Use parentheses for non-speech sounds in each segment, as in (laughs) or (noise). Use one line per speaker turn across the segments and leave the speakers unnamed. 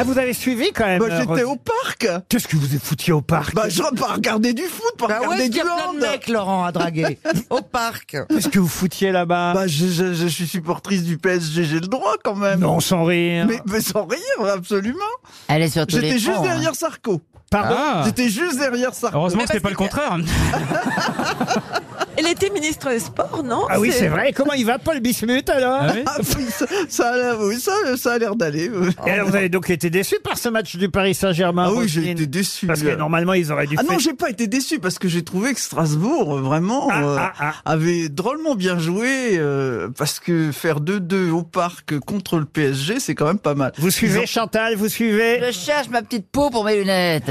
Ah, vous avez suivi quand même
Bah,
euh,
j'étais au
Rose-
parc.
Qu'est-ce que vous foutiez au parc
Bah, genre, pas regarder du foot, pas
Bah ouais,
regarder
il y
du
a plein de
hand.
mecs, Laurent, à
(laughs)
draguer. Au parc.
Qu'est-ce que vous foutiez là-bas
Bah, je, je- je suis supportrice du PSG, j'ai le droit quand même.
Non, sans rire.
Mais, mais sans rire, absolument.
Elle est sur tous les
J'étais juste
fronts, hein.
derrière Sarko.
Pardon
Ah.
J'étais juste derrière Sarko.
Heureusement
Mais
que c'était pas
parce
le contraire.
Elle était ministre des Sports, non
Ah oui, c'est vrai. Comment il va, Paul Bismuth, alors
Ah oui
Ah, oui, ça, ça a l'air- oui, ça- ça a l'air d'aller. oui.
Et alors, vous avez donc été déçu par ce match du Paris Saint-Germain
Ah oui,
Roselyne
j'ai été déçu.
Parce que normalement, ils auraient dû
Ah
faire...
non, j'ai pas été déçu parce que j'ai trouvé que Strasbourg euh, vraiment
Ah,
euh,
ah, ah.
avait drôlement bien joué euh, parce que faire 2-2 au parc contre le PSG, c'est quand même pas mal.
Vous suivez, Chantal, vous suivez
Je cherche ma petite peau pour mes lunettes.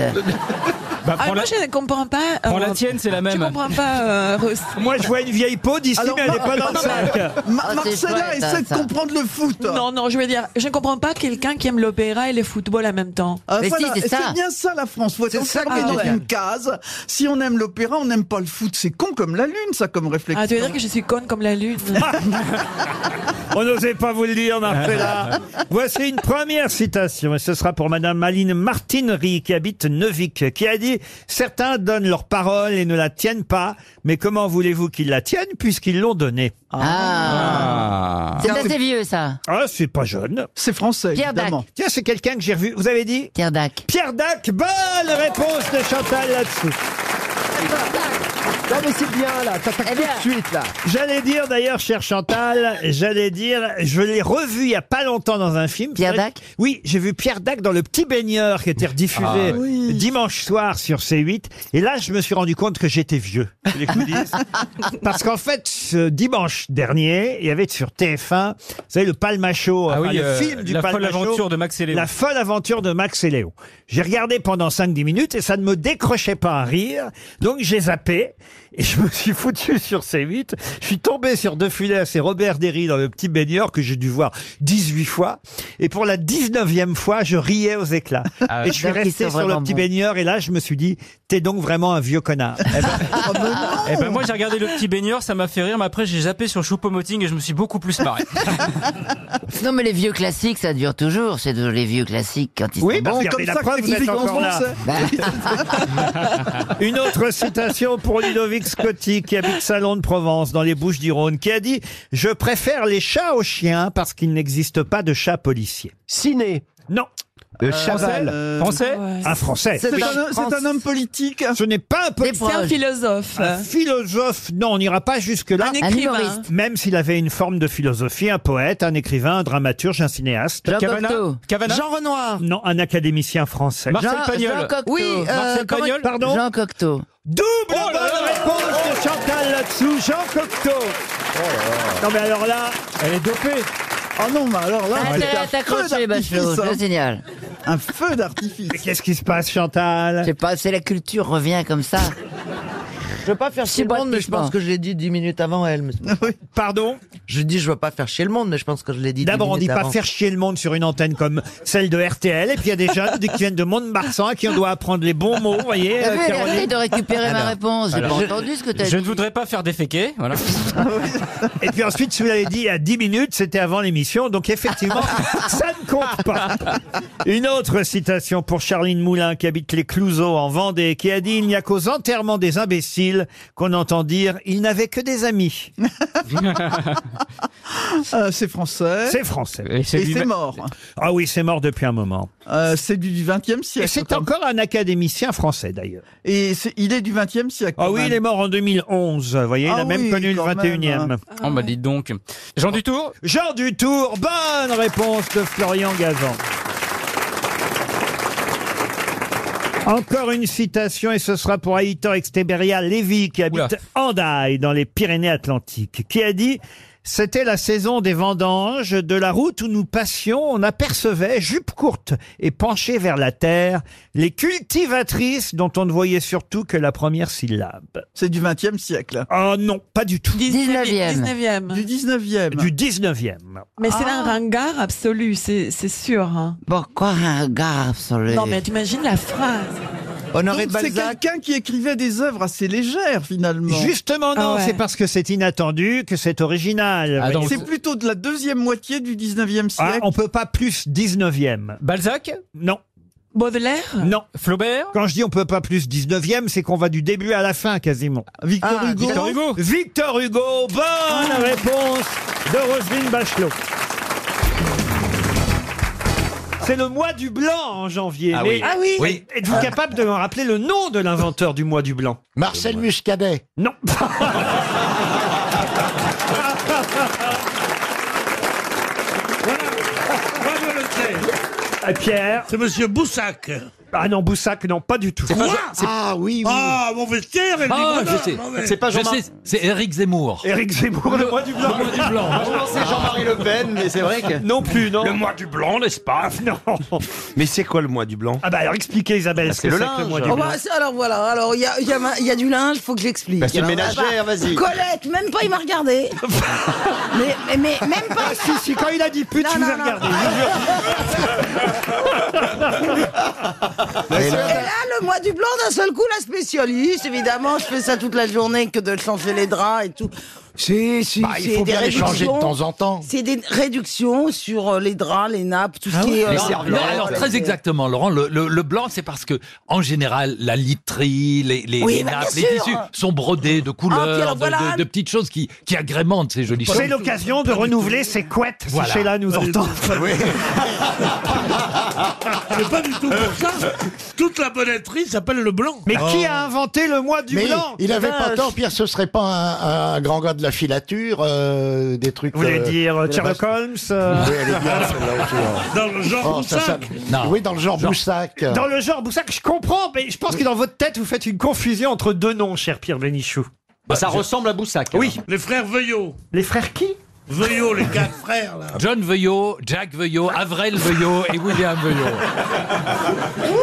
Bah,
Ah,
prends,
moi,
la...
je ne comprends pas. euh,
prends la tienne, c'est la
Je
même.
comprends pas, euh, Rose.
Moi, je vois une vieille peau d'ici,
Alors,
mais elle n'est pas dans le sac.
Ma-
Ah, c'est
Marcella
chouette,
essaie de
ça.
comprendre le foot.
Non, non, je veux dire, je ne comprends pas quelqu'un qui aime l'opéra et le football en même temps.
Ah,
Mais si,
voilà.
c'est
Et
ça.
c'est bien ça la France. Faut être
C'est ça
enfermé
qui est
dans
génial.
une case. Si on aime l'opéra, on n'aime pas le foot. C'est con comme la lune, ça, comme réflexion. Ah,
Ah, tu veux dire que je suis conne comme
(laughs)
la lune
On n'osait pas vous le
(laughs)
dire, Marcella. Voici une première citation, et ce sera pour Madame Aline Martinerie, qui habite Neuvik, qui a dit « Certains donnent leur parole et ne la tiennent pas, mais comment voulez-vous qu'ils la tiennent puisqu'ils l'ont donnée
Ah.
Ah.
C'est assez vieux, ça. ?»
Ah, c'est pas jeune.
C'est français,
Pierre Dac.
évidemment.
Tiens, c'est quelqu'un que j'ai revu. Vous avez dit
Pierre Dac.
Pierre Dac, bonne réponse de Chantal là-dessous.
Non mais c'est bien là, t'attaques
Eh
tout
bien.
de suite là.
J'allais dire d'ailleurs, cher Chantal, j'allais dire, je l'ai revu il y a pas longtemps dans un film.
Pierre
C'est vrai que-
Dac
Oui, j'ai vu Pierre Dac dans Le Petit Baigneur qui était
Ah,
rediffusé dimanche soir sur C8. Et là, je me suis rendu compte que j'étais vieux. Vous voulez que je vous dise (laughs) Parce qu'en fait, ce dimanche dernier, il y avait sur TF1, vous savez, le Palmacho,
Ah
enfin,
oui,
le
euh,
film du
la folle
Palmacho.
aventure de Max et Léo.
La folle aventure de Max et Léo. J'ai regardé pendant 5-10 minutes et ça ne me décrochait pas à rire. Donc j'ai zappé et je me suis foutu (laughs) sur C8. Je suis tombé sur De Funès et Robert Derry dans le petit baigneur que j'ai dû voir 18 fois. Et pour la 19e fois, je riais aux éclats.
(laughs) Ah ouais.
et je suis
Donc, ils
resté
sont
sur le
vraiment
petit
bons.
baigneur et là je me suis dit, t'es donc vraiment un vieux connard. Eh ben,
Ah.
Eh ben moi j'ai regardé le petit baigneur, ça m'a fait rire, mais après j'ai zappé sur Choupo-Moting et je me suis beaucoup plus marré.
Non, mais les vieux classiques, ça dure toujours. C'est toujours les vieux classiques quand ils
oui,
sont
bah,
bons.
regardez,
comme
la
ça,
preuve, vous êtes
explique en hein.
encore là.
français.
Une autre citation pour Ludovic Scotti, qui habite Salon de Provence, dans les Bouches du Rhône, qui a dit « Je préfère les chats aux chiens parce qu'il n'existe pas de chat policier.
Ciné, »
Non,
le
Français
chaval.
Euh,
Français
Ouais.
un Français.
C'est
Oui.
un, homme- c'est un homme politique.
Ce n'est pas un
Des
policier.
C'est un
proches.
philosophe.
Ah,
Un philosophe, non, on n'ira pas jusque-là.
Un écrivain.
humoriste.
Même s'il avait une forme de philosophie, un poète, un écrivain, un dramaturge, un cinéaste.
Jean
Cavana
Cocteau.
Cavana
Jean Renoir.
Non, un académicien français.
Marcel
Jean,
Pagnol.
Jean Cocteau. Euh,
Oui, euh,
Marcel Pagnol.
Pardon
Jean Cocteau.
Double
Oh là
bonne
là
réponse de Chantal là-dessous, Jean Cocteau. Non mais alors là,
Oh Elle est dopée.
Oh non, mais alors là,
Ah,
c'était
t'as-
un
t'as
feu
accroché, Bachelot,
d'artifice.
je le
hein.
signale.
Un feu d'artifice.
mais qu'est-ce qui se passe Chantal
Je sais pas, c'est la culture revient comme ça.
Je veux pas faire chier le monde, mais je
Subrepticement.
pense que je l'ai dit dix minutes avant elle. mais-
Pardon
Je dis je veux pas faire chier le monde, mais je pense que je l'ai dit.
D'abord,
dix
on dit
minutes
pas
avant.
faire chier le monde sur une antenne comme celle de RTL, et puis il y a des
(laughs)
jeunes qui viennent de Mont-de-Marsan à qui on doit apprendre les bons mots, vous voyez, euh,
T'as vu, elle
Caroline.
essaye de récupérer ma
Alors,
réponse. J'ai pas
alors, je-
entendu ce que t'as dit.
Je ne voudrais pas faire déféquer, voilà.
(laughs) Et puis ensuite, si vous l'avez dit à 10 minutes, c'était avant l'émission,
(laughs)
donc effectivement, ça ne compte pas. Une autre citation pour Charline Moulin, qui habite les Clouseaux en Vendée, qui a dit « Il n'y a qu'aux enterrements des imbéciles qu'on entend dire « Ils n'avaient que des amis
Euh, c'est ». français.
C'est français.
Et
Et
lui-
c'est mort.
Ah oui, c'est mort depuis un moment.
Euh, c'est du 20e siècle.
Et c'est encore un académicien français, d'ailleurs.
Et c'est- il est du 20e siècle.
Ah
quand
oui,
même.
il est mort en 2011, vous voyez, il
Ah
a même
oui,
connu le
quand même,
21e.
hein.
Oh bah dites donc. Jean Dutour
Ah. Jean Dutour, bonne réponse de Florian Gazan. Encore une citation, et ce sera pour Aitor Exteberia Lévy, qui habite
Oula.
Andaille, dans les Pyrénées-Atlantiques, qui a dit « C'était la saison des vendanges, de la route où nous passions, on apercevait, jupe courte et penchée vers la terre, les cultivatrices dont on ne voyait surtout que la première syllabe.
C'est du 20e siècle. »
Ah non, pas du tout.
19e.
19e.
Du 19e.
Du 19e.
Mais c'est un
Ah.
ringard absolu, c'est c'est sûr. hein.
Pourquoi un regard sur le...
Non, mais t'imagines la phrase. Honoré
Donc
de
c'est
Balzac.
quelqu'un qui écrivait des œuvres assez légères finalement.
Justement,
Ah
non,
ouais.
c'est parce que c'est inattendu que c'est original.
Ah,
Vous
donc-
voyez.
C'est plutôt de la
(laughs)
deuxième moitié du 19e
Ah,
siècle.
on peut pas plus 19e.
Balzac,
Non,
Baudelaire
non.
Flaubert,
Quand je dis on peut pas plus 19e, c'est qu'on va du début à la fin quasiment.
Victor
Ah,
Hugo.
Victor Hugo.
Victor Hugo, bonne réponse de Roselyne Bachelot. C'est le mois du blanc en janvier.
Ah
mais
oui.
Ah oui,
Oui.
Êtes-vous capable de me rappeler le nom de l'inventeur du mois du blanc
Marcel Muscadet.
Non. (laughs) Ah, Pierre
C'est Monsieur Boussac.
Ah non, Boussac, non, pas du tout.
Ah oui, oui.
Ah, mon vestiaire, elle
Ah,
dit
je sais.
C'est
Je sais, c'est Eric Zemmour.
Éric Zemmour, le mois du blanc.
Jean-Marie Le Pen, mais c'est vrai que.
Non plus, non. Ah,
Le mois du blanc, n'est-ce pas
Non.
(laughs) Mais c'est quoi le mois du blanc
Ah bah alors expliquez Isabelle ce que
c'est le
c'est que le
linge.
mois du
Oh
blanc.
bah, c'est- alors voilà, alors il y a, il y a ma- il y a du linge, faut que j'explique.
c'est
Alors,
ménagère,
bah,
vas-y.
Colette, même pas il m'a regardé. mais, mais, mais même pas.
Ah si, si, quand il a dit pute,
Non,
je vous ai
non, non. (laughs)
regardé. je vous jure.
Et là, le mois du blanc, d'un seul coup, la spécialiste, évidemment, je fais ça toute la journée que de changer les draps et tout. C'est, c'est,
Bah, il faut bien les changer de temps en temps.
C'est des réductions sur euh, les draps, les nappes,
Ah
tout ce qui est. euh,
Non, non, alors très exactement, Laurent. Le, le- le blanc, c'est parce que en général, la literie, les, les,
Oui,
les
bah, bien
nappes, les
sûr.
tissus sont brodés de couleurs,
Ah, puis alors
de-
voilà.
de, de petites choses qui, qui agrémentent ces jolies choses.
C'est l'occasion de renouveler ses couettes, si
Voilà.
Sheila nous entend.
C'est pas du tout pour ça. Toute la bonnetterie s'appelle le blanc.
Mais qui a inventé le mois du
Oh. Mais
blanc
il avait pas
Vache.
tort, Pierre, ce serait pas un, un grand gars de la filature, euh, des trucs...
Vous voulez
euh,
dire euh,
la
Sherlock
base-
Holmes euh,
Oui, elle est bien, celle-là aussi, hein.
(laughs) Dans le genre
Oh, ça, ça-
Boussac.
Non.
Oui, dans le genre Boussac.
Dans le genre Boussac, je comprends, mais je pense que dans votre tête, vous faites une confusion entre deux noms, cher Pierre Bénichou.
Bah, Ça ressemble à Boussac.
Oui.
Les frères Veuillot.
Les frères qui
Veuillot, les quatre frères, là.
(laughs) John Veuillot, Jack Veuillot, Avrel Veuillot et William Veuillot.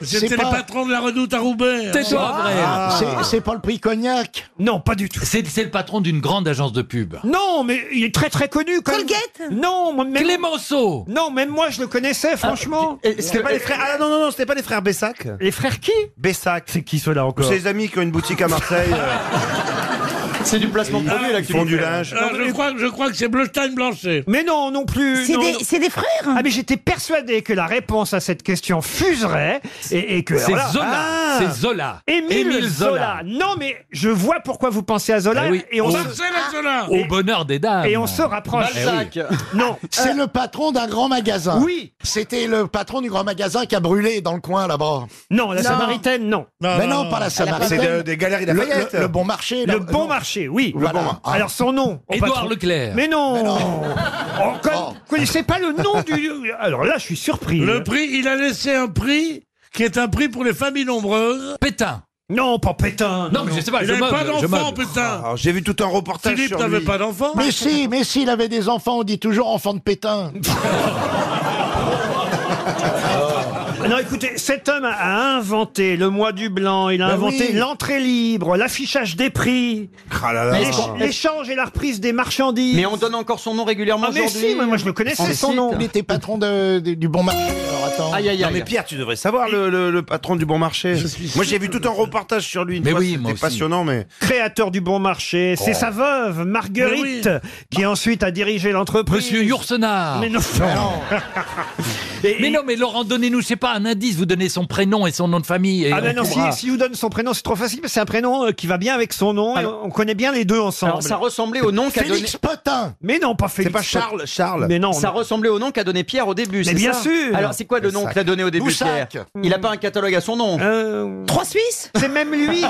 C'était
C'est
les
pas- Ah.
patrons de la redoute à Roubaix. Ah.
Tais-toi, Ah. Avrel.
C'est- C'est pas le prix Cognac
Non, pas du tout.
C'est c'est le patron d'une grande agence de pub.
Non, mais il est très très connu. Quand même.
Colgate
Non, moi, même...
Clémenceau
Non, même moi je le connaissais, franchement.
C'était pas les frères. Ah non, non, non, c'était pas les frères Bessac
Les frères qui
Bessac.
C'est qui ceux-là encore
Ses amis qui ont une boutique à Marseille. euh.
(laughs)
c'est du placement
Ah,
de produit, là. Ils font du linge.
Ah, je, crois, je crois que c'est Bleustein Blanchet.
Mais non, non plus.
C'est
non,
des,
non.
c'est des frères.
Ah mais j'étais persuadé que la réponse à cette question fuserait et, et que
C'est
voilà.
Zola
Ah
C'est Zola
Émile,
Émile
Zola. Non mais je vois pourquoi vous pensez à Zola
Ah oui.
et on,
Oh.
se,
Marcel Asselin.
Au bonheur des dames Ah
et on se rapproche. Eh
Balzac.
Non.
(laughs)
euh,
C'est le patron d'un grand magasin.
Oui.
C'était le patron du grand magasin qui a brûlé dans le coin là-bas.
Non, la
Non.
Samaritaine, non.
Mais non, pas la
Ah, C'est
Samaritaine.
de- des galeries
Le,
Lafayette.
le- le bon marché. là.
Le bon
Non.
marché, oui.
Voilà. Ah.
Alors son nom. on va
Édouard
trop-
Leclerc
Mais non.
Mais non.
Oh, quand-
Oh.
Vous connaissez pas le nom du. Alors là, je suis surpris.
Le prix, il a laissé un prix qui est un prix pour les familles nombreuses.
Pétain
Non, pas Pétain.
Non, mais je sais pas,
Il
je
n'avait
meuble,
pas
je
d'enfant,
meuble.
putain.
Alors, Ah, j'ai vu tout un reportage
Philippe
sur lui.
n'avait pas d'enfant.
(laughs)
Mais si, mais si, il avait des enfants, on dit toujours enfant de
(laughs)
pétain.
Non, écoutez, cet homme a inventé le mois du blanc, il a
Bah
inventé
oui.
l'entrée libre, l'affichage des prix,
Ah là là.
l'éch- l'échange et la reprise des marchandises.
on donne encore son nom régulièrement Ah,
Ah, mais si, moi, moi, je le connaissais son nom.
Il était patron de- de- du bon marché. Alors attends.
Non mais Pierre, tu
(laughs)
devrais savoir le, le- le patron du bon marché. Moi j'ai vu tout un reportage sur lui. Une
Mais
fois,
oui, moi
c'était
aussi.
passionnant, mais
Créateur du bon marché, c'est sa veuve, Marguerite, qui ensuite a dirigé l'entreprise.
Monsieur Yourcenar
Mais
mais,
non. (laughs) Ah Et-
non, mais Laurent, donnez-nous, je sais pas, un indice, vous donnez son prénom et son nom de famille. Et
Ah
on
ben non, si,
trouvera.
si je vous donne son prénom, c'est trop facile, parce que c'est un prénom euh, qui va bien avec son nom, et on connaît bien les deux ensemble.
ressemblait au nom
Félix Potin.
Mais non, pas
c'est
Félix.
pas Charles, Charles.
Mais non,
Ça ressemblait au nom qu'a donné Pierre au début.
Mais
c'est
bien
ça
sûr.
Alors c'est quoi le nom qu'il a donné au début
Boussac.
Pierre Il n'a pas un catalogue à son nom.
euh,
Trois Suisses
C'est même lui,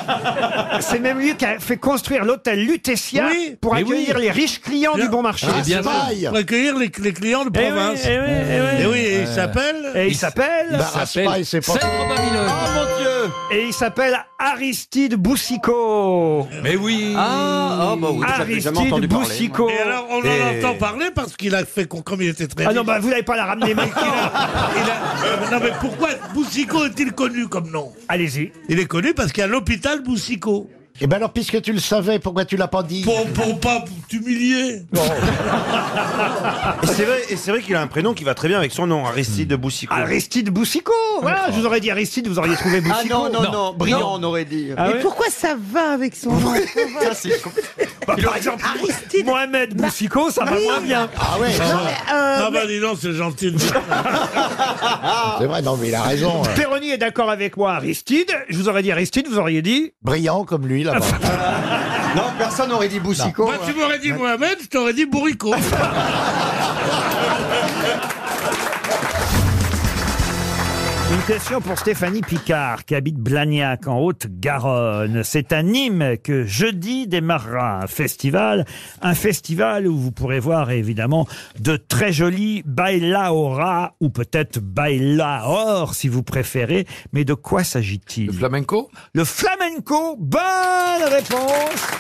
c'est même lui qui a fait construire l'hôtel Lutetia
Oui,
pour
mais
accueillir les riches clients
Bien. Ah,
du bon marché.
Eh
Ah,
bien,
Raspail.
Pour accueillir les, les clients de
Eh oui,
province.
eh oui, eh oui.
Et oui, et il s'appelle.
Et il
Il
s'appelle
Bah, Raspail, c'est pas-
Cèdre Babylone.
Ah, mon Dieu
et il s'appelle Aristide Boussicot.
Mais oui
Ah, oh, bah oui.
j'avais jamais
Aristide
entendu parler,
Boussicot.
Et alors, on en
Et-
entend parler parce qu'il a fait, con- comme il était très
Ah non,
riche,
bah vous n'allez pas la ramener
il
maintenant.
a- (laughs) il a- non, mais pourquoi Boussico est-il connu comme nom
Allez-y.
Il est connu parce qu'il y a l'hôpital Boussico.
Eh ben alors, puisque tu le savais, pourquoi tu l'as pas dit
Pour, pour pas t'humilier.
Ah.
Et c'est vrai, et c'est vrai qu'il a un prénom qui va très bien avec son nom,
Hmm.
Aristide Boussicot.
Aristide Boussicot Voilà, je vous aurais dit Aristide, vous auriez trouvé Boussicot.
Ah non, non, non, brillant, on aurait dit.
Ah
Mais
(laughs)
ouais
pourquoi ça va avec son nom
Ah,
Ça, c'est com-
Bah, par exemple, Mohamed Boussicot, ça va
Oui.
moins bien.
Ah ouais,
Non, mais, euh,
Ah
mais-
bah dis donc, c'est gentil de dire.
c'est vrai, non mais il a raison. hein.
Perroni est d'accord avec moi, Aristide. Je vous aurais dit Aristide, vous auriez dit
Brillant comme lui là-bas.
Non, personne n'aurait dit Boussicot.
Bah,
Moi, tu
hein.
m'aurais dit Mohamed, je t'aurais dit Bourricot.
Une question pour Stéphanie Picard, qui habite Blagnac, en Haute-Garonne. C'est à Nîmes que jeudi démarrera un festival. Un festival où vous pourrez voir, évidemment, de très jolis bailaora, ou peut-être bailaor, si vous préférez. Mais de quoi s'agit-il Le flamenco Le flamenco Bonne réponse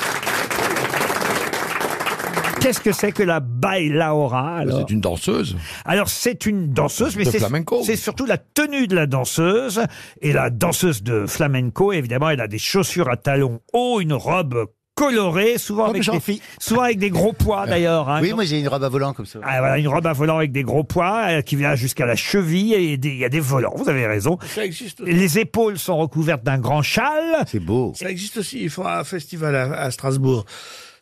Qu'est-ce que c'est que la bailaora, alors
une danseuse.
alors c'est une danseuse, mais
De
c'est
flamenco.
c'est surtout la tenue de la danseuse. Et la danseuse de flamenco, évidemment, elle a des chaussures à talons hauts, une robe colorée, souvent,
Comme
avec des,
Jean-Phi.
souvent avec des gros poids d'ailleurs. hein.
Euh, Oui, moi j'ai une robe à volant comme ça.
Ah, voilà, une robe à volant avec des gros poids euh, qui vient jusqu'à la cheville et des- il y a des volants, vous avez raison.
Ça existe,
Les épaules sont recouvertes d'un grand châle.
C'est beau.
ça existe aussi. Il faut un festival à, à Strasbourg.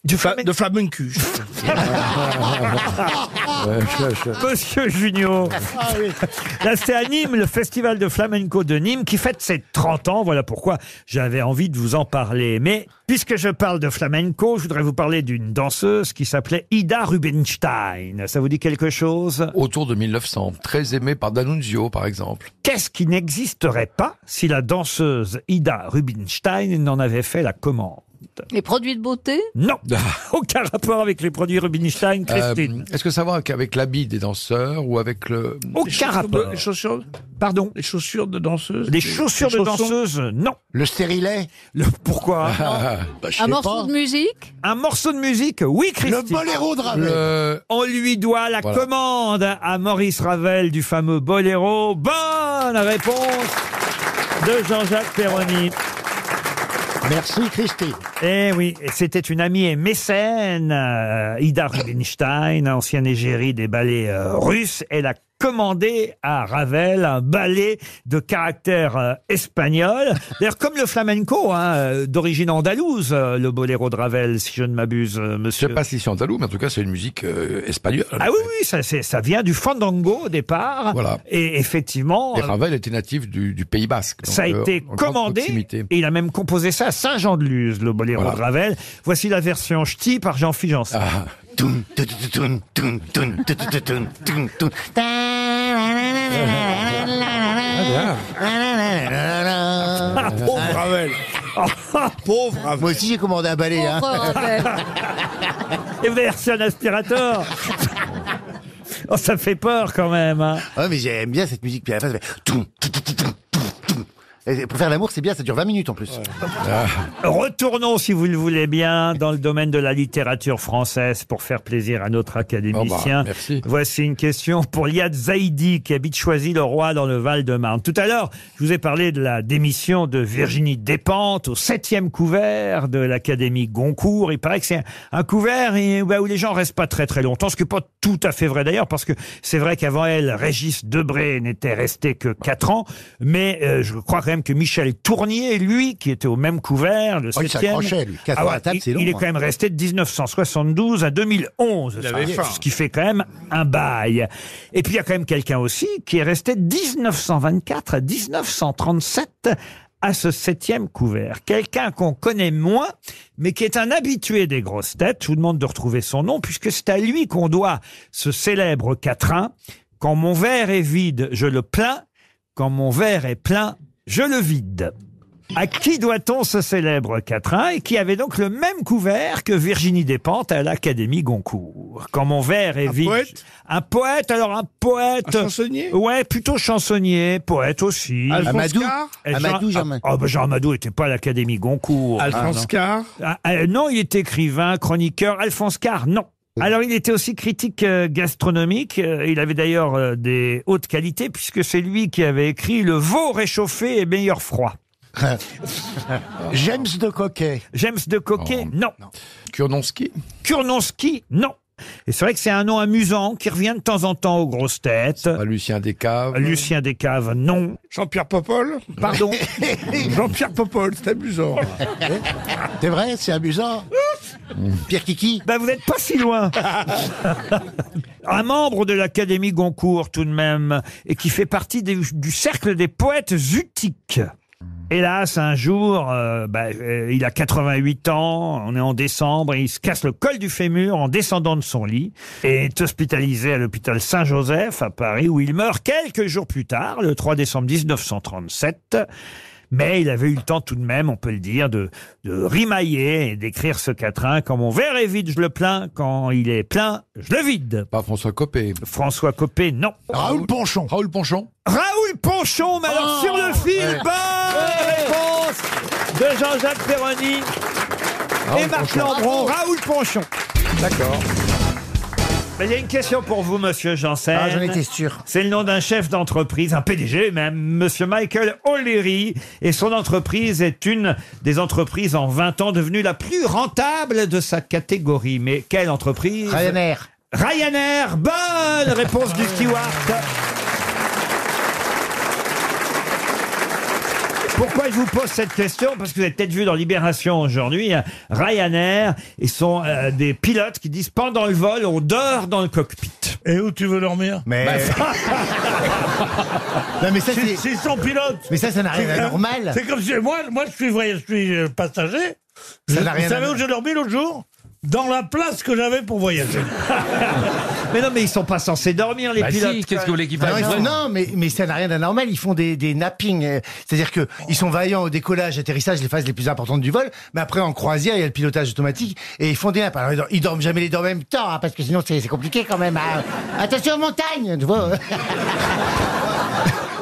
Du de flamenco.
(laughs) Monsieur Junior. Là, c'est à Nîmes, le festival de flamenco de Nîmes qui fête ses 30 ans. Voilà pourquoi j'avais envie de vous en parler. Mais puisque je parle de flamenco, je voudrais vous parler d'une danseuse qui s'appelait Ida Rubinstein. Ça vous dit quelque chose
Autour de 1900, très aimé par D'Annunzio, par exemple.
Qu'est-ce qui n'existerait pas si la danseuse Ida Rubinstein n'en avait fait la commande
Les produits de beauté
Non, (laughs) aucun rapport avec les produits Rubinstein, Christine.
Euh, Est-ce que ça va avec l'habit des danseurs ou avec le...
aucun rapport.
Les chaussures,
Pardon.
les chaussures de danseuse.
Les chaussures de
chaussons.
danseuse, non.
Le stérilet,
Le-
Ah,
pourquoi
Un morceau de musique
Un morceau de musique, oui,
le
Christine.
boléro de Ravel.
Le...
On lui doit la
Voilà.
commande à Maurice Ravel du fameux Boléro. Bonne réponse de Jean-Jacques Perroni.
Merci Christine.
Eh oui, et c'était une amie et mécène, euh, Ida Rubinstein, ancienne égérie des ballets euh, russes. Elle a commandé à Ravel un ballet de caractère euh, espagnol. D'ailleurs, comme le flamenco, hein, euh, d'origine andalouse, euh, le boléro de Ravel, si je ne m'abuse, euh,
Je
monsieur.
sais pas si c'est andalou, mais en tout cas, c'est une musique euh, espagnole.
Ah oui, oui, ça, c'est- ça vient du fandango au départ.
Voilà.
Et effectivement,
Et
euh,
Ravel était natif du, du Pays Basque. donc,
ça a
euh,
été
en grande
commandé
proximité.
et il a même composé ça à Saint-Jean-de-Luz, le boléro
Voilà.
de Ravel. Voici la version ch'ti par Jean-Philippe Janssen.
Ah,
Toun, toun, toun, toun, toun, toun, toun, toun, toun, toun. Ah, pauvre Ravel.
(laughs)
Pauvre Ravel. Moi aussi j'ai commandé un balai. Hein.
Et version aspirateur Oh, ça fait peur quand même. hein.
Ouais, mais j'aime bien cette musique. Puis à la fin, ça fait... toun, toun, toun, toun, toun, toun. Et Pour faire l'amour, c'est bien, ça dure 20 minutes en plus.
Ah.
Retournons, si vous le voulez bien, dans le domaine de la littérature française pour faire plaisir à notre académicien.
Oh bah, merci.
Voici une question pour Liad Zaidi qui habite Choisy-le-Roi dans le Val-de-Marne. Tout à l'heure, je vous ai parlé de la démission de Virginie Despentes au septième couvert de l'Académie Goncourt. Il paraît que c'est un, un couvert et, bah, où les gens restent pas très très longtemps, ce qui n'est pas tout à fait vrai d'ailleurs, parce que c'est vrai qu'avant elle, Régis Debré n'était resté que quatre ans, mais euh, je crois quand même que Michel Tournier, lui, qui était au même couvert, le
Oh, il
septième,
s'accrochait, lui. Quatre
ah
ans à
ouais,
table,
il-
c'est long,
il est
hein.
quand même resté de 1972 à 2011. ça, Ce qui fait quand même un bail. Et puis il y a quand même quelqu'un aussi qui est resté de 1924 à 1937 à ce septième couvert. Quelqu'un qu'on connaît moins, mais qui est un habitué des grosses têtes. Je vous demande de retrouver son nom, puisque c'est à lui qu'on doit ce célèbre quatrain. Quand mon verre est vide, je le plains. Quand mon verre est plein, je le vide. À qui doit-on ce célèbre quatrain et qui avait donc le même couvert que Virginie Despentes à l'Académie Goncourt Quand mon verre est
Un
vide.
poète
Un poète, alors un poète.
Un chansonnier
Ouais, plutôt chansonnier, poète aussi.
Alphonse
Amadou.
Carr
Et Jean-
Amadou Germain.
Ah, oh, bah, Jean Amadou n'était pas à l'Académie Goncourt.
Alphonse Carr
Ah, euh, non, il est écrivain, chroniqueur. Alphonse Carr, non. Alors, il était aussi critique euh, gastronomique. Euh, Il avait d'ailleurs euh, des hautes qualités, puisque c'est lui qui avait écrit Le veau réchauffé et meilleur froid. (laughs) James de Coquet. James de Coquet, non. Kurnonski Kurnonski, non. Et c'est vrai que c'est un nom amusant qui revient de temps en temps aux grosses têtes. Lucien Descaves. Lucien Descaves, non.
Jean-Pierre Popol
(laughs)
Pardon
Jean-Pierre Popol, c'est amusant.
C'est vrai, c'est amusant.
Pierre Kiki Bah vous n'êtes pas si (laughs) loin. un membre de l'Académie Goncourt tout de même, et qui fait partie des- du cercle des poètes utiques. Hélas, un jour, euh, bah, euh, il a 88 ans, on est en décembre, et il se casse le col du fémur en descendant de son lit et est hospitalisé à l'hôpital Saint-Joseph à Paris où il meurt quelques jours plus tard, le 3 décembre 1937. Mais il avait eu le temps tout de même, on peut le dire, de, de rimailler et d'écrire ce quatrain. Quand mon verre est vide, je le plains. Quand il est plein, je le vide. Pas François Copé. François Copé, non. Raoul Ponchon. Raoul Ponchon. Ah, Raoul Ponchon, mais alors
Oh
sur le fil,
Ouais.
bonne réponse de Jean-Jacques Perroni et
Raoul
Marc
Ponchon.
Lambron.
Bravo.
Raoul Ponchon. D'accord. Il y a une question pour vous, monsieur Janssen.
Ah, j'en étais sûr.
C'est le nom d'un chef d'entreprise, un PDG même, monsieur Michael O'Leary. Et son entreprise est une des entreprises en 20 ans devenue la plus rentable de sa catégorie. Mais quelle entreprise Ryanair. Ryanair, bonne réponse du steward. Pourquoi je vous pose cette question Parce que vous avez peut-être vu dans Libération aujourd'hui, hein, Ryanair, ils sont euh, des pilotes qui disent pendant le vol, on dort dans le cockpit. Bah, Et où tu veux dormir Mais
Non, mais ça,
C'est
c'est-
c'est sans pilote.
Mais ça, ça n'a rien
C'est-
d'anormal.
C'est comme si moi, moi je suis vrai, je suis euh, passager.
Ça
Je-
n'a rien
vous savez
d'anormal.
où j'ai dormi l'autre jour Dans la place que j'avais pour voyager.
non, mais ils sont pas censés dormir, les
Bah si,
pilotes.
qu'est-ce que vous voulez qu'ils
Ah non,
fassent
ils font- Non, mais, mais ça n'a rien d'anormal. Ils font des, des nappings. euh, C'est-à-dire que ils sont vaillants au décollage, atterrissage, les phases les plus importantes du vol. Mais après, en croisière, il y a le pilotage automatique. Et ils font des nappes. Alors, ils dor- ils dorment jamais les deux en même temps, hein, parce que sinon, c'est c'est compliqué quand même. hein. Attention, montagne tu vois.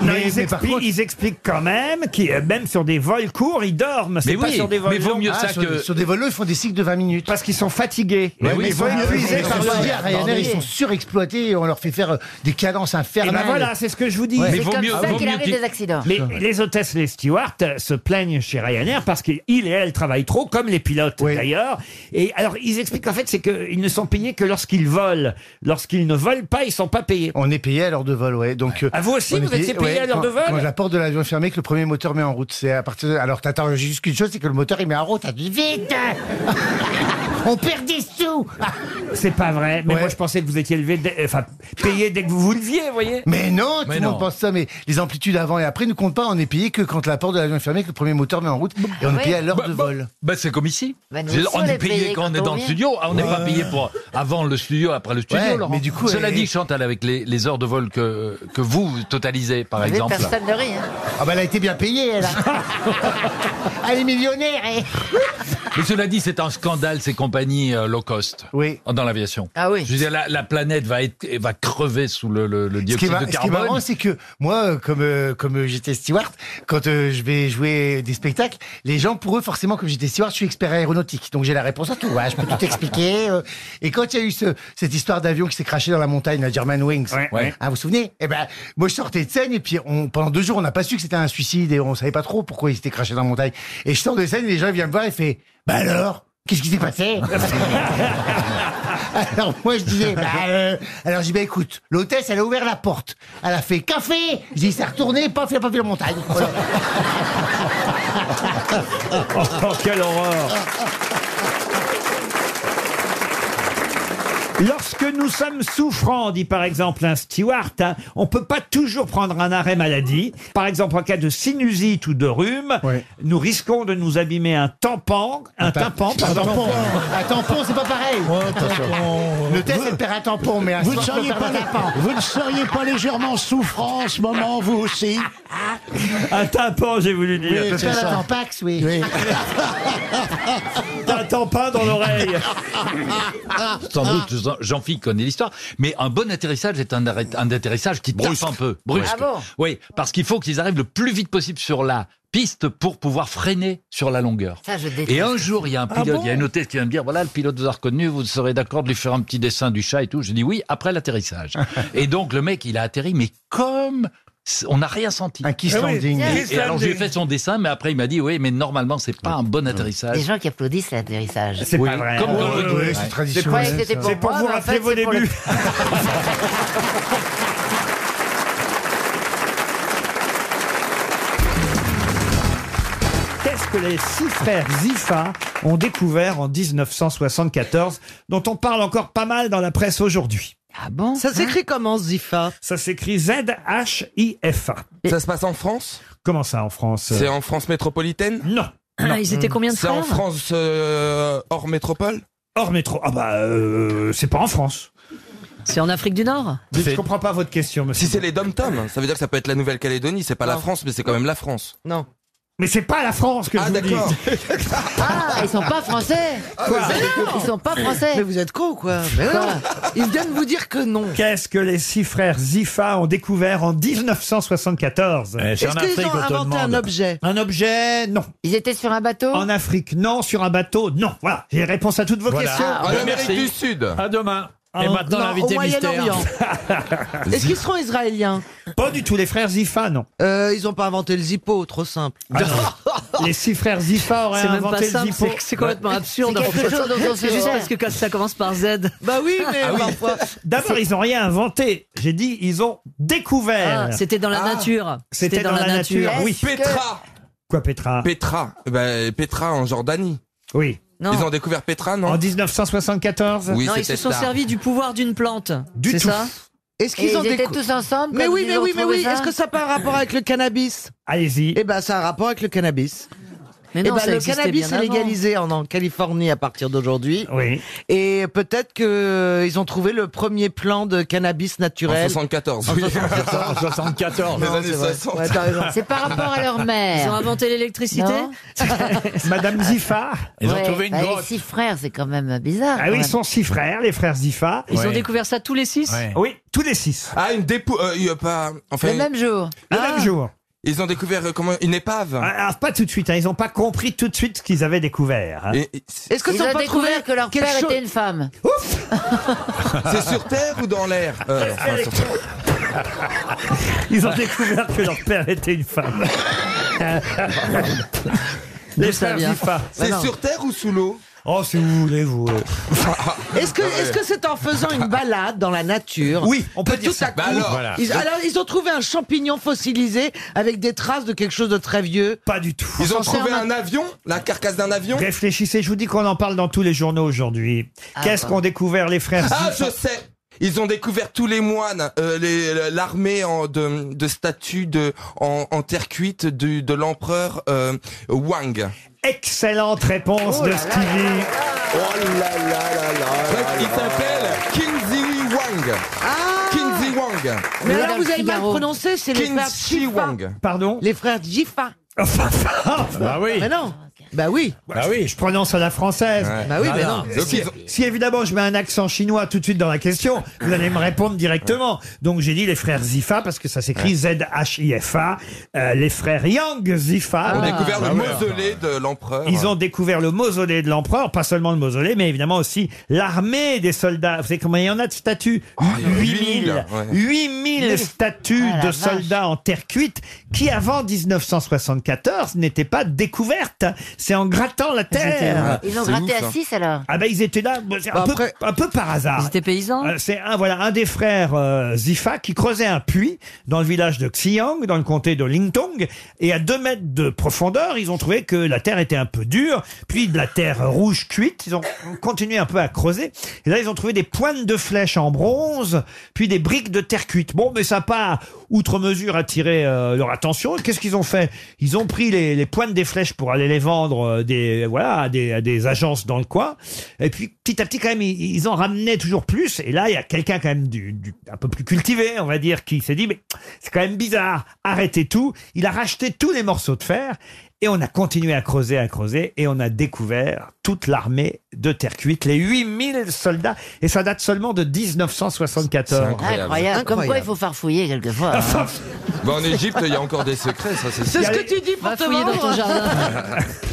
Non, ils, expliquent, ils expliquent quand même qu'ils, euh, même sur des vols courts, ils dorment. C'est
Mais
pas
oui,
sur des vols
mais vaut
longs.
mieux Ah, ça sur- que- sur des vols longs, ils font des cycles de 20 minutes. Ah
Parce qu'ils sont fatigués.
Mais
ils sont épuisés par le
dire, Ryanair, ils sont surexploités. On leur fait faire euh, des cadences infernales.
Et ben voilà, c'est ce que je vous dis.
Ouais. C'est comme ça Ah, qu'il arrive des
accidents.
Les, les hôtesses, les stewards euh, se plaignent chez Ryanair parce qu'ils et elles travaillent trop, comme les pilotes d'ailleurs. Et alors, ils expliquent qu'en fait, c'est qu'ils ne sont payés que lorsqu'ils volent. Lorsqu'ils ne volent pas, ils sont pas payés.
On est payé à l'heure de vol, ouais. Donc, euh,
Ah, vous aussi,
on est
vous étiez payé à l'heure
quand-
de vol
Quand la porte de l'avion est fermée, que le premier moteur met en route. C'est à partir de- Alors, t'attends j'ai juste qu'une chose, c'est que le moteur, il met en route. T'as dit vite (laughs) On perd des sous (laughs)
C'est pas vrai. Mais moi, je pensais que vous étiez levé, dès- enfin, payé dès que vous vous leviez, vous voyez.
Mais non,
Mais
tout le
non.
monde pense ça, mais les amplitudes avant et après ne comptent pas. On est payé que quand la porte de l'avion est fermée, que le premier moteur met en route. Et on est
ouais.
payé à l'heure
Bah,
de
bah,
vol.
Bah, c'est comme ici.
Bah, nous
C'est-
aussi,
on, est payé, quand on est dans le
vient.
studio. Ah, on n'est pas
Ouais.
payé pour avant le studio, après le studio.
Ouais,
Laurent.
mais du coup,
Cela
elle-
dit, Chantal, avec les, les heures de vol que, que vous totalisez, par exemple.
ne rit.
(laughs)
hein.
Ah bah, elle a été bien payée, elle.
Ah,
elle est millionnaire,
eh.
et...
(laughs) Mais cela dit, c'est un scandale ces compagnies euh, low cost dans l'aviation.
Ah oui.
Je veux dire, la, la planète va être va crever sous le, le- le
Ce qui, est,
dioxyde
mar-
de
ce qui est
carbone.
marrant, c'est que moi, euh, comme, euh, comme euh, j'étais steward, quand euh, je vais jouer des spectacles, les gens, pour eux, forcément, comme j'étais steward, je suis expert aéronautique. Donc j'ai la réponse à tout. ouais, je peux tout expliquer. euh. Et quand il y a eu ce- cette histoire d'avion qui s'est craché dans la montagne, la German Wings,
ouais.
hein, vous vous souvenez Eh ben, moi, je sortais de scène et puis on, pendant deux jours, on n'a pas su que c'était un suicide et on savait pas trop pourquoi il s'était craché dans la montagne. Et je sors de scène et les gens viennent me voir et font Bah alors Qu'est-ce qui s'est passé (laughs) Alors moi je disais, bah, euh, alors j'ai dit, bah écoute, l'hôtesse elle a ouvert la porte, elle a fait café, j'ai dit ça retourné, paf, il a pas vu la montagne. Voilà.
Oh, quelle horreur Lorsque nous sommes souffrants, dit par exemple un steward, hein, on peut pas toujours prendre un arrêt maladie. Par exemple, en cas de sinusite ou de rhume, nous risquons de nous abîmer un tampon. Un tympan,
Un
pardon.
tampon, un tampon c'est pas pareil. L'hôtesse elle perd un tampon, mais un
Vous ne,
soir, on
seriez
perd
pas,
un tampon.
vous ne (laughs) seriez pas légèrement souffrant en ce moment, vous aussi
Un tympan, j'ai voulu dire.
Oui, c'est ça.
Tampax, oui. (laughs)
T'as un tampon dans
(laughs)
l'oreille.
Sans
Ah.
doute, Jean- Jean-Philippe connaît l'histoire, mais un bon atterrissage est un, arrêt- un atterrissage qui brusque. un peu, brusque.
Ah bon
oui, parce qu'il faut qu'ils arrivent le plus vite possible sur la piste pour pouvoir freiner sur la longueur.
Ça, je déteste.
Et un jour, il y a un
Ah
pilote, il y a une hôtesse qui vient me dire, voilà, le pilote vous a reconnu, vous serez d'accord de lui faire un (laughs) petit dessin du chat et tout. Je dis oui, après l'atterrissage. et donc, le mec, il a atterri, mais comme c- on n'a rien senti. Un
kiss Eh oui, landing. un
Et-
kiss
et alors, j'ai
landing.
fait son dessin, mais après, il m'a dit, oui, mais normalement, c'est pas un bon atterrissage.
Les gens qui applaudissent l'atterrissage.
C'est Oui, pas vrai. comme Ouais, dans le- ouais, ouais, c'est
Je
traditionnel,
croyais que c'était
ça.
pour
C'est pour
moi,
vous
mais en
rappeler
fait,
vos
c'est pour le-
débuts.
(laughs) Qu'est-ce que les six frères Ziffa ont découvert en 1974, dont on parle encore pas mal dans la presse aujourd'hui Ah bon Ça s'écrit comment, Ziffa Ça s'écrit Z-H-I-F-A. Ça se passe en France Comment ça, en France
C'est en France métropolitaine
Non.
Ils étaient combien de
C'est en
frères
France euh, hors métropole
Hors métro. Ah bah, euh, c'est pas en France.
C'est en Afrique du Nord
Mais Je comprends pas votre question, monsieur.
Si c'est les dom-toms, ça veut dire que ça peut être la Nouvelle-Calédonie, c'est pas la France, mais c'est quand même la France.
Non.
Mais c'est pas la France que
je vous dis.
(laughs) Ah, ils sont pas français.
Ah,
Quoi
Mais non, Ils sont pas français.
Mais vous êtes con ou quoi Mais
Quoi
non. Ils viennent vous dire que non.
Qu'est-ce que les six frères Ziffa ont découvert en 1974
c'est Est-ce en qu'ils Afrique ont qu'on te inventé un demande. objet
Un objet, non.
Ils étaient sur un bateau
En Afrique, non. Sur un bateau, non. Voilà, j'ai réponse à toutes vos
Voilà.
questions.
Ah,
Ah,
Ah,
En Amérique Merci. du Sud. À
demain.
Et maintenant, Non, l'invité au mystère. Moyen-Orient.
(laughs)
Est-ce qu'ils seront israéliens
Pas du tout, les frères Ziffa, non.
Euh, ils n'ont pas inventé le Zippo, trop simple.
Ah
(laughs)
non. les six frères Ziffa auraient
C'est même pas
inventé
simple,
le Zippo.
c'est- c'est complètement absurde.
C'est quelque
en fait.
chose dont on
C'est
sait
juste
pas.
parce que quand ça commence par Z. Ah
Bah oui, mais
oui.
parfois.
D'abord, ils n'ont rien inventé. J'ai dit, ils ont découvert.
Ah, c'était dans la nature.
C'était dans, la nature, oui.
Petra
Quoi, Petra
Petra. Eh ben, Petra en Jordanie.
Oui.
Non.
Ils ont découvert Petra, non
En 1974
Oui,
non, ils
c'était
se sont
ça.
servis du pouvoir d'une plante.
Du
c'est
tout.
ça
Est-ce qu'ils
Et
ont
ils étaient
décou-
tous ensemble
Mais
comme
oui,
ils
mais
ont
oui, mais
trouvé
oui.
ça
Est-ce que ça n'a pas un rapport avec le cannabis
Allez-y.
Eh ben, ça a un rapport avec le cannabis.
Mais
Eh
non,
ben,
ça
le
existait
cannabis
bien
est
avant.
légalisé en, en Californie à partir d'aujourd'hui.
Oui.
Et peut-être que euh, ils ont trouvé le premier plan de cannabis naturel.
En 74.
En
oui.
(laughs)
74.
Les
Non,
années
c'est vrai.
60.
Ouais, t'as raison.
C'est par rapport à leur mère.
Ils ont inventé l'électricité
Non.
(laughs) Madame Ziffa.
Ouais, bah, Les six frères, c'est quand même bizarre.
Ah oui, ils sont six frères, les frères Ziffa.
Ils ont découvert ça tous les six
Oui, tous les six.
Ah, une dépouille. pas. Enfin,
Le même jour. Ah.
Le même jour.
Ah. Ils ont découvert euh, comment une épave.
Ah, ah, pas tout de suite, hein, ils n'ont pas compris tout de suite ce qu'ils avaient découvert. hein.
Et- et-
Est-ce
que
ils
ça
ont
peut trouver
découvert que leur
quelque
père
chose-
était une femme
(laughs) C'est sur Terre ou dans l'air Euh, enfin, sur Terre.
(laughs) Ils ont découvert que leur père était une
(laughs)
femme. les frères Ziffa.
Bah
C'est sur Terre ou sous l'eau
Oh, si vous voulez, vous.
(laughs)
(laughs)
euh.
Est-ce que
Ah ouais.
est-ce que c'est en faisant une balade dans la nature
Oui, on peut
que
dire
tout
ça.
à
Bah
coup,
alors, voilà.
ils,
Donc-
alors, ils ont trouvé un champignon fossilisé avec des traces de quelque chose de très vieux.
Pas du tout.
Ils ont trouvé un avion, la carcasse d'un avion.
Réfléchissez, je vous dis qu'on en parle dans tous les journaux aujourd'hui.
Ah,
Qu'est-ce
bah.
qu'ont découvert les frères
Ah,
Ziffa
je sais. Ils ont découvert tous les moines, euh, les- l'armée en- de, de statues de, en, en terre cuite du- de l'empereur euh, Wang.
Excellente réponse
Oh
de Stevie.
Oh
Il s'appelle Kinzi Wang.
Ah
Kinzi Wang.
Mais alors vous avez mal prononcé, c'est les frères
Kinzi
Jifa.
Wang.
Pardon Oh,
Les frères Jifa.
Ah
Bah oui.
Mais non. Bah oui.
Bah oui. Je prononce à la française.
Bah oui, mais non.
Si, si évidemment je mets un accent chinois tout de suite dans la question, vous allez me répondre directement. Donc j'ai dit les frères Zifa parce que ça s'écrit Z-H-I-F-A. Euh, les frères Yang Zifa.
On a découvert le mausolée de l'empereur.
Ah. Bah Ils ont découvert le mausolée de l'empereur, pas seulement le mausolée, mais évidemment aussi l'armée des soldats. Vous savez combien il y en a de statues
Ah, il y en a
8000
ouais.
8000 statues
Ah, la
de
vache.
soldats en terre cuite qui, avant 1974, n'étaient pas découvertes. C'est en grattant la terre.
Ils ont gratté
hein.
à six alors.
Ah ben ils étaient là, bon, c'est un, peu, un peu par hasard.
Ils étaient paysans
Euh, C'est un voilà un des frères euh, Zifa qui creusait un puits dans le village de Xiang, dans le comté de Lingtong, et à 2 mètres de profondeur, ils ont trouvé que la terre était un peu dure, puis de la terre rouge cuite. Ils ont continué un peu à creuser, et là ils ont trouvé des pointes de flèches en bronze, puis des briques de terre cuite. Bon, mais ça n'a pas outre mesure attiré euh, leur attention. Qu'est-ce qu'ils ont fait Ils ont pris les, les pointes des flèches pour aller les vendre euh, des voilà à des, à des agences dans le coin. Et puis petit à petit quand même ils, ils en ramenaient toujours plus. Et là il y a quelqu'un quand même du, du- un peu plus cultivé, on va dire, qui s'est dit mais c'est quand même bizarre. Arrêtez tout. Il a racheté tous les morceaux de fer. Et on a continué à creuser, à creuser, et on a découvert toute l'armée de terre cuite, les 8000 soldats, et ça date seulement de 1974.
Incroyable. Comme quoi, il faut farfouiller quelquefois. hein.
Bah, en Égypte, il y a encore des secrets, ça c'est
C'est
sûr.
ce que
tu dis
Va fouiller dans ton jardin.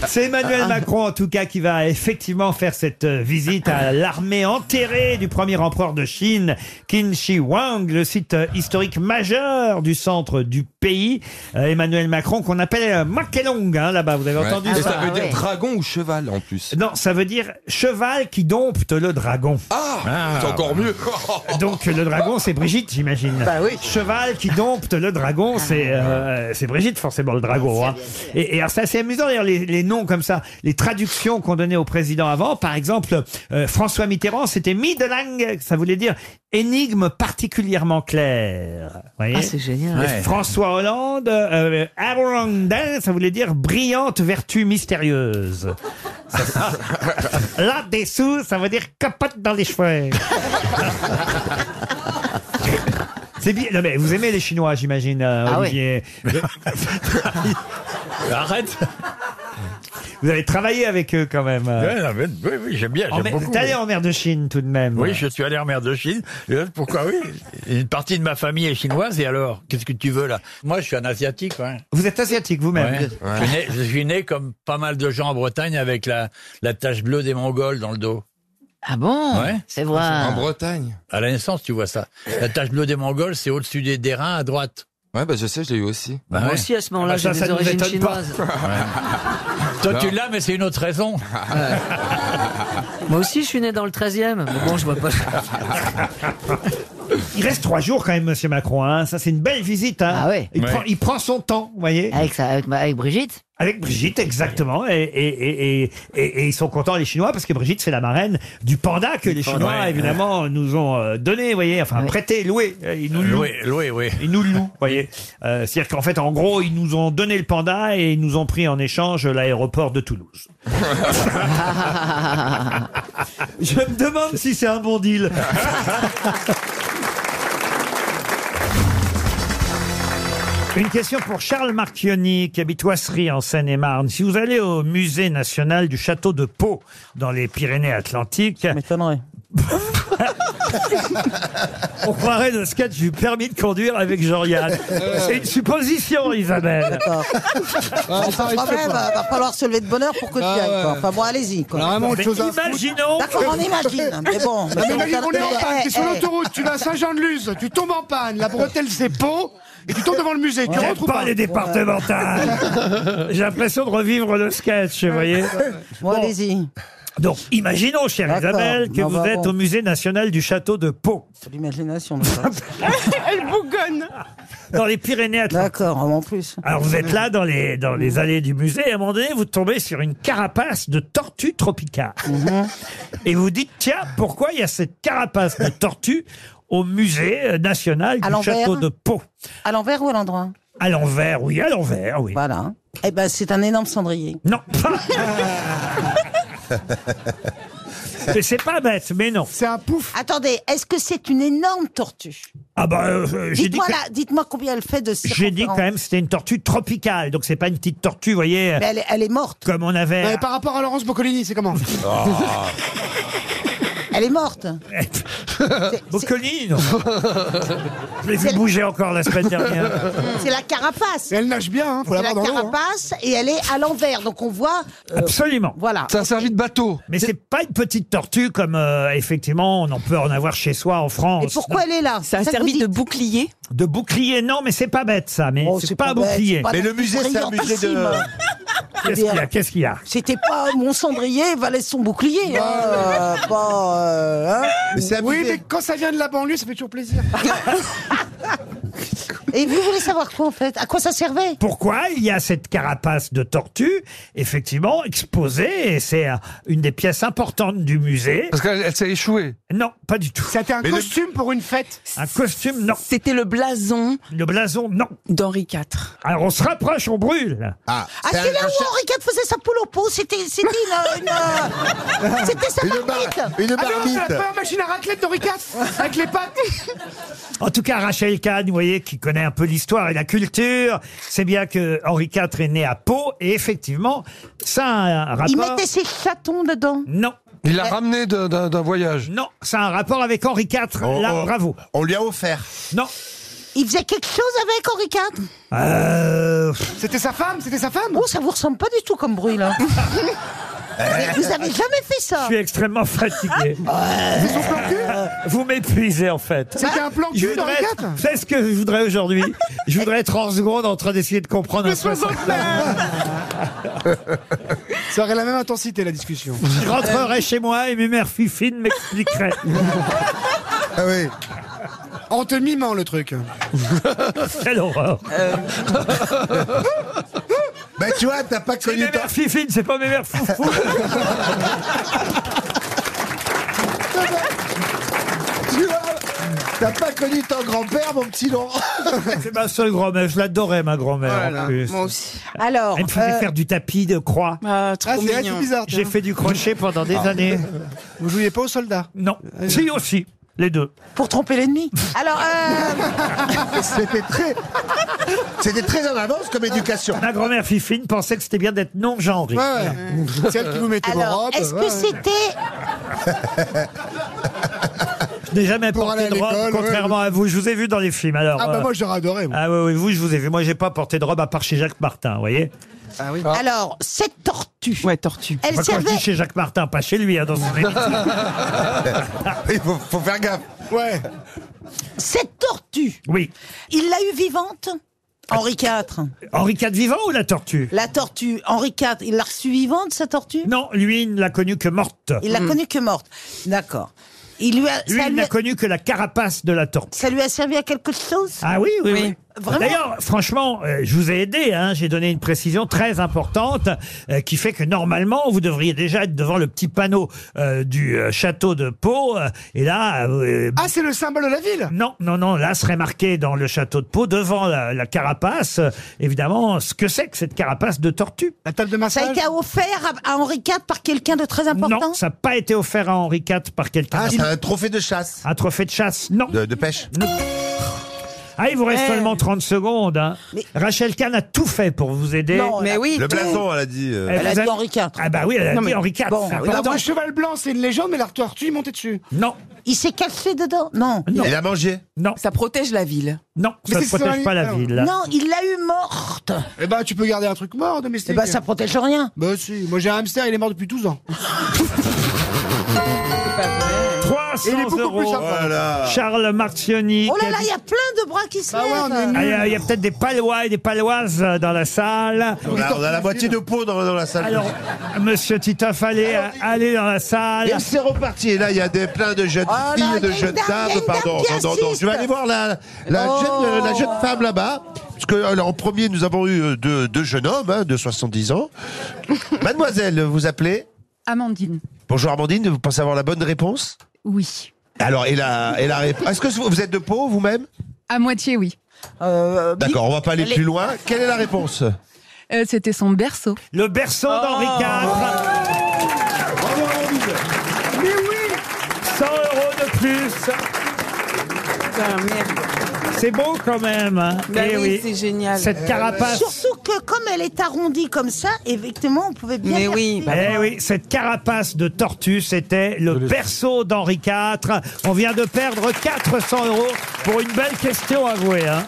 C'est Emmanuel
Ah.
Macron, en tout cas, qui va effectivement faire cette euh, visite à l'armée enterrée du premier empereur de Chine, Qin Shi Huang, le site euh, historique majeur du centre du pays. Euh, Emmanuel Macron, qu'on appelle euh, Makelong, hein, là-bas, vous avez
Ouais.
entendu
Et
ça
ça veut dire
Ah,
dragon ou cheval en plus.
Non, ça veut dire cheval qui dompte le dragon.
Ah, c'est encore mieux.
Donc le dragon, c'est Brigitte, j'imagine. Cheval qui dompte le dragon, c'est euh, c'est Brigitte forcément le dragon. hein. Et, et alors c'est assez amusant d'ailleurs les, les noms comme ça, les traductions qu'on donnait au président avant. Par exemple, euh, François Mitterrand, c'était Midelang, ça voulait dire énigme particulièrement claire. Vous voyez
Ah, c'est génial.
Et
Ouais.
François Hollande, euh, Arundel, ça voulait dire brillante vertu mystérieuse. Là-dessous, ça veut dire capote dans les cheveux. C'est bien. Non, mais vous aimez les Chinois, j'imagine, euh,
Ah oui.
Olivier. Arrête. Vous avez travaillé avec eux quand même. euh.
Ouais, non, mais- oui, oui, j'aime bien.
En
j'aime
mer-
beaucoup.
T'es allé en mer de Chine tout de même.
Oui, je suis allé en mer de Chine. Euh, Pourquoi oui Une partie de ma famille est chinoise, et alors Qu'est-ce que tu veux là Moi, je suis un asiatique. hein. ouais.
Vous êtes asiatique vous-même.
Ouais. Je, suis né, je suis né comme pas mal de gens en Bretagne avec la, la tache bleue des Mongols dans le dos.
Ah bon
Ouais.
C'est vrai.
En Bretagne. À la naissance, tu vois ça. La tache bleue des Mongols, c'est au-dessus des, des reins à droite.
Ouais, bah je sais, je l'ai eu aussi.
Bah
Moi
ouais.
aussi, à ce moment-là,
Ah bah ça,
j'ai
ça
des
nous
origines
étonne pas.
chinoises.
(laughs)
Ouais. Toi, tu
Non.
l'as, mais c'est une autre raison.
(laughs)
Moi aussi, je suis né dans le 13e. Mais bon, je
(laughs)
vois pas.
Il reste trois jours quand même, Monsieur Macron. hein. Ça, c'est une belle visite. hein. Il,
Ah Ouais.
prend, il prend son temps, vous voyez.
Avec, ça, avec, ma- avec Brigitte
Avec Brigitte, exactement. Et, et, et, et, et- et ils sont contents, les Chinois, parce que Brigitte, c'est la marraine du panda que les
panda,
Chinois,
ouais.
évidemment, nous ont euh, donné, vous voyez. Enfin, prêté, loué. Euh, Ils nous louent.
Loué, loué, oui.
Ils nous louent, vous voyez. Euh, C'est-à-dire qu'en fait, en gros, ils nous ont donné le panda et ils nous ont pris en échange l'aéroport de Toulouse.
Ah,
Je me demande si c'est un bon deal. (laughs) Une question pour Charles Marchioni, qui habite Oisserie en Seine-et-Marne. Si vous allez au musée national du château de Pau, dans les Pyrénées-Atlantiques. (laughs) On croirait le sketch du permis de conduire avec Jean-Yann. C'est une supposition, Isabelle.
Enfin, quand même, va, va falloir se lever de bonne heure pour que tu y ailles. quoi. Enfin bon, allez-y. quoi.
Mais Imaginons.
D'accord, on
(laughs)
imagine. Mais bon.
Non, mais imagine qu'on est en
Mais,
panne, t'es
eh,
sur
eh.
l'autoroute, tu vas à
(laughs)
Saint-Jean-de-Luz, tu tombes en panne, la bretelle c'est Pau, et tu tombes devant le musée, tu
J'aime
rentres ou
pas
pas
les départementales. J'ai l'impression de revivre le sketch, vous voyez.
Bon, allez-y.
Donc, imaginons, chère
D'accord.
Isabelle, que
Non,
vous
bah,
êtes
bon.
au musée national du château de Pau,
C'est l'imagination. d'accord.
Elle bougonne.
(laughs) dans les Pyrénées-Atlantiques.
D'accord, en plus. Mhm.
Alors, vous êtes là dans les, dans les allées du musée, et à un moment donné, vous tombez sur une carapace de tortue tropicale.
Mhm.
(laughs) Et vous dites, tiens, pourquoi il y a cette carapace de tortue au musée euh, national
À
du
l'envers.
château de Pau
À l'envers ou à l'endroit
À l'envers, oui, à l'envers, oui.
Voilà. Eh ben, c'est un énorme cendrier.
Non. (laughs) Mais c'est pas bête, mais non.
C'est un pouf. Attendez, est-ce que c'est une énorme tortue
Ah bah, euh, j'ai dit
Dites-moi
que-
là, dites-moi combien elle fait de
J'ai dit
circonférence.
quand même que c'était une tortue tropicale, donc c'est pas une petite tortue, vous voyez.
Mais elle est, elle est morte.
Comme on avait.
Ouais, Euh, Par rapport à Laurence Boccolini, c'est comment
(laughs) Ah. Elle est morte. (laughs)
Boccoli, non Je l'ai vu bouger encore la semaine dernière.
C'est la carapace.
Elle nage bien, hein, faut la
C'est
voir
la
dans l'eau. hein.
carapace et elle est à l'envers, donc on voit. euh,
Absolument.
Voilà.
Ça a servi de bateau. Mais c'est pas une petite tortue comme euh, effectivement on en peut en avoir chez soi en France.
Et pourquoi elle est là Ça a Ça que servi vous dites. Oh, de
bouclier. De bouclier, non, mais c'est pas bête ça. Mais c'est pas, un bouclier. Qu'est-ce qu'il y a Qu'est-ce qu'il y a
Eh C'était pas mon cendrier valait son bouclier. hein, euh,
Bah,
(laughs) pas, euh, hein.
Oui, mais quand ça vient de la banlieue, ça fait toujours plaisir.
(laughs) Et vous voulez savoir quoi en fait À quoi ça servait
pourquoi il y a cette carapace de tortue, effectivement, exposée, et c'est euh, une des pièces importantes du musée. Parce qu'elle s'est échouée. Non, pas du tout.
C'était un costume pour une fête.
Un costume, non. C'était le blason. Le blason, non. D'Henri IV. Alors on se rapproche, on brûle. Ah,
Ah, c'est là où Henri IV faisait sa poule au pot. C'était c'était une. une, (laughs) euh, c'était sa marmite.
Ah non, c'est la première machine à raclette de Ricard, avec les pattes.
En tout cas, Rachel Kahn, vous voyez, qui connaît un peu l'histoire et la culture. C'est bien que Henri IV est né à Pau et effectivement, ça a un rapport.
Il mettait ses chatons dedans.
Non.
Il l'a ramené d'un- d'un d'un voyage.
Non, ça a un rapport avec Henri IV. là, bravo.
On lui a
(laughs)
offert.
Non.
Il faisait quelque chose avec Henri IV
Euh,
(laughs)
C'était sa femme, c'était sa femme
Oh, ça vous ressemble pas du tout comme bruit, (laughs) là. vous vous avez jamais fait
Je
ça
suis extrêmement fatigué.
Ah.
Vous m'épuisez en fait.
C'était un plan cul
Je voudrais
dans le
être-
cadre
C'est ce que je voudrais aujourd'hui. Je voudrais être en seconde en train d'essayer de comprendre un soixantenaire.
Ça aurait la même intensité, la discussion.
Je rentrerai chez moi et mes mères fifines m'expliqueraient.
Ah oui. En te mimant, le truc.
(laughs) Quelle horreur.
Ben Euh. tu vois, t'as pas connu
ta fifine, c'est pas mes mères
(laughs)
foufou.
Tu vois, t'as pas connu ton grand-père, mon petit Laurent.
(laughs) C'est ma seule grand-mère. Je l'adorais, ma grand-mère.
Voilà,
en plus.
moi aussi.
Alors,
Elle me faisait
euh,
faire du tapis de croix.
trop Ah, c'est mignon. assez bizarre, tiens.
J'ai fait du crochet pendant des
Ah.
années.
Vous jouiez pas aux soldats
Non. Si aussi, les deux.
Pour tromper l'ennemi. Alors, euh...
C'était très. C'était très en avance comme éducation.
Ma grand-mère Fifine pensait que c'était bien d'être non-genré. (laughs)
Celle qui vous mettait vos
Alors,
robes.
est-ce que
ouais.
c'était
Je n'ai jamais porté
aller à
de robe,
l'école, ouais.
contrairement à vous. Je vous ai vu dans les films. Alors,
Ah bah
euh,
moi j'aurais adoré. moi.
Ah oui, oui, vous, je vous ai vu. Moi, j'ai pas porté de robe à part chez Jacques Martin, vous voyez
Ah. Alors, cette tortue,
Ouais, tortue.
elle
Moi, Quand je
servait...
dis chez Jacques Martin, pas chez lui, hein, dans son émission.
(laughs)
Il faut, faut faire gaffe.
Ouais.
Cette tortue,
Oui.
il l'a eue vivante Henri IV.
Henri IV vivant ou la tortue
La tortue, Henri IV, il l'a reçue vivante, sa tortue
Non, lui, il ne l'a connue que morte.
Il l'a connue que morte. D'accord. Il lui a,
Lui,
ça,
il
lui
n'a
a,
connu que la carapace de la tortue.
ça lui a servi à quelque chose
Ah oui, oui, oui.
Vraiment
D'ailleurs, franchement, euh, je vous ai aidé, hein, j'ai donné une précision très importante euh, qui fait que normalement, vous devriez déjà être devant le petit panneau euh, du euh, château de Pau. euh, et là, euh,
Ah c'est le symbole de la ville
non, non, non, là serait marqué dans le château de Pau, devant la, la carapace, euh, évidemment, ce que c'est que cette carapace de tortue.
La table de
Ça a
massage
été offert à, à Henri IV par quelqu'un de très important
Non, ça n'a pas été offert à Henri IV par quelqu'un.
Ah,
d'autre.
c'est un trophée de chasse.
Un trophée de chasse, non.
De, de pêche.
Ah, il vous reste
Eh.
seulement 30 secondes. hein. Rachel Kahn a tout fait pour vous aider.
Non,
Mais oui,
Le
tout.
blason, elle a dit. euh,
Elle a
vous
dit Henri IV.
Ah bah oui, elle a
Non,
dit
mais
Henri IV.
bon,
c'est
oui,
important.
Alors, le cheval blanc c'est une légende mais la tortue est montée dessus.
Non,
Il s'est caché dedans Non.
non,
Il a mangé.
non,
Ça protège la ville.
non,
Mais
ça ne
c'est ça,
protège
oui,
pas la
alors.
ville. là.
Non, il l'a eue morte.
Eh ben tu peux garder un truc mort domestique.
Eh ben, ça protège rien.
Bah si, moi j'ai un hamster, il est mort depuis 12 ans.
300
Il est beaucoup plus
euros.
sympa.
Voilà.
Charles Marcioni.
Oh
qui
là
a
là,
dit-
il y a plein de bras qui se
Bah ouais, on est
lèvent.
Ah, il y a, il y a peut-être des palois et des paloises euh, dans la salle.
On a, on a la moitié de peau dans, dans la salle.
Alors, monsieur Titoff, allez, euh,
Ah
allez dans la salle.
Et c'est reparti. Et là, il y a des, plein de jeunes
Ah, là,
filles,
il y a
de
une
jeunes
dame, il y a
dames,
une
pardon.
dame qui
Non, non, non.
insiste.
Je vais aller voir la, la,
Oh.
jeune, la jeune femme là-bas. Parce que, alors, en premier, nous avons eu euh, deux, deux jeunes hommes hein, de 70 ans. Mademoiselle, vous appelez
Amandine,
Bonjour Amandine, vous pensez avoir la bonne réponse
oui.
Alors, et la, et la réponse. Est-ce que vous êtes de Pau vous-même
À moitié, oui.
Euh, Bic-
D'accord, on va pas aller
Elle est-
plus loin. Quelle est la réponse
Euh, C'était son berceau.
Le berceau d'Henri IV.
Mais oui
100 euros de plus. C'est beau quand même. hein.
Bah
Eh
oui, c'est génial.
Cette carapace.
Euh, Surtout que comme elle est arrondie comme ça, effectivement, on pouvait bien.
Mais
faire
oui,
ci.
bah
Eh oui, cette carapace de tortue, c'était le berceau d'Henri IV. On vient de perdre 400 euros pour une belle question avouée. Hein.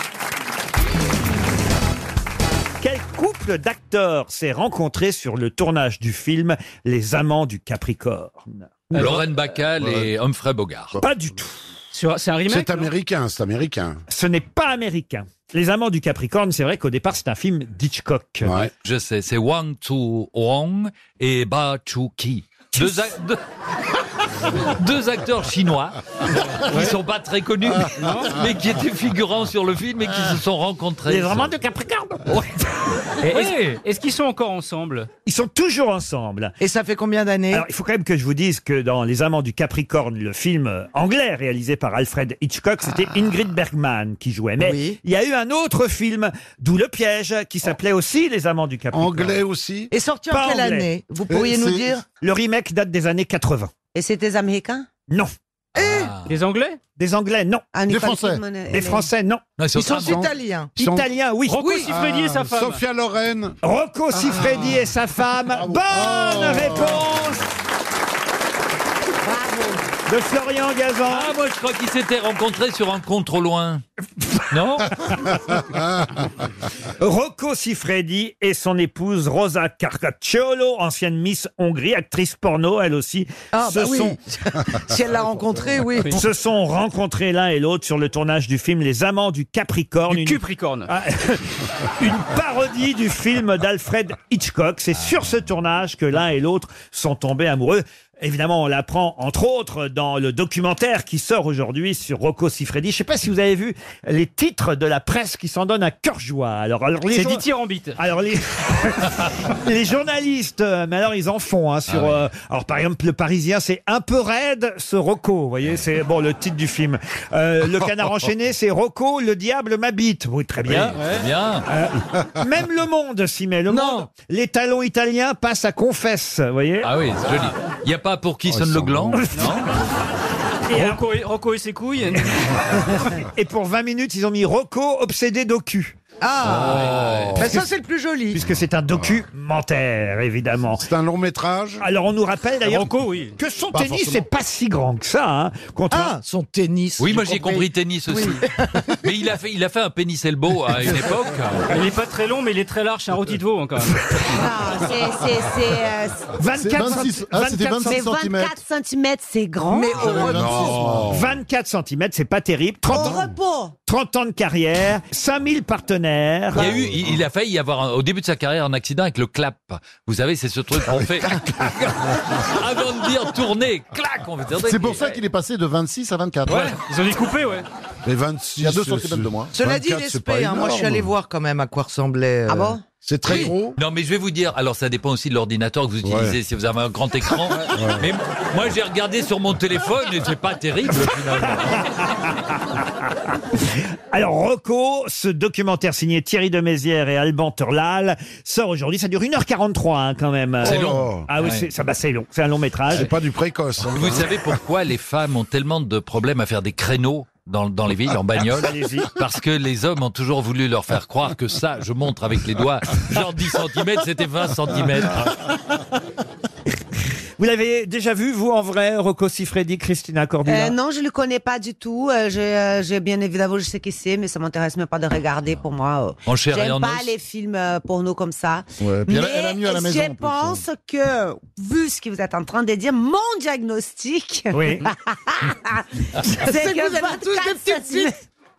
Quel couple d'acteurs s'est rencontré sur le tournage du film Les Amants du Capricorne
Lorraine Bacal et Humphrey Bogart.
Pas du tout.
Sur- C'est un remake
C'est
non
américain, c'est américain.
Ce n'est pas américain. Les Amants du Capricorne, c'est vrai qu'au départ, c'est un film d'Hitchcock.
Ouais.
Je sais, c'est Wang Tu Wong et Ba Chu Ki. Deux, ac- deux- (laughs) deux acteurs chinois qui sont pas très connus,
Ah,
mais qui étaient figurants sur le film et qui se sont rencontrés.
Les Amants du Capricorne
Et
Oui.
Est-ce est-ce qu'ils sont encore ensemble
Ils sont toujours ensemble.
Et ça fait combien d'années
Alors, il faut quand même que je vous dise que dans Les Amants du Capricorne, le film euh, anglais réalisé par Alfred Hitchcock, c'était
Ah.
Ingrid Bergman qui jouait. Mais
Oui.
il y a eu un autre film, d'où le piège, qui s'appelait aussi Les Amants du Capricorne.
Anglais aussi.
Et sorti
Pas
en quelle
anglais.
année Vous pourriez
Euh,
nous
c'est-
dire
Le remake date des années 80.
Et c'était américain
Non.
Des Anglais
Eh Des Anglais, non.
Ah, Nicole Français. Kidman, elle
Des
est-
Français, non.
Non, ils sont Ils sont allemands. italiens. Ils sont-
Italiens, oui.
Rocco
Oui.
Siffredi et sa femme. Sophia
Loren.
Ah.
Rocco Siffredi et sa femme.
Oh.
Bonne réponse de Florian Gazan.
Ah, moi, je crois qu'ils s'étaient rencontrés sur un compte trop loin.
(laughs)
Non
(laughs) Rocco Siffredi et son épouse Rosa Carcacciolo, ancienne Miss Hongrie, actrice porno, elle aussi.
Ah,
se
bah
(laughs)
oui.
sont...
(laughs) Si elle l'a rencontré, oui.
Se sont rencontrés l'un et l'autre sur le tournage du film Les Amants du Capricorne. une...
Capricorne.
Ah, (laughs) une parodie du film d'Alfred Hitchcock. C'est sur ce tournage que l'un et l'autre sont tombés amoureux. Évidemment, on l'apprend entre autres dans le documentaire qui sort aujourd'hui sur Rocco Siffredi. Je ne sais pas si vous avez vu les titres de la presse qui s'en donnent à cœur joie. Alors, alors les
C'est
jour-
Didier Rambit.
Alors les, (laughs) les journalistes, euh, mais alors ils en font hein,
Ah
sur. euh, alors par exemple, le Parisien, c'est un peu raide ce Rocco. Vous voyez, c'est bon le titre du film. Euh, le
(laughs)
Canard enchaîné, c'est Rocco, le diable m'habite. Oui, très bien.
Oui, très bien.
Euh, même le monde s'y met. Le monde, les talons italiens passent à confesse. Vous voyez.
Ah oui, c'est joli. Il n'y a pas pour qui sonne le gland, non
Et Rocco, et, Rocco et ses couilles.
(laughs) Et pour 20 minutes, ils ont mis Rocco obsédé d'ocu.
Ah.
Parce
Bah, ça,
que-
c'est le plus joli.
Puisque c'est un documentaire, évidemment. C'est un long métrage. Alors on nous rappelle d'ailleurs
Rocco, oui.
que son
Pas
tennis
forcément.
n'est pas si grand que ça. hein, contrairement-
son tennis. Oui,
j'ai
moi j'ai
compris.
compris tennis aussi.
(laughs)
Mais il a fait, il a fait un pénis elbow à une époque.
Il est pas très long, mais il est très large. C'est un rôti de veau, hein, encore.
(laughs)
C'est 26 ah, c'était 25
mais
centimètres.
24 cm, c'est grand.
Mais
au
Oh. 24 cm, c'est pas terrible. 30 ans, 30 ans de carrière, 5000 partenaires.
Il, y a eu, il, il a failli y avoir un- au début de sa carrière un accident avec le clap. Vous savez, c'est ce truc qu'on fait avant de dire tourner, clac. On fait
C'est pour ça qu'il est passé de 26 à 24.
Ouais, ils ont dit couper, ouais.
Mais 26. (laughs) Il y a 2 cm de moins.
Cela
dit,
l'esprit, hein, moi, je suis allé
voir quand même à quoi
euh,
ressemblait.
Ah bon
C'est très
Oui.
gros.
Non, mais je vais vous dire. Alors, ça dépend aussi de l'ordinateur que vous utilisez. Si vous avez un grand écran. Mais m- moi, j'ai regardé sur mon téléphone et c'est pas terrible finalement.
(laughs)
Alors Rocco, ce documentaire signé Thierry de Mézières et Alban Turlal sort aujourd'hui. Ça dure 1h43 hein, quand même.
C'est long.
Ah oui,
Ouais.
c'est- ça bah, c'est long. C'est un long métrage.
pas du précoce. hein. Vous savez pourquoi les femmes ont tellement de problèmes à faire des créneaux dans, dans les villes, en bagnole
Allez-y.
Parce que les hommes ont toujours voulu leur faire croire que ça, je montre avec les doigts, genre 10 cm, c'était 20 cm.
(laughs) Vous l'avez déjà vu, vous, en vrai, Rocco Siffredi, Christina
Oh,
Cordula
Euh, non, je le connais pas du tout. Euh, je- euh, J'ai bien évidemment, je sais qui c'est, mais ça m'intéresse même pas de regarder pour moi. euh.
En chair et
J'aime
en
pas
os.
les films euh, porno comme ça.
Ouais, puis elle a- elle a
Mais
mieux à la maison, en
Je
plus, hein.
pense que, vu ce que vous êtes en train de dire, mon diagnostic, (laughs)
Oui.
c'est
C'est que
que
vous avez tous des
24
petites
centimètres-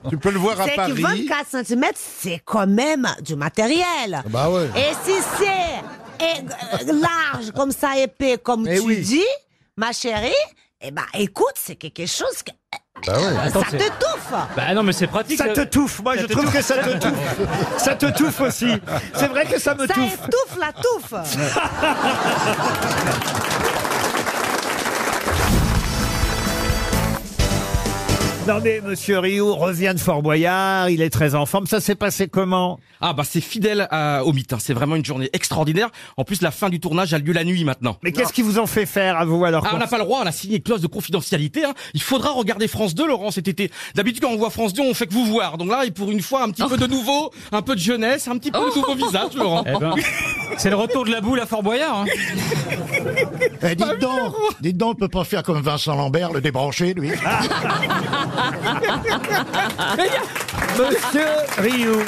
Tu peux le voir à
c'est que
Paris.
24 cm, c'est quand même du matériel.
Bah ouais.
Et si c'est é- euh, large, comme ça, épais, comme
Eh
tu dis, ma chérie, eh ben, écoute, c'est quelque chose que
Bah
Attends,
ça
c'est-
te touffe.
Bah non, mais c'est pratique.
Ça te touffe. Moi, je
te
trouve
touffe.
que ça te touffe. ça te touffe aussi. C'est vrai que ça me
ça
touffe.
étouffe la touffe.
(laughs) Non, mais Monsieur Rio revient de Fort Boyard. Il est (laughs) très en forme. Ça s'est passé comment
Ah bah c'est fidèle à- au mythe, hein. c'est vraiment une journée extraordinaire. En plus la fin du tournage a lieu la nuit maintenant.
Mais qu'est-ce qu'ils vous ont fait faire à vous alors
Ah, on
qu'on-
n'a pas le droit, on a signé une clause de confidentialité. hein. Il faudra regarder France 2, Laurent, cet été. D'habitude, quand on voit France 2, on fait que vous voir. Donc là, et pour une fois, un petit peu de nouveau, un peu de jeunesse, un petit peu de nouveau visage, Laurent.
Eh
(laughs)
ben, c'est le retour de la boule à Fort Boyard. hein.
Eh, dites donc, dites donc, on peut pas faire comme Vincent Lambert, le débranché, lui.
Ah. Monsieur Rioux.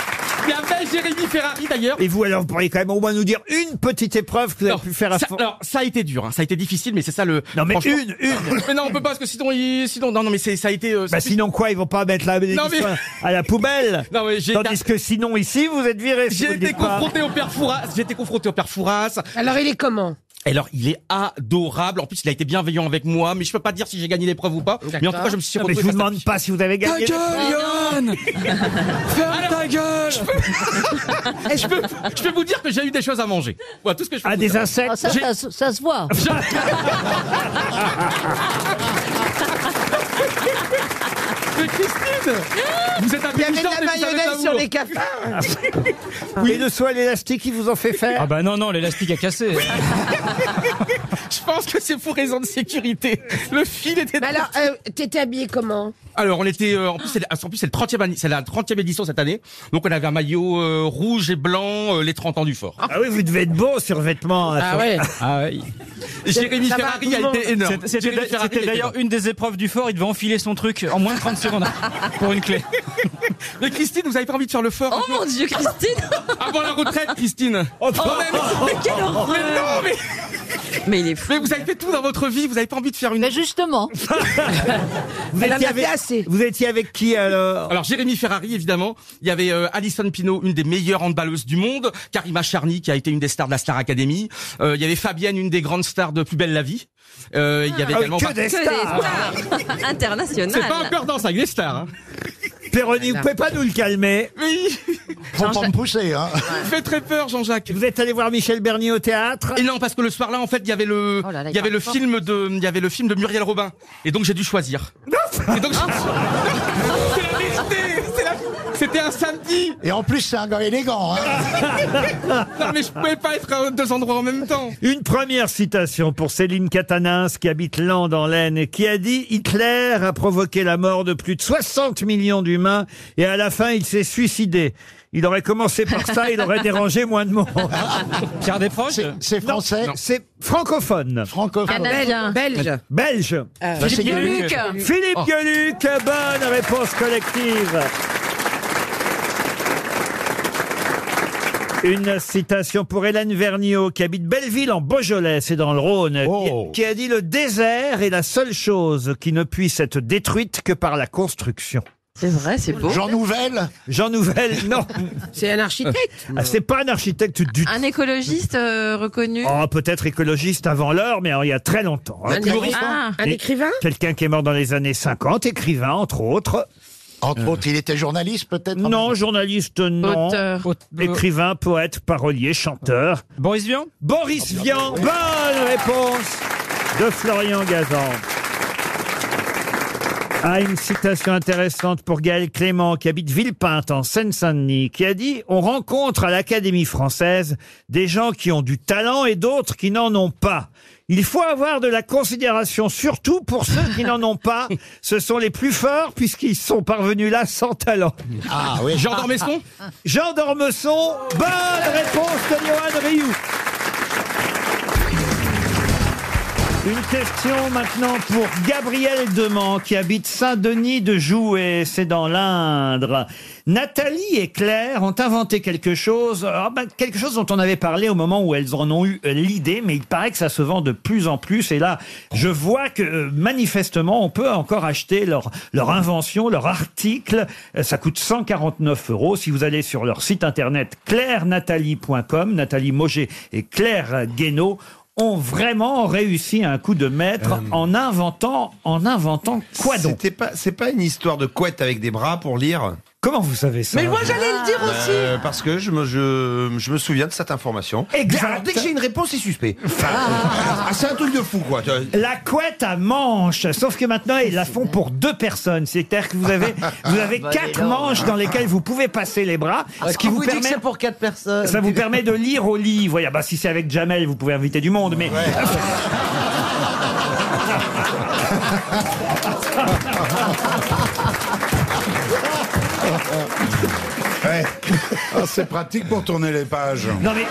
Il y avait Jérémy Ferrari d'ailleurs.
Et vous, alors, vous pourriez quand même au moins nous dire une petite épreuve que vous avez pu faire à
ça,
Fort
alors, ça a été dur, hein. ça a été difficile, mais c'est ça le.
Non, mais
franchement-
une, une.
(laughs) Mais non, on peut pas parce que sinon, il- sinon, non, non, mais c'est, ça a été. euh,
Bah sinon quoi, ils vont pas mettre la
Non, mais-
à la poubelle.
Non, mais j'ai-
Tandis que sinon ici vous êtes viré. si vous
J'ai
le
été
dites pas.
confronté au père Fouras. J'ai été confronté au père Fouras.
Alors, il
(laughs)
est comment
Alors, il est adorable. En plus, il a été bienveillant avec moi, mais je peux pas dire si j'ai gagné l'épreuve ou pas. Mais en tout cas, je me suis
Non, mais
retrouvé.
je vous demande pas si vous avez gagné.
Ferme ta gueule je (laughs) peux... je, peux... je peux vous dire que j'ai eu des choses à manger. Voilà, tout ce que je peux
Ah,
vous
des
dire. (laughs)
insectes
J'ai-
se voit.
Mais Christine, Vous êtes un
Il y
peu
avait de
moutarde,
la
mais vous avez de la
mayonnaise sur
houle.
les cafards.
(laughs) Ah. Oui, le soin l'élastique, ils vous ont fait faire
Ah bah non, non, l'élastique a cassé.
Je pense que c'est pour raison de sécurité. Le fil était.
Mais alors, euh, t'étais habillé comment
Alors, on était euh, en plus, c'est, en plus, c'est le 30e, anni- c'est la 30e édition cette année. Donc, on avait un maillot euh, rouge et blanc, euh, les 30 ans du fort.
Ah oui, vous devez être beau sur vêtements.
Ah ouais. Jérémy
Ça va,
Ferrari
tout le
a
monde.
été énorme.
C'était- c'était-
Jérémy Ferrari
C'était
a été
d'ailleurs
énorme.
une des épreuves du fort. Il devait enfiler son truc en moins de 30
(laughs)
secondes pour une clé.
Mais Christine, vous avez pas envie de faire le fort
Oh mon Dieu, Christine
Avant la retraite, Christine. Oh,
mais quelle horreur.
Mais non, mais... il est Mais vous avez fait tout dans votre vie, vous avez pas envie de faire une.
(laughs)
Mais justement.
Vous
Elle en a fait
étiez avec-
assez.
Vous étiez avec qui euh, alors
Alors Jérémy Ferrari évidemment, il y avait euh, Alison Pino, une des meilleures handballeuses du monde, Karima Charny qui a été une des stars de la Star Academy, Euh, il y avait Fabienne, une des grandes stars de Plus belle la vie. Euh, il y avait
Ah oui,
également
que des
Que des
(laughs)
stars internationales.
C'est pas un perdant ça, avec des stars. hein.
Péroni, vous pouvez pas nous le calmer
(laughs) Oui.
Faut pas me pousser, hein.
Il fait très peur, Jean-Jacques.
Vous êtes allé voir Michel Bernier au théâtre
Et non, parce que le soir-là, en fait, il y avait le,
Oh là là,
il
il
y avait le
parle
film de, il y avait le film de Muriel Robin. Et donc j'ai dû choisir. Et donc, j'ai-
Ah.
c'est la vérité, c'est la- C'était un samedi.
Et en plus, c'est un gars élégant, hein.
(laughs) Non, mais je pouvais pas être à deux endroits en même temps.
Une première citation pour Céline Catanins, qui habite Lan dans l'Aisne, et qui a dit « Hitler a provoqué la mort de plus de 60 millions d'humains, et à la fin, il s'est suicidé. Il aurait commencé par ça,
(laughs)
il aurait dérangé moins de monde. »
(laughs) Pierre Desproges
(laughs) C'est français C'est francophone.
Francophone.
Canadien. Ah, Belge.
Belge. Bah,
Euh, Philippe Philippe Gueluc. Gueluc.
Philippe
Oh.
Gueluc, bonne réponse collective. Une citation pour Hélène Vergniaud, qui habite Belleville en Beaujolais, c'est dans le Rhône, qui- qui a dit Le désert est la seule chose qui ne puisse être détruite que par la construction.
C'est vrai, c'est beau.
Jean Nouvel Jean Nouvel, non.
C'est un architecte
Ah, c'est pas un architecte du tout.
Un écologiste euh, reconnu.
Oh, peut-être écologiste avant l'heure, mais alors, il y a très longtemps. hein.
Un humoriste Ah, un écrivain
Quelqu'un qui est mort dans les années 50, écrivain, entre autres.
Entre autres, il était journaliste, peut-être
Non, journaliste, non.
Auteur.
Écrivain, poète, parolier, chanteur.
Boris Vian
Boris Vian, bonne réponse de Florian Gazan. Ah, une citation intéressante pour Gaël Clément, qui habite Villepinte, en Seine-Saint-Denis, qui a dit « On rencontre à l'Académie française des gens qui ont du talent et d'autres qui n'en ont pas. Il faut avoir de la considération, surtout pour ceux qui n'en ont pas. Ce sont les plus forts, puisqu'ils sont parvenus là sans talent. »
Ah oui.
Jean Dormesson
Jean Dormesson, bonne réponse de Johan Rioux. Une question maintenant pour Gabriel Demand qui habite Saint-Denis de Joué, c'est dans l'Indre. Nathalie et Claire ont inventé quelque chose, ah ben, quelque chose dont on avait parlé au moment où elles en ont eu euh, l'idée, mais il paraît que ça se vend de plus en plus. Et là, je vois que euh, manifestement, on peut encore acheter leur, leur invention, leur article. Euh, Ça coûte 149 euros. Si vous allez sur leur site internet clairenathalie.com, Nathalie Moget et Claire Guénaud, ont vraiment réussi un coup de maître
Euh.
en inventant, en inventant quoi donc
C'était pas, c'est pas une histoire de couette avec des bras pour lire.
Comment vous savez ça
Mais
moi,
j'allais le dire aussi. Parce que je me, je, je me souviens de cette information.
Exact.
Alors, dès que j'ai une réponse, c'est suspect. Ah, c'est un truc de fou, quoi.
La couette à manches, sauf que maintenant ils la font pour deux personnes. C'est-à-dire que vous avez, vous avez
(laughs) Bah,
quatre
dis donc.
manches dans lesquelles vous pouvez passer les bras,
Ah,
ce qui vous,
dit que
permet,
c'est pour quatre personnes.
ça vous permet de lire au livre. Voyez, bah si c'est avec Jamel, vous pouvez inviter du monde, mais
Ouais. Ah, c'est pratique pour tourner les pages.
non mais,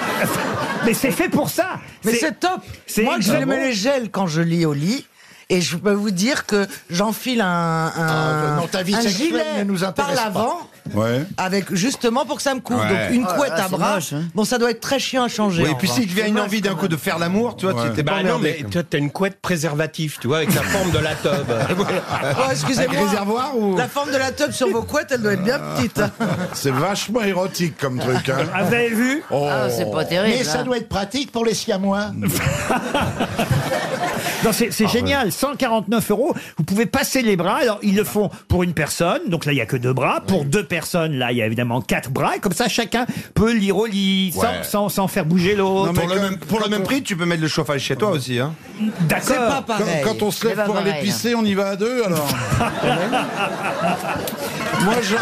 mais c'est fait pour ça.
Mais c'est top.
c'est
Moi, je
exact-
me les gel quand je lis au lit. Et je peux vous dire que j'enfile un, un,
bah,
Ah, non, ta vie
un
sexuelle
gilet
ne nous
par
intéresse pas.
l'avant,
Ouais.
avec justement pour que ça me couvre.
Ouais.
Donc
Oh
une
là
couette
Ah,
là,
à
c'est
bras.
moche, hein.
Bon, ça doit être très chiant à changer.
Oui, et
en
puis
revanche.
s'il devient une envie d'un coup de faire l'amour, tu vois, tu t'es pas
Bah non,
emmerdé.
mais toi, t'as une couette préservatif, tu vois, avec la forme de la
(laughs)
tub.
Oh, excusez-moi.
Avec réservoir ou-
La forme de la tube sur vos couettes, elle doit être bien petite.
Ah,
C'est vachement érotique comme truc. Hein.
Ah, vous avez vu
Oh.
Mais
hein.
ça doit être pratique pour les siamois.
Non, c'est c'est génial, 149 euros, vous pouvez passer les bras, alors ils le font pour une personne, donc là il n'y a que deux bras, pour deux personnes, là il y a évidemment quatre bras, et comme ça chacun peut lire au lit, sans-
Ouais.
sans, sans, faire bouger l'autre.
pour, le même, pour le même prix, tu peux mettre le chauffage chez toi aussi. Hein.
D'accord.
Quand, quand on se
C'est
lève
pas
pour aller
pareil.
pisser, on y va à deux alors. Moi, je...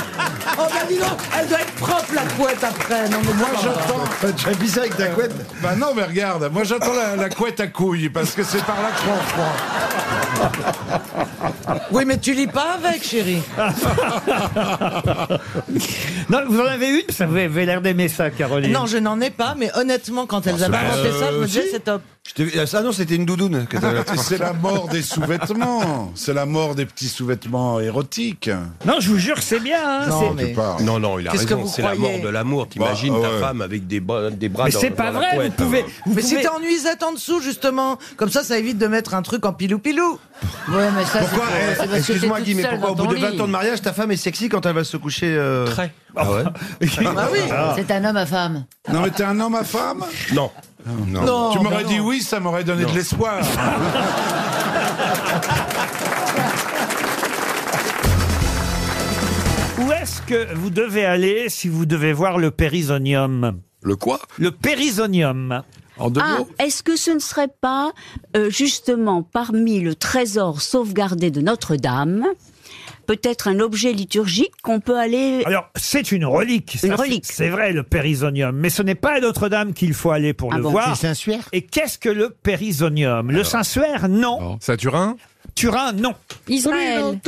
Oh bah dis donc, elle doit être propre la couette après. Non mais
Moi
Euh,
j'attends. Tu as bizarre avec ta couette Bah non, mais regarde, moi j'attends la, la couette à couilles parce que c'est par là que je prends froid.
Oui mais tu lis pas avec
(laughs)
chérie.
(laughs) non, vous en avez une, ça vous avez l'air d'aimer ça, Caroline.
Non je n'en ai pas, mais honnêtement quand elles
Ah,
avaient
c'est pas-
inventé ça, je me
Euh,
disais
si.
c'est top.
Ah non, c'était une doudoune. que
(laughs)
t'avais là-dessus.
C'est la mort des
(laughs)
sous-vêtements. C'est la mort des petits sous-vêtements érotiques.
Non, je vous jure que c'est bien.
Ah,
hein,
Non,
c'est-
mais- Parle.
Non, non, il a
Qu'est-ce que
raison.
vous
C'est la mort
croyez
de l'amour. T'imagines
Bah,
ta
ouais.
femme avec des, bras- des bras
Mais
dans-
c'est
dans
pas
la
vrai,
couette,
vous pouvez.
hein.
mais si t'es en nuisette en dessous justement, comme ça ça évite de mettre un truc en pilou pilou.
Ouais mais ça
Pourquoi, eh, excuse-moi Guy, mais pourquoi au bout de 20 ans de mariage, ta femme est sexy quand elle va se coucher euh,
Très.
Ah ouais Ah.
C'est un homme à femme.
Non, mais t'es un homme à femme
Non.
tu m'aurais bah dit non. oui, ça m'aurait donné Non. de l'espoir.
Où est-ce que vous devez aller si vous devez voir le périsonium
Le quoi
Le périsonium. En
Ah, est-ce que ce ne serait pas euh, justement parmi le trésor sauvegardé de Notre-Dame, peut-être un objet liturgique qu'on peut aller...
Alors, c'est une relique. ça,
Une
c'est-
relique.
C'est vrai, le périsonium. Mais ce n'est pas à Notre-Dame qu'il faut aller pour
Ah
le
bon,
voir.
c'est
Saint-Suaire. Et qu'est-ce que le périsonium Le Saint-Suaire, non.
Ça, Turin
Turin, non.
Israël.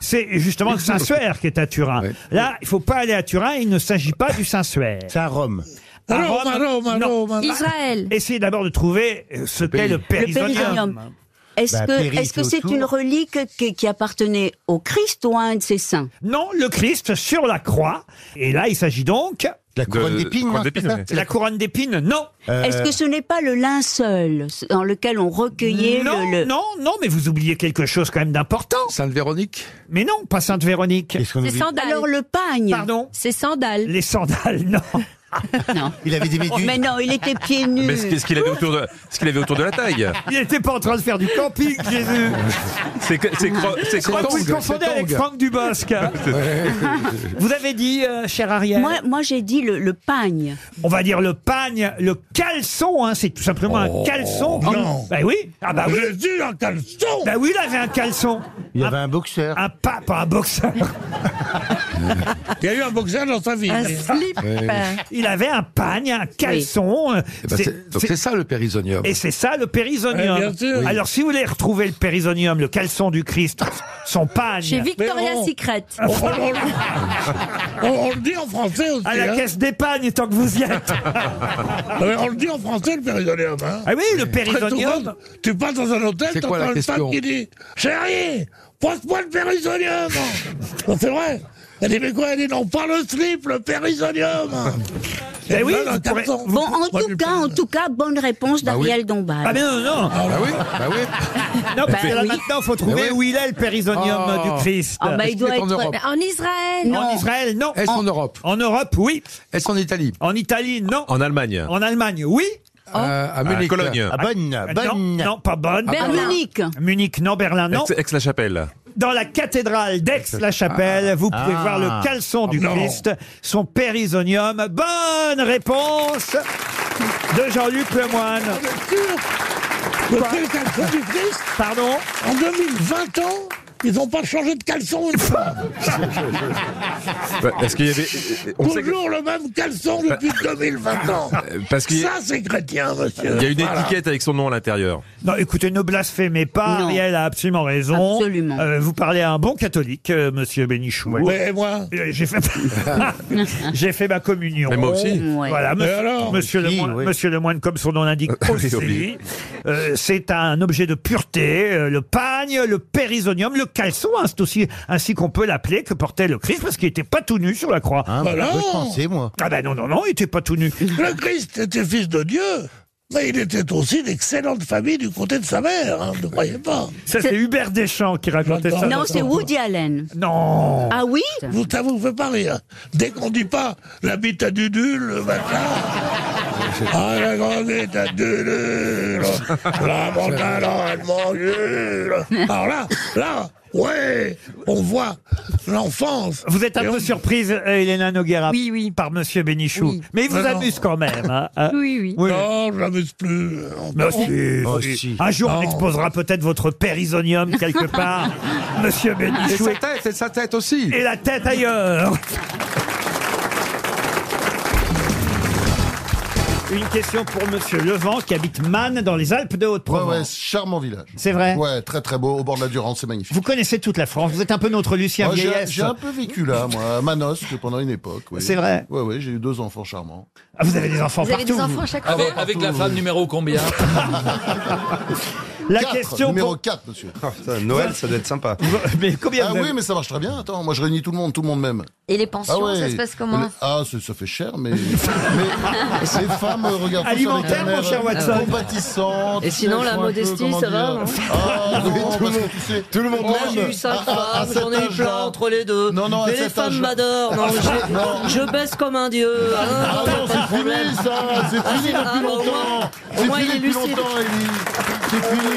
C'est justement le Saint-Suaire qui est à Turin. Là, il faut pas aller à Turin, il ne s'agit pas du Saint-Suaire. C'est à Rome.
Rome,
Rome, non.
Israël.
Essayez d'abord de trouver euh, ce qu'est le
Le
périsonium.
périsonium. Est-ce
Bah,
que
péri,
est-ce que
c'est
c'est
autour.
une relique qui, qui appartenait au Christ ou à un de ses saints
Non, le Christ sur la croix. Et là, il s'agit donc... La
couronne De- d'épines, couronne hein, d'épines, c'est ça ouais.
La couronne d'épines, non.
Est-ce que ce n'est pas le linceul dans lequel on recueillait
non,
le... le-
non, non, mais vous oubliez quelque chose quand même d'important. Sainte Véronique Mais non, pas Sainte Véronique.
Alors le pagne.
Pardon
C'est sandales.
Les sandales, non.
Il avait
(laughs)
des méduses. Mais non, il était pieds nus.
Mais ce qu'est- ce qu'il avait autour de, ce qu'il avait autour de la taille.
Il n'était pas en train de faire du camping, Jésus.
(laughs)
C'est que- c'est cro- c'est
Ah, vous le confondez avec Franck Dubosc.
(laughs)
hein. vous avez dit, euh, cher Ariel
Moi, moi j'ai dit le, le pagne.
On va dire le pagne, le caleçon, hein, c'est tout simplement
Oh.
un caleçon.
non.
Bah oui. Ah bah oui. Jésus, un caleçon Bah oui, il avait un caleçon. Il y avait un boxeur. Un pa- pas un boxeur.
Il y a eu un boxeur dans sa vie.
Un slip. Ah. Il avait un pagne, un caleçon. euh,
Eh ben,
c'est-
c'est- donc
c'est-
c'est ça le périsonium.
Et c'est ça le périsonium.
Eh bien sûr. Oui.
Alors si vous voulez retrouver le périsonium, le caleçon du Christ, son pagne.
Chez Victoria's Secret.
On, on le dit en français aussi.
À la
hein.
caisse d'épargne tant que vous y êtes.
(laughs) Non, mais on le dit en français, le périsonium. Hein.
Ah oui, le
Très
périsonium.
souvent, tu passes dans un hôtel,
C'est quoi la
t'entends une femme
question
qui dit Chérie, passe-moi le périsonium Non, C'est vrai Elle dit Mais quoi Elle dit Non, pas le slip, le périsonium
Ben
Eh oui,
Elle donne un
vous pourrez-
carton.
Bon, en tout cas, en tout cas, bonne réponse
Bah oui.
d'Ariel Dombal.
Ah mais non, non, non.
bah
bah
Ah
oui, (laughs) Non, parce que
Bah
là,
oui.
maintenant, faut trouver
Eh oui.
où il est le périsonium
Oh.
Ah.
du Christ.
Ah, bah, il doit être-
En Israël.
Non.
En Israël, non. Est-ce en, Europe En Europe, oui. Est-ce en Italie En Italie, non. En Allemagne En Allemagne, oui.
Euh, à Munich. À Cologne. À Bonn,
Ah,
Bonn.
Non, non, pas Bonne.
Berlin. À Berlin. Munich.
Munich, non. Berlin, non.
Aix-la-Chapelle.
Dans la cathédrale d'Aix-la-Chapelle, vous pouvez
Ah.
voir le caleçon du
Non.
Christ, son périsonium. Bonne réponse de Jean-Luc Lemoine.
le caleçon du Christ
Pardon
En 2020 ans, ils n'ont pas changé de caleçon une fois
Est-ce Bah, qu'il y avait. on sait que-
Toujours le même caleçon depuis 2020 ans
Euh, parce qu'il y a-
Ça, c'est chrétien, monsieur
Il y a une
Euh, Voilà.
étiquette avec son nom à l'intérieur.
Non, écoutez, ne blasphémez pas.
Non.
Ariel a absolument raison.
Absolument.
Euh, vous parlez à un bon catholique, euh, monsieur Bénichou.
Oui, et moi
Euh, J'ai fait,
(laughs)
j'ai fait ma communion.
Mais moi aussi.
Ouais.
Voilà,
Et
monsieur,
alors
monsieur
Oui,
Lemoine,
oui.
monsieur Lemoine, comme son nom l'indique
(laughs) Oui,
aussi,
oui.
euh, c'est un objet de pureté. euh, le pagne, le périsonium, le caleçon, hein, c'est aussi ainsi qu'on peut l'appeler, que portait le Christ, parce qu'il n'était pas tout nu sur la croix.
bah, Voilà. je pensais,
moi. Ah ben non, non, non, il n'était pas tout nu.
Le Christ était fils de Dieu, mais il était aussi d'excellente famille du côté de sa mère, hein, ne croyez pas.
Ça, c'est Hubert Deschamps qui racontait ça.
Non, c'est Woody Allen.
Non
Ah oui
Vous, ça vous fait pas rire. Dès qu'on dit pas la bite à Dudule, machin, Ah, la grande est à deux nuls. La montagne elle m'engueule. Alors là, là, ouais, on voit l'enfance.
Vous êtes un peu surprise, euh, Elena Noguera,
Oui,
par Monsieur Bénichou.
Oui.
Mais il vous
Non.
amuse quand même.
(laughs)
hein, hein.
Non, je l'amuse plus.
Mais si,
Oh,
si.
si.
Un jour, on
Non.
exposera peut-être votre périsonium quelque
(laughs)
part, Monsieur Bénichou.
Et sa
tête, et sa tête aussi. Et la tête ailleurs. Une question pour Monsieur Levent qui habite Man dans les Alpes de Haute-Provence.
Ouais, ouais, charmant village.
C'est vrai
Ouais, très très beau, au bord de la Durance, c'est magnifique.
Vous connaissez toute la France. Vous êtes un peu notre Lucien
Moi, j'ai-
Vieillesse.
J'ai un peu vécu là, moi, à Manosque pendant une époque. oui.
C'est vrai
Ouais, ouais, j'ai eu deux enfants charmants.
Ah, vous avez des enfants
Vous avez des partout, enfants à chaque vous. fois
Avec,
Ah,
avec
partout,
la femme
oui. (laughs)
numéro combien
La
Quatre,
question
numéro
pour-
4, monsieur.
Noël,
Ah, ça doit être sympa.
mais combien
Ah
vous
oui,
avez-
mais ça marche très bien. Attends, moi je réunis tout le monde, tout le monde même.
Et les pensions,
Ah ouais.
ça se passe comment
Les- Ah, ça, ça fait cher, mais. (laughs) mais ces femmes euh, regardent tous
Alimentaire,
avec un
mon cher
air Ah
Watson.
compatissante.
Et
tu
sinon,
sais,
la
elles sont un peu,
modestie,
comment
ça va,
dire,
non
(laughs) Ah,
Oui,
non,
tout le
parce
monde-
que tu sais,
tout le monde
moi,
l'aime.
j'ai eu cinq À- à- à femmes, cet j'en ai eu âge-là. plein entre
les deux.
Non, non, à Mais les cet femmes âge-là. m'adorent.
Ah,
Non, je- (laughs) Non. je
baisse comme un dieu.
Ah non, c'est fini ça C'est
Ah,
fini depuis longtemps C'est fini depuis longtemps, Ellie C'est
Ah,
fini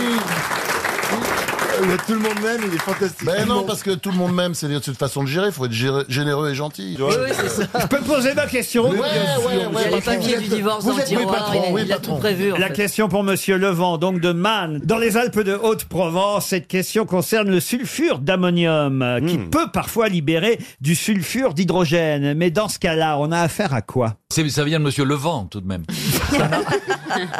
tout le monde même, il est fantastique. Ben non, parce que tout le monde même, c'est une façon de gérer. Il faut être géré- généreux et gentil.
Oui, oui, c'est ça. Je peux poser ma question
Ouais, ouais,
Bien sûr.
ouais.
Il y a les
parce que
papiers
vous
du
êtes-
divorce
vous
dans le
êtes- oui,
tiroir,
patron,
il a-
oui,
il a
patron.
tout prévu. en
La
fait.
question pour Monsieur Levent, donc de Man, dans les Alpes de Haute-Provence. Cette question concerne le sulfure d'ammonium, euh, qui peut parfois libérer du sulfure d'hydrogène. Mais dans ce cas-là, on a affaire à quoi
C'est- Ça vient de Monsieur Levent, tout de même. Ça n'a-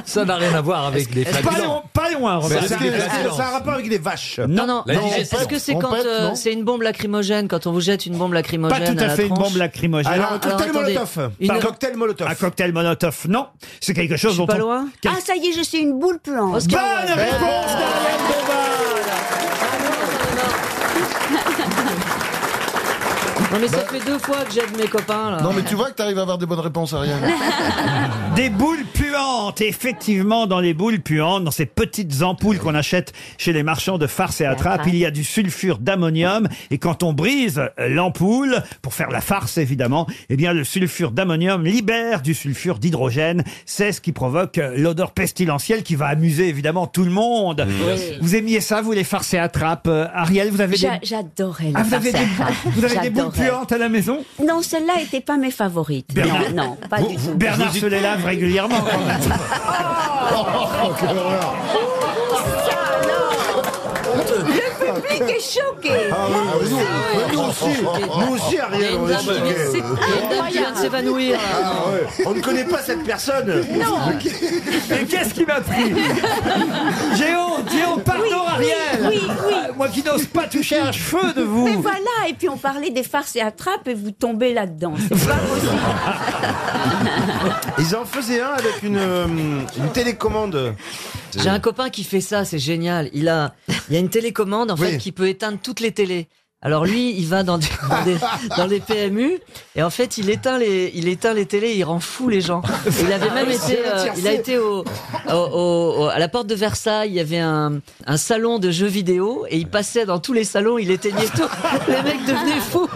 Ça n'a rien à voir avec les
Pas loin, pas loin, Robert.
Mais c'est-
Est-ce que-
c'est-
est-ce que ça a rapport avec des vaches Non,
non.
La
Est-ce
digestion.
que c'est
On
quand
pète,
euh,
non
c'est une bombe lacrymogène, quand on vous jette une bombe lacrymogène
Pas tout à
la
fait une
tronche
bombe lacrymogène.
Alors, un cocktail Alors, attendez. Molotov. Une-
Pardon.
Un
cocktail Molotov. Un cocktail Molotov, non. C'est quelque chose dont
pas
on-
loin
Quel-
Ah, ça y est, je suis une boule puante.
Bonne réponse d'Ariel
Non mais ça fait deux fois que j'aide mes copains là.
Non, mais tu vois que t'arrives à avoir des bonnes réponses, Ariane.
(laughs)
Des boules puantes, effectivement, dans les boules puantes, dans ces petites ampoules qu'on achète chez les marchands de farce et attrape, il y a du sulfure d'ammonium. Et quand on brise euh, l'ampoule, pour faire la farce évidemment, eh bien le sulfure d'ammonium libère du sulfure d'hydrogène. C'est ce qui provoque euh, l'odeur pestilentielle qui va amuser évidemment tout le monde.
Oui.
Vous aimiez ça, vous, les farces et attrape Ariel, vous avez des...
J'a- J'adorais les
Ah, vous avez des,
farces à
boules- vous avez des boules
J'adorais.
puantes à la maison
Non, celles-là n'étaient pas mes favorites.
Bernard-
Non, non, pas du tout.
Bernard se les lave régulièrement quand même.
Oh,
Oh,
Le public est choqué.
Ah
Ah
nous aussi, nous aussi, Ariel, on est choqués.
Il y a une dame qui vient de s'évanouir. là.
Ah On ne connaît pas cette personne.
Non.
Mais qu'est-ce qui m'a pris J'ai honte, j'ai honte, pardon
Oui,
Ariel
oui, oui.
Ah, Moi qui n'ose pas toucher un cheveu de vous
Mais voilà, et puis on parlait des farces et attrapes et vous tombez là-dedans.
(laughs)
C'est pas possible.
Ils en faisaient un avec une, euh, une télécommande.
J'ai un copain qui fait ça, c'est génial. Il a, il y a une télécommande en fait qui peut éteindre toutes les télés. Alors lui, il va dans, des- dans, des, dans les PMU et en fait, il éteint les, il éteint les télés, il rend fou les gens. Il avait
Ah
même été, euh, il a été au, au- au- au- à la porte de Versailles. Il y avait un, un salon de jeux vidéo et il passait dans tous les salons, il éteignait tout. Les mecs devenaient
(laughs)
fous.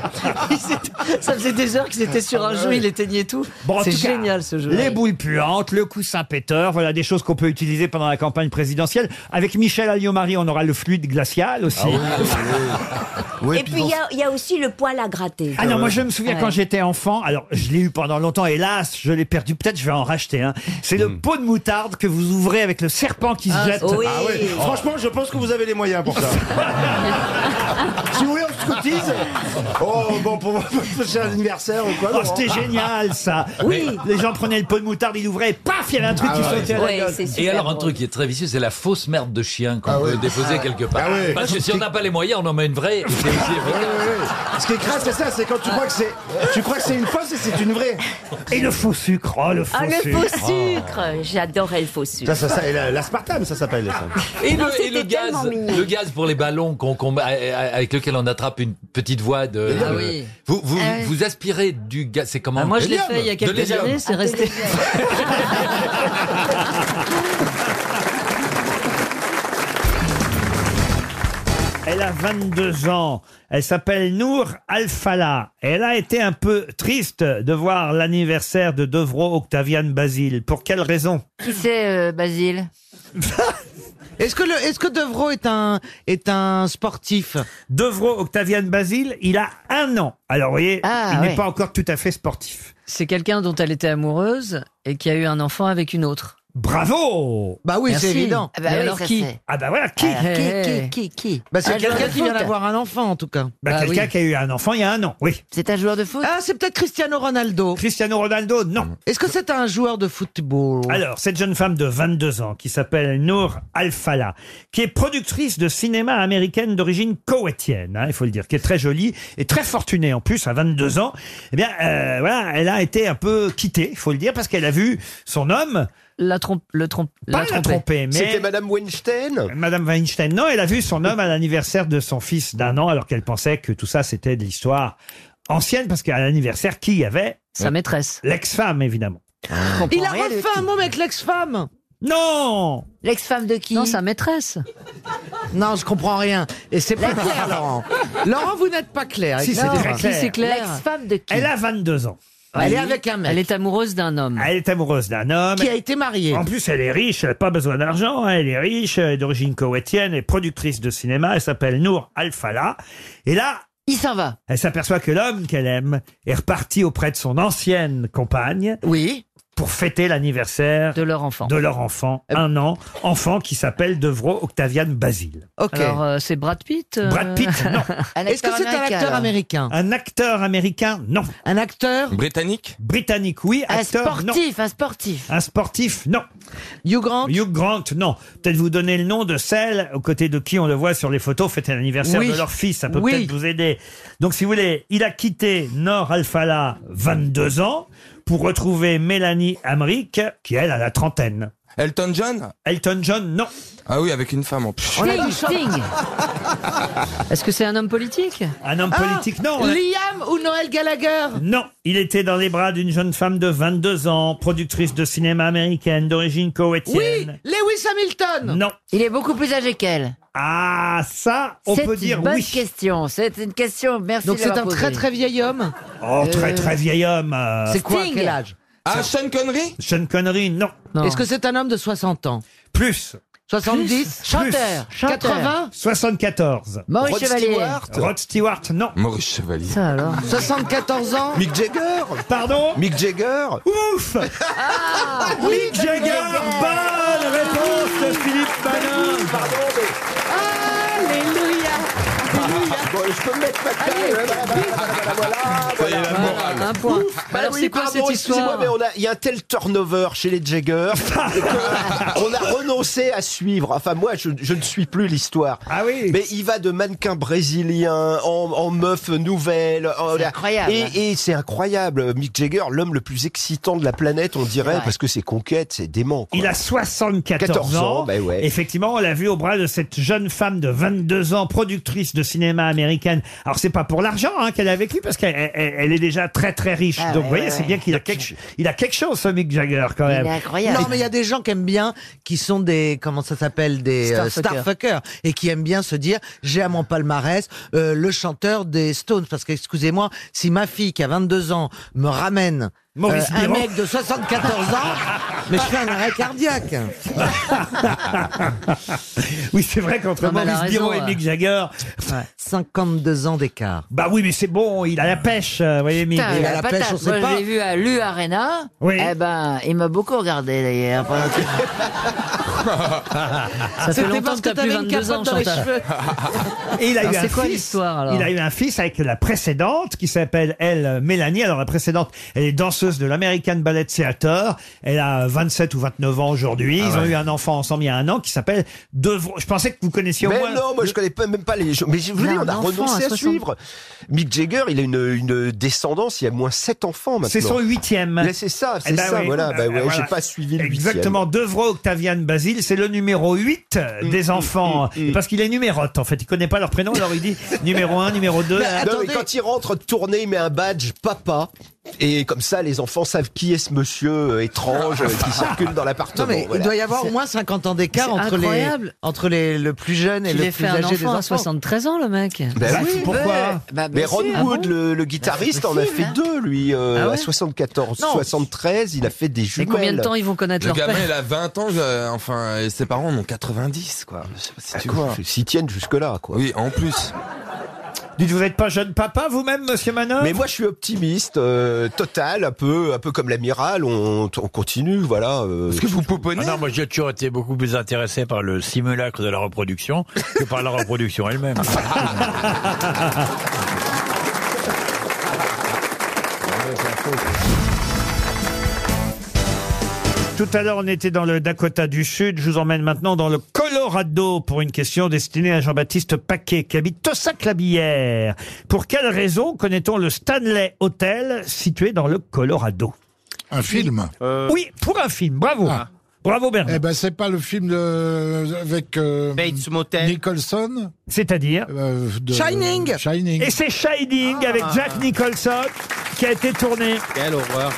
Ils étaient- Ça faisait des heures qu'ils étaient sur un jeu, il éteignait tout.
Ah bah Bon, en
c'est
tout cas,
génial ce jeu.
Les boules puantes, le coussin péteur, voilà des choses qu'on peut utiliser pendant la campagne présidentielle. Avec Michel Alliot-Marie, on aura le fluide glacial
Ah
aussi. (laughs)
et puis il y a- il y, a aussi le poil à gratter.
Ah non, moi je me souviens
Ouais.
quand j'étais enfant, alors je l'ai eu pendant longtemps, hélas, je l'ai perdu, peut-être je vais en racheter un. C'est
Hmm.
le pot de moutarde que vous ouvrez avec le serpent qui se jette.
Ah ouais. Franchement, je pense que vous avez les moyens pour ça. si vous voulez, on se cotise. Oh, bon, pour mon (laughs) prochain anniversaire ou quoi.
Oh,
Laurent
c'était génial ça
hein. Oui.
Les gens prenaient le pot de moutarde, ils l'ouvraient, et paf, il y avait un truc
Ah
qui
ouais.
sautait à la
Ouais,
gueule.
Et alors un truc qui est très vicieux, c'est la fausse merde de chien qu'on peut déposer quelque part.
Ah ouais.
Parce que si on n'a pas les moyens, on en met une vraie. et c'est aussi efficace.
Ce qui est crasse, c'est ça, c'est quand tu crois que c'est, tu crois que c'est une fausse et c'est une vraie.
Et le faux sucre, oh le faux
Ah, le
sucre. Oh.
faux sucre J'adorais le faux sucre.
Ça, ça, ça, et la- l'aspartame, ça s'appelle. ça.
Et,
Non,
le, et le
c'était
gaz,
tellement mignon.
le gaz pour les ballons qu'on- qu'on- a- a- avec lequel on attrape une petite voix de.
Ah
de-
oui.
Vous vous,
Ah oui.
vous aspirez du gaz. C'est comment
Ah, moi, je l'ai
L'hélium.
fait il y a
De
quelques
l'hélium.
années, c'est resté.
Elle a 22 ans. Elle s'appelle Nour Alfala. Elle a été un peu triste de voir l'anniversaire de Devro Octavian Basile. Pour quelle raison
Qui c'est, euh, Basile
Est-ce que, est que Devro est un, est un sportif Devro Octavian Basile, il a un an. Alors, vous voyez,
Ah,
il
ouais.
n'est pas encore tout à fait sportif.
C'est quelqu'un dont elle était amoureuse et qui a eu un enfant avec une autre.
Bravo
Bah oui, c'est Merci. évident. Ah bah
Mais
oui, ça, c'est-
Ah bah voilà, qui
Alors, qui, qui, qui, qui Bah,
Ah,
c'est Un quelqu'un joueur de qui vient foot. d'avoir
un enfant en tout cas. Bah,
Bah
quelqu'un
oui.
qui a eu un enfant il y a un an, oui.
C'est un joueur de foot
Ah, c'est peut-être Cristiano Ronaldo. Cristiano Ronaldo, non. Est-ce que c'est un joueur de football Alors, cette jeune femme de 22 ans qui s'appelle Nour Al-Fala, qui est productrice de cinéma américaine d'origine koweïtienne, hein, il faut le dire, qui est très jolie et très fortunée en plus à 22 ans. Eh bien, euh, voilà, elle a été un peu quittée, il faut le dire, parce qu'elle a vu son homme. La trompe, le trompe, pas la
trompée.
tromper, mais
C'était Madame Weinstein.
Madame Weinstein, non, elle a vu son homme à l'anniversaire de son fils d'un an, alors qu'elle pensait que tout ça, c'était de l'histoire ancienne, parce qu'à l'anniversaire, qui y avait
Sa maîtresse. Ah.
L'ex-femme, évidemment.
Il a refait un mot avec l'ex-femme
Non
L'ex-femme de qui
Non, sa maîtresse.
Non, je comprends rien. Et c'est pas clair, Laurent. Laurent, vous n'êtes pas clair.
Si, c'est
Non.
très clair.
Si, c'est clair.
L'ex-femme de qui
Elle a 22 ans.
Elle est avec un mec.
Elle est amoureuse d'un homme. Elle est amoureuse d'un homme.
Qui a été marié.
En plus, elle est riche, elle n'a pas besoin d'argent, hein, elle est riche, elle est d'origine koweïtienne, elle est productrice de cinéma, elle s'appelle Nour Al-Fala. Et là.
Il s'en va.
Elle s'aperçoit que l'homme qu'elle aime est reparti auprès de son ancienne compagne.
Oui.
Pour fêter l'anniversaire. De
leur enfant.
De leur enfant, un an. Enfant qui s'appelle Devro Octavian Basile.
Alors, euh, c'est Brad Pitt euh,
Brad Pitt, non.
Est-ce que c'est (laughs) un acteur
américain Un acteur américain, non. Un acteur
Britannique
Britannique, oui.
Un
acteur, non.
sportif, un sportif.
Un sportif, non. Hugh Grant Hugh Grant, non. Peut-être vous donner le nom de celle aux côtés de qui on le voit sur les photos fêter l'anniversaire
Oui.
de leur fils. Ça peut
Oui.
peut-être vous aider. Donc, si vous voulez, il a quitté Nord Alphala, 22 ans, pour retrouver Mélanie Amric, qui, elle, a la trentaine.
Elton John
Elton John, non.
Ah oui, avec une femme en plus.
On a dit Sting. Est-ce que c'est un homme politique
Un homme Ah, politique, non. on a-
Liam ou Noël Gallagher
Non, il était dans les bras d'une jeune femme de 22 ans, productrice de cinéma américaine d'origine
Oui,
koweïtienne.
Lewis Hamilton
Non.
Il est beaucoup plus âgé qu'elle.
Ah, ça, on
C'est
peut
une
dire
bonne
oui.
question. C'est une question. Merci.
Donc
de
c'est
l'avoir
un très
posée.
très vieil homme
Oh, très
Euh,
très vieil homme. euh,
C'est quoi quel âge
Ah, Sean Connery
Sean Connery, non.
Est-ce que c'est un homme de 60 ans
Plus.
70
Plus.
Chanteur,
Plus.
chanteur. 80
74.
Maurice Rod Chevalier. Stewart
Rod Stewart, non.
Maurice Chevalier.
74 ans
Mick Jagger
Pardon
Mick Jagger
Ouf
Ah.
Mick Jagger Bonne réponse de Philippe Manin
Pardon, mais...
Alléluia
Ah, Bon, je peux me mettre ma
Ah,
tête. Voilà, voilà.
Un point.
Bah
Alors,
Ah
c'est quoi cette histoire
mais on a- il y a un tel turnover chez les
(laughs)
Jagger que on a renoncé à suivre. Enfin, moi, je, je ne suis plus l'histoire.
Ah oui.
Mais il va de mannequin brésilien en, en meuf nouvelle. en-
incroyable.
oh, Et, et c'est incroyable. Mick Jagger, l'homme le plus excitant de la planète, on dirait,
vrai.
parce que ses conquêtes, c'est dément. quoi.
Il a 74
14
ans.
ans, ben ouais.
Effectivement, on l'a vu au bras de cette jeune femme de 22 ans, productrice de cinéma américaine. Alors, c'est pas pour l'argent hein, qu'elle est avec lui, parce qu'elle elle- elle est déjà très très riche.
Ah
Donc,
ouais,
vous voyez,
ouais,
c'est
ouais.
bien qu'il a quelque, il a quelque chose, ce Mick Jagger, quand même.
Non, mais il y a des gens qui aiment bien, qui sont des, comment ça s'appelle, des euh,
Starfuckers.
starfuckers, et qui aiment bien se dire, j'ai à mon palmarès euh, le chanteur des Stones. Parce que, excusez-moi, si ma fille qui a 22 ans me ramène euh,
Maurice
un
Piron.
mec de 74 ans, mais je fais un arrêt cardiaque.
(laughs) oui, c'est vrai qu'entre
Non, mais elle a
Maurice Biron
raison,
et
ouais.
Mick Jagger.
52 ans d'écart.
Bah oui, mais c'est bon, il a la pêche, euh, vous voyez, Mick.
Putain, la patate. Moi, je l'ai vu à Lu Arena.
Oui.
Eh ben, il m'a beaucoup regardé d'ailleurs. pendant
(laughs)
que-
Ça fait longtemps que t'as plus 22 ans, Chantal.
Et il a
Alors,
eu un
c'est quoi
fils.
l'histoire, alors
Il a eu un fils avec la précédente qui s'appelle elle Mélanie. Alors la précédente, elle est danseuse de l'American Ballet Theater. Elle a 27 ou 29 ans aujourd'hui. Ils
Ah
ont
ouais.
eu un enfant ensemble il y a un an qui s'appelle Devro. Je pensais que vous connaissiez au
mais
moins.
non, moi je connais pas, même pas les gens. Mais je vous
Il a
dis,
un
on a
enfant
renoncé
à
à,
60.
suivre. Mick Jagger, il a une, une descendance, il a moins 7 enfants maintenant.
C'est son huitième.
Mais c'est ça, c'est
Eh ben
ça,
oui.
voilà.
Euh,
Bah ouais,
voilà.
j'ai pas suivi le huitième.
Exactement, Devro Octavian Basile, c'est le numéro 8 des enfants. Parce qu'il est numérote, en fait. Il connaît pas leur prénom, alors il dit numéro 1, numéro 2.
Non, mais quand il rentre tourner, il met un badge papa. Et comme ça, les les enfants savent qui est ce monsieur euh, étrange euh, qui circule dans l'appartement.
Non, mais
voilà.
il doit y avoir au moins 50 ans d'écart
C'est
entre les,
incroyable.
entre les, le plus jeune et
Il
le
a
plus
fait un
âgé des
enfant
enfants.
à 73 ans, le mec.
Ah,
Ben oui,
Oui,
pourquoi
bah, bien
Mais
sûr.
Ron
Ah
Wood,
bon
le, le guitariste, en a
possible,
fait
hein.
deux, lui, euh,
Ah ouais
à 74,
Non.
73, il a fait des
Mais
jumelles.
combien de temps ils vont connaître
Le
leur
gamin,
père
il a 20 ans, euh, enfin, et ses parents en ont 90, quoi. Je sais pas si tu vois.
S'ils tiennent jusque-là, quoi.
Oui, en plus.
Dites, vous n'êtes pas jeune papa, vous-même, monsieur Manon
Mais moi, je suis optimiste, euh, total, un peu, un peu comme l'amiral, on, on continue, voilà. euh,
Ah Non, moi j'ai toujours été beaucoup plus intéressé par le simulacre de la reproduction que par la
(laughs)
reproduction elle-même.
(laughs) Tout à l'heure, on était dans le Dakota du Sud. Je vous emmène maintenant dans le Colorado pour une question destinée à Jean-Baptiste Paquet, qui habite Tossac-la-Bière. Pour quelle raison connaît-on le Stanley Hotel situé dans le Colorado
Un film
Oui, pour un film. Bravo. Ah. Bravo Bernard.
Eh ben c'est pas le film de- avec euh, Nicholson.
C'est-à-dire
(laughs) Shining. Shining.
Et c'est Shining avec
Ah.
Jack Nicholson qui a été tourné
Quelle horreur.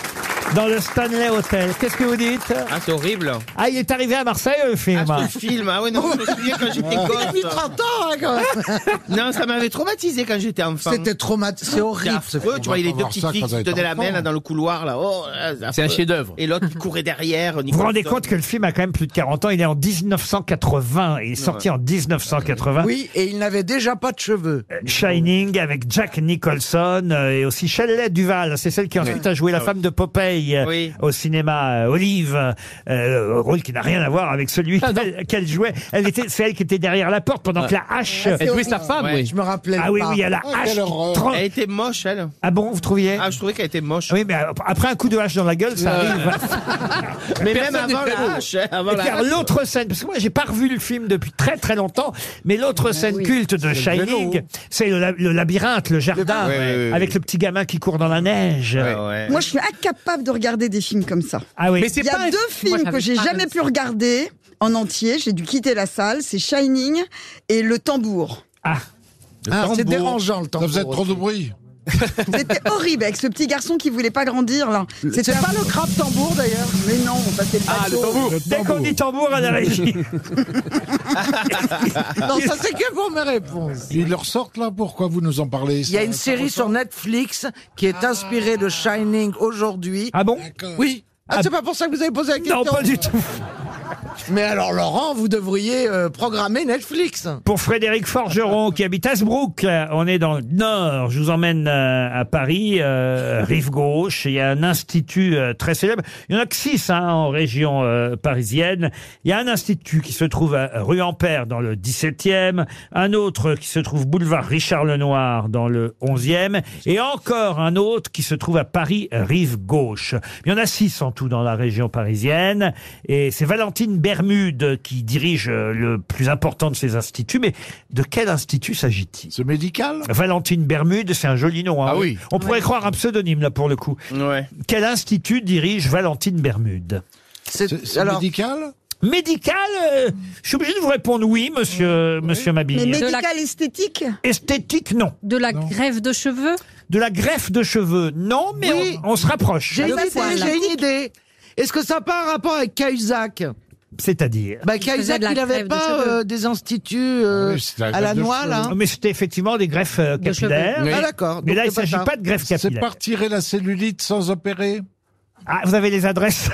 dans le Stanley Hotel. Qu'est-ce que vous dites
Ah, c'est horrible.
Ah, il est arrivé à Marseille, le film.
Ah, ce film, ah ouais, non, je me souviens quand j'étais gosse.
Depuis 30
ans, (laughs) Non, ça m'avait traumatisé quand j'étais enfant.
hein, C'était traumatisé, c'est horrible, ce
affreux,
film.
tu vois, il y a
On
les deux
va voir
petites
ça
filles
quand
qui se
on va
donnaient
être
la
enfant.
main là, dans le couloir, là. Oh, ah,
C'est un
affreux.
chef-d'œuvre.
Et l'autre qui courait derrière.
Vous vous rendez compte que le film a quand même plus de 40 ans, il est en 1980, il est sorti
Ouais.
en 1980.
Oui, et il n'avait déjà pas de cheveux.
Euh, Shining avec Jack Nicholson euh, et aussi Shelley Duval, c'est celle qui ensuite a joué la
Ah
femme de Popeye euh, au cinéma euh, Olive, euh, rôle qui n'a rien à voir avec celui
Ah
qu'elle- qu'elle jouait. Elle était, c'est elle qui était derrière la porte pendant que la hache. euh,
Elle jouait sa femme, oui.
Ah oui, oui, il y a la hache. qui trempe.
Elle était moche, elle.
Ah bon, vous trouviez
Ah, je trouvais qu'elle était moche. Euh.
Oui, mais euh, après un coup de hache dans la gueule, ça
Ouais.
arrive.
(laughs) Mais
Personne
même
n'est
avant la
très
hache,
beau.
hein, avant
Et
la
car
hache.
l'autre scène, parce que moi j'ai pas revu le film depuis très très longtemps, mais l'autre scène culte de
C'est le
Shining,
vélo.
c'est le, la- le labyrinthe, le jardin,
Oui, oui, oui,
avec le petit gamin qui court dans la neige.
Moi, je suis incapable de regarder des films comme ça.
Ah oui. Mais c'est
Il y a
pas un-
deux
Moi,
films
j'avais
que j'ai
pas
jamais
vu
pu regarder en entier. J'ai dû quitter la salle. C'est Shining et Le Tambour.
Ah,
Ah, c'est dérangeant,
le
Ça faisait trop de bruit.
C'était horrible avec ce petit garçon qui voulait pas grandir là. C'était pas le crabe tambour d'ailleurs. Mais non, ça c'est le
Ah,
bateau.
Ah, Dès
(laughs)
qu'on dit
(laughs)
tambour à la régie.
non, ça c'est que pour mes réponses.
Ils leur sortent là, pourquoi vous nous en parlez
Il y a une série sur Netflix qui est inspirée de Shining aujourd'hui.
Ah bon
Oui. Ah, c'est pas pour ça que vous avez posé la question
Non, pas du tout.
Mais alors, Laurent, vous devriez euh, programmer Netflix.
Pour Frédéric Forgeron, qui habite Asbrook, là, on est dans le nord. Je vous emmène euh, à Paris, euh, rive gauche. Il y a un institut euh, très célèbre. Il y en a que six hein, en région euh, parisienne. Il y a un institut qui se trouve à rue Ampère dans le 17e, un autre qui se trouve boulevard Richard Lenoir dans le 11e, et encore un autre qui se trouve à Paris, rive gauche. Il y en a six en tout dans la région parisienne. Et c'est Valentine Bermude qui dirige euh, le plus important de ces instituts. Mais de quel institut s'agit-il Ce médical Valentine Bermude, c'est un joli nom. hein.
Ah oui.
On pourrait croire un pseudonyme là pour le coup. Quel institut dirige Valentine Bermude
C'est
alors-
médical
Médical euh, Je suis obligé de vous répondre oui, monsieur, monsieur Mabille.
Mais médical esthétique
Esthétique, non.
De la greffe de cheveux
De la greffe de cheveux, non, mais on, on se rapproche.
J'ai une, idée, j'ai une idée. Est-ce que ça n'a pas un rapport avec Cahuzac
C'est-à-dire
bah,
Il
Cahuzac,
faisait de la
il n'avait
crève de
pas
cheveux.
euh, des instituts
Ah
euh, à la noix, là
Mais c'était effectivement des greffes euh, capillaires.
Ah, d'accord.
Mais
Donc,
là, il ne
c'est pas
s'agit
ça.
pas de greffe
C'est
capillaire.
pas retirer la cellulite sans opérer
Ah, vous avez les
(laughs)
adresses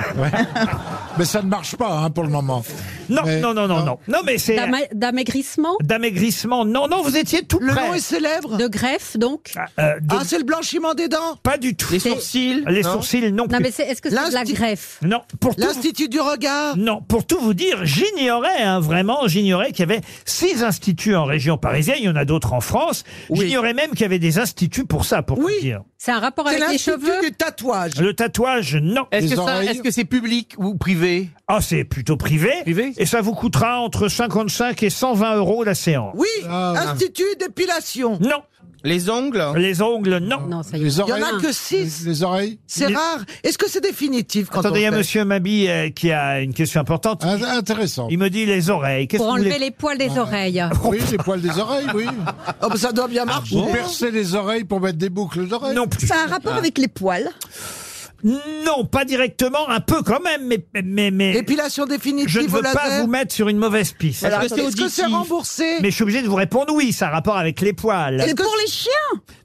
Mais ça ne marche pas hein, pour le moment.
Non, non, non, non, non. Non, mais c'est.
d'ama- d'amaigrissement
D'amaigrissement, non, non, vous étiez tout près.
célèbre.
De greffe, donc
Euh, de-
c'est le blanchiment des dents
Pas du tout.
Les
sourcils Les
non
sourcils, non.
Non,
plus.
mais c'est- est-ce que c'est de la greffe
Non, pour L'Institut
du regard
Non, pour tout vous dire, j'ignorais, hein, vraiment, j'ignorais qu'il y avait six instituts en région parisienne, il y en a d'autres en France. J'ignorais même qu'il y avait des instituts pour ça, pour oui. dire.
C'est un rapport avec les cheveux
du tatouage.
Le tatouage, non.
Est-ce que ça- est-ce que c'est public ou privé
Ah, c'est plutôt privé. Et ça vous coûtera entre 55 et 120 euros la séance.
Oui,
Ah.
Ah.
institut d'épilation.
Non.
Les ongles
Les ongles, non.
Les
Il n'y en a que six.
Les, oreilles
C'est rare. Est-ce que c'est définitif quand
Attendez, il y a
on le fait
monsieur Mabi euh, qui a une question importante.
Intéressant.
Il me dit les oreilles. Qu'est-ce
Pour
que vous
enlever
voulez-
les poils des oreilles.
Oui, les poils des oreilles,
(laughs)
oui. Ah
Oh, bah, ça doit bien marcher.
Ou percer les oreilles pour mettre des boucles d'oreilles.
Ah.
Non plus.
Ça a un rapport avec les poils
Non, pas directement, un peu quand même, mais... mais, mais
Épilation définitive
Je ne veux
au laser
pas vous mettre sur une mauvaise piste.
Est-ce que c'est Est-ce que c'est auditif remboursé
Mais je suis obligé de vous répondre oui, ça a rapport avec les poils. Euh,
pour les chiens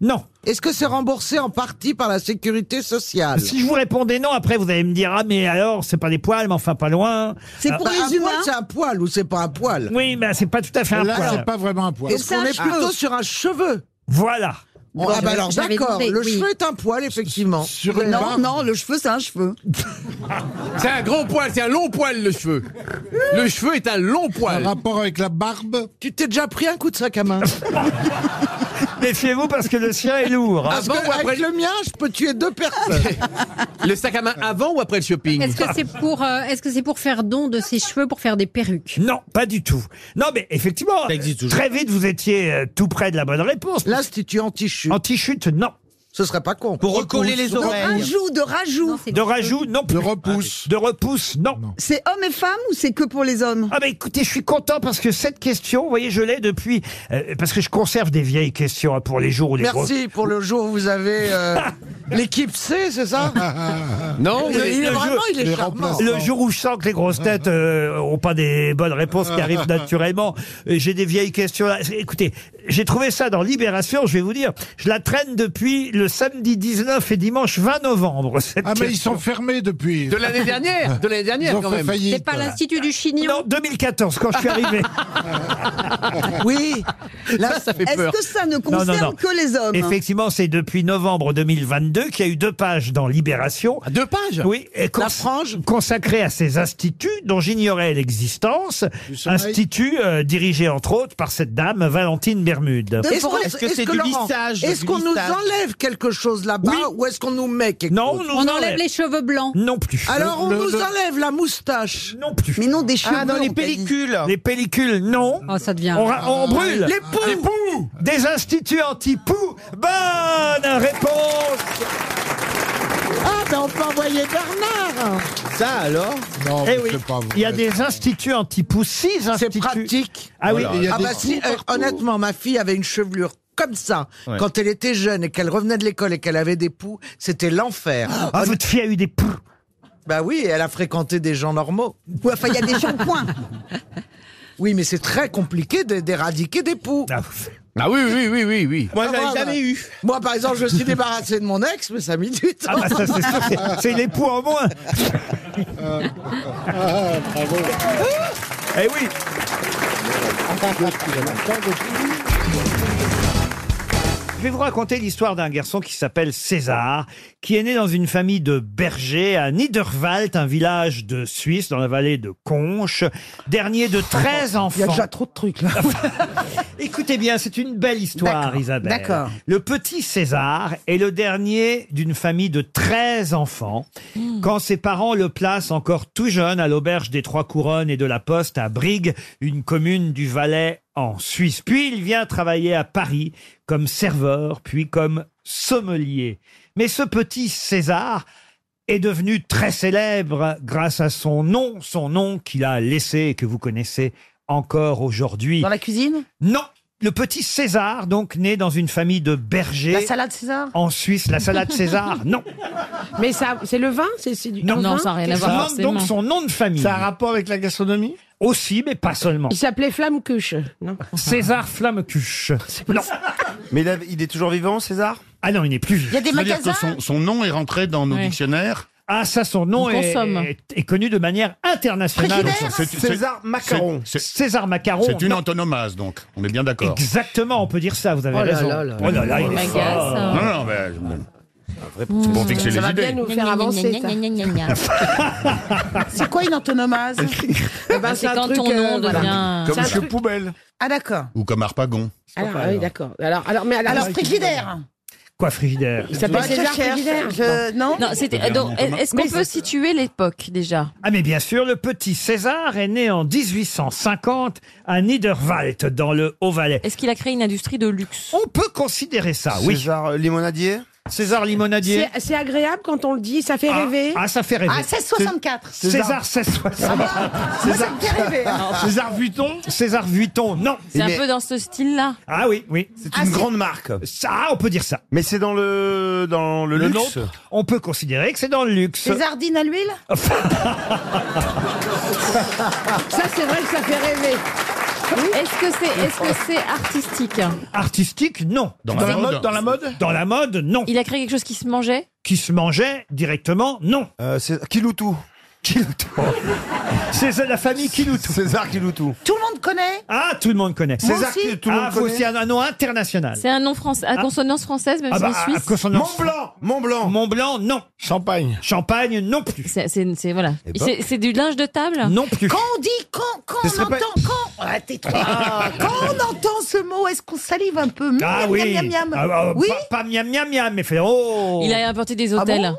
Non.
Est-ce que c'est remboursé en partie par la sécurité sociale
Si je vous répondais non, après vous allez me dire ah mais alors c'est pas des poils, mais enfin pas loin.
C'est pour les humains
C'est
un poil ou c'est pas un poil
Oui, mais c'est pas tout à fait un
Là,
poil.
c'est pas
vraiment un
Est-ce qu'on est plutôt sur un cheveu
Voilà.
Ah bah alors d'accord, le cheveu est un poil effectivement.
non, non, le cheveu, c'est un cheveu.
C'est un grand poil, c'est un long poil le cheveu. Le cheveu est un long poil. Un rapport avec la barbe
Tu t'es déjà pris un coup de sac à main.
(laughs) Méfiez-vous parce que le sien est lourd. hein.
Parce que avec le mien, je peux tuer deux personnes.
Le sac à main avant ou après le shopping
Est-ce que c'est pour, euh, est-ce que c'est pour faire don de ses cheveux pour faire des perruques
Non, pas du tout. Non, mais effectivement, très vite, vous étiez euh, tout près de la bonne réponse.
L'Institut anti-chute.
Anti-chute, non.
Ce serait pas con.
Pour
recoller les De oreilles. rajout, de rajout. Non, c'est
De
des
rajout, non plus. De repousse. De repousse, non.
C'est hommes et femmes ou c'est que pour les hommes
Ah bah écoutez, je suis content parce que cette question, vous voyez, je l'ai depuis... euh, parce que je conserve des vieilles questions hein, pour les jours où les grosses-
Merci pour le jour où vous avez euh,
(laughs)
l'équipe C, c'est ça
Non,
il,
le-
il est
le
vraiment,
jour-
il est charmant.
Le jour où je sens que les grosses têtes euh, ont pas des bonnes réponses qui arrivent naturellement, euh, j'ai des vieilles questions. là. C'est- Écoutez, j'ai trouvé ça dans Libération, je vais vous dire, je la traîne depuis le samedi 19 et dimanche 20 novembre. cette
Ah, mais ils
question.
sont fermés depuis.
De l'année dernière, de l'année dernière
Ils ont
quand
fait
même.
faillite.
C'est pas l'Institut du Chignon
Non, 2014, quand je suis arrivé.
Ah.
oui,
là, ça
Ah Est-ce que ça ne concerne que les hommes hein
Effectivement, c'est depuis novembre 2022 qu'il y a eu deux pages dans Libération.
Ah, Deux pages
Oui. et cons- Consacrées à ces instituts dont j'ignorais l'existence.
sommeil.
Instituts dirigé dirigés, entre autres, par cette dame, Valentine Bermude.
Est-ce qu'on- est-ce que, Laurent, Est-ce qu'on nous enlève quelque chose là-bas ou est-ce qu'on nous met quelque
Non,
Oh,
chose
on nous On enlève enlève. les
cheveux blancs.
Non plus.
Alors on
Le-
nous
le-
enlève la moustache.
Non plus.
Mais non, des
cheveux, Ah, dans les on t'a dit. pellicules.
Les pellicules, non.
ça devient.
On, ra-
Ah,
on brûle.
Les
poux. Des instituts anti-poux. Bonne réponse.
Ah ben on peut envoyer Bernard.
Ça alors
Non,
eh
mais
oui.
c'est pas vrai.
Il y a des instituts anti-poux, six
C'est
instituts.
pratique.
Ah oui.
Ah bah si, euh, honnêtement, ma fille avait une chevelure comme ça
Ouais.
quand elle était jeune et qu'elle revenait de l'école et qu'elle avait des poux, c'était l'enfer. Oh,
Ah, votre fille a eu des poux.
Bah oui, elle a fréquenté des gens normaux.
Ouais, enfin, il y a des shampoings.
(laughs) Oui, mais c'est très compliqué d'é- d'éradiquer des poux.
Ah oui, oui, oui, oui, oui.
Ah, moi, voilà. Moi, par exemple, je me suis débarrassé de mon ex, mais ça a mis du temps.
Ah bah ça c'est sûr, c'est- c'est
(laughs)
une époux en moins. Eh oui. Je vais vous raconter l'histoire d'un garçon qui s'appelle César, qui est né dans une famille de bergers à Niederwald, un village de Suisse dans la vallée de Conches, dernier de 13 enfants.
Il y a déjà trop de trucs là.
(laughs) Écoutez bien, c'est une belle histoire,
D'accord,
Isabelle.
d'accord.
Le petit César est le dernier d'une famille de 13 enfants.
Hmm.
Quand ses parents le placent encore tout jeune à l'auberge des Trois Couronnes et de la Poste à Brigue, une commune du Valais en Suisse. Puis il vient travailler à Paris comme serveur, puis comme sommelier. Mais ce petit César est devenu très célèbre grâce à son nom, son nom qu'il a laissé et que vous connaissez encore aujourd'hui. Dans
la cuisine
Non. Le petit César, donc né dans une famille de bergers.
La salade César
En Suisse, la salade César, non.
Mais ça, c'est le vin C'est c'est du un vin
Je demande donc son nom de famille.
Ça a un
rapport avec la gastronomie Aussi, mais pas seulement.
Il s'appelait Flammekuche. Non.
César Flammecuche. Non.
Mais il, a- il est toujours vivant, César
Ah non, il n'est plus vivant.
Il y a des
C'est-à-dire
magasins
que son, son nom est rentré dans nos
Ouais.
dictionnaires.
Ah, ça, son nom
On
est,
consomme.
est- est connu de manière internationale.
Donc, c'est- c'est- c'est- c'est- c'est-
César Macaron.
C'est une
non.
antonomase, donc. On est bien
(laughs)
d'accord.
Exactement, on peut dire ça, vous avez
Oh là
raison.
là là.
oh là là, il est
M'agace,
fort.
hein. Non, non, mais-
c'est
Mmh.
pour
fixer
les idées.
nous faire avancer, ça.
(laughs) C'est quoi
(laughs)
une antonomase Eh
ben, c'est quand ton nom devient-
Comme
C'est un
chou
truc-
poubelle.
euh, Ah d'accord.
Ou comme Arpagon.
Alors, ah oui, d'accord. Alors, alors, mais alors,
Alors,
frigidaire.
euh, Quoi, frigidaire
Il s'appelle César Frigidaire. Je- Non.
Non, c'était. euh, donc, Est-ce qu'on peut situer l'époque déjà
Ah mais bien sûr, le petit César est né en 1850 à Niederwald, dans le Haut-Valais.
Est-ce qu'il a créé une industrie de luxe
On peut considérer ça, oui.
César euh, Limonadier
César Limonadier.
C'est- C'est agréable quand on le dit, ça fait
Ah,
rêver.
ah, ça fait rêver.
Ah, 1664.
César 1664.
bah.
Ah,
César- me fait rêver, hein.
César Vuitton César Vuitton, non.
C'est un peu dans ce style-là.
Ah oui, oui. C'est
Ah, une c'est- grande
marque. Ça, ah, on peut dire ça. Mais c'est dans le dans le,
luxe.
On peut considérer que c'est dans le luxe.
Les sardines
(laughs)
à l'huile Ça, c'est vrai que ça fait rêver.
Est-ce que c'est est -ce c'est artistique
Artistique, non.
Dans la Dans la mode. mode, dans la
mode Dans la mode, non.
Il a créé quelque chose qui se mangeait
Qui se mangeait directement, non. Euh, c'est Kiloutou. (laughs) Kiloutou. c'est la famille Kiloutou. César Kiloutou.
Tout le monde connaît
Ah, tout le monde connaît.
Moi César aussi.
Kiloutou.
qui- tout le monde
ah, vous
connaît.
aussi, un, un nom international.
C'est un nom français, à consonance française, même
Ah
si
bah,
c'est
à
suisse.
consonance- Mont Blanc. Mont Blanc, non. Champagne. Champagne, non plus.
C'est, c'est- voilà.
Eh ben.
C'est, c'est du linge de table
Non plus.
Quand on dit, quand, quand
Ce
on
serait
entend,
pas-
quand, Ah, t'es trop- quand on entend ce mot, est-ce qu'on salive un peu Miam,
Ah
miam,
oui.
miam, miam.
Ah, ah,
Oui.
pas, pas miam miam miam, mais fait oh.
Il a importé des hôtels.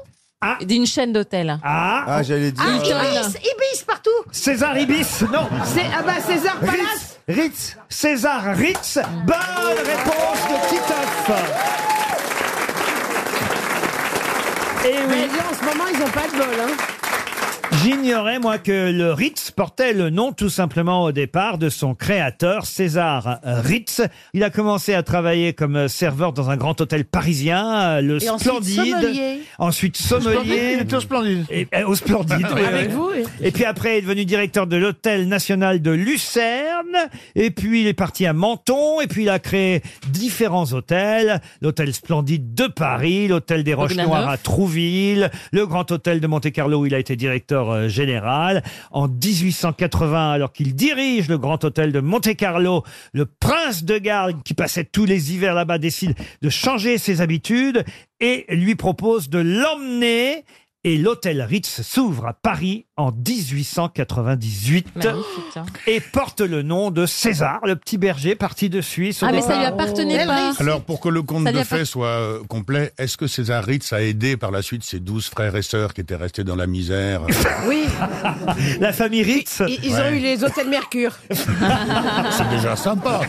D'une chaîne d'hôtels.
Ah, j'allais
Ah, Ibis, Ibis partout.
César Ibis, non.
C'est ah bah César Palace.
Ritz. César Ritz. Bonne réponse de Titoff. Et
Mais là, en ce moment, ils ont pas de bol. Hein.
J'ignorais, moi, que le Ritz portait le nom tout simplement au départ de son créateur, César Ritz. Il a commencé à travailler comme serveur dans un grand hôtel parisien, euh, le
Et ensuite
Splendide.
sommelier.
Ensuite
Splendide,
sommelier.
il était au Splendide.
Et, euh,
(laughs)
au Splendide. oui,
Avec
oui.
vous, oui.
Et puis après, il est devenu directeur de l'hôtel national de Lucerne. Et puis, il est parti à Menton. Et puis, il a créé différents hôtels. L'hôtel Splendide de Paris, l'hôtel des Roches
Bogdanov.
Noires à Trouville, le Grand Hôtel de Monte-Carlo où il a été directeur euh, général. En 1880, alors qu'il dirige le Grand Hôtel de Monte-Carlo, le prince de Galles, qui passait tous les hivers là-bas, décide de changer ses habitudes et lui propose de l'emmener. Et l'hôtel Ritz s'ouvre à Paris en 1898
Magnifique, hein.
et porte le nom de César, le petit berger parti de Suisse. au
Ah, mais
départ.
ça lui appartenait pas.
Oh. Alors, pour que le compte
Ça lui
de
appart-
fait soit euh, complet, est-ce que César Ritz a aidé par la suite ses douze frères et sœurs qui étaient restés dans la misère euh
Oui.
La famille Ritz
Ils, ils ont
Ouais.
eu les hôtels (laughs) Mercure.
C'est déjà sympa.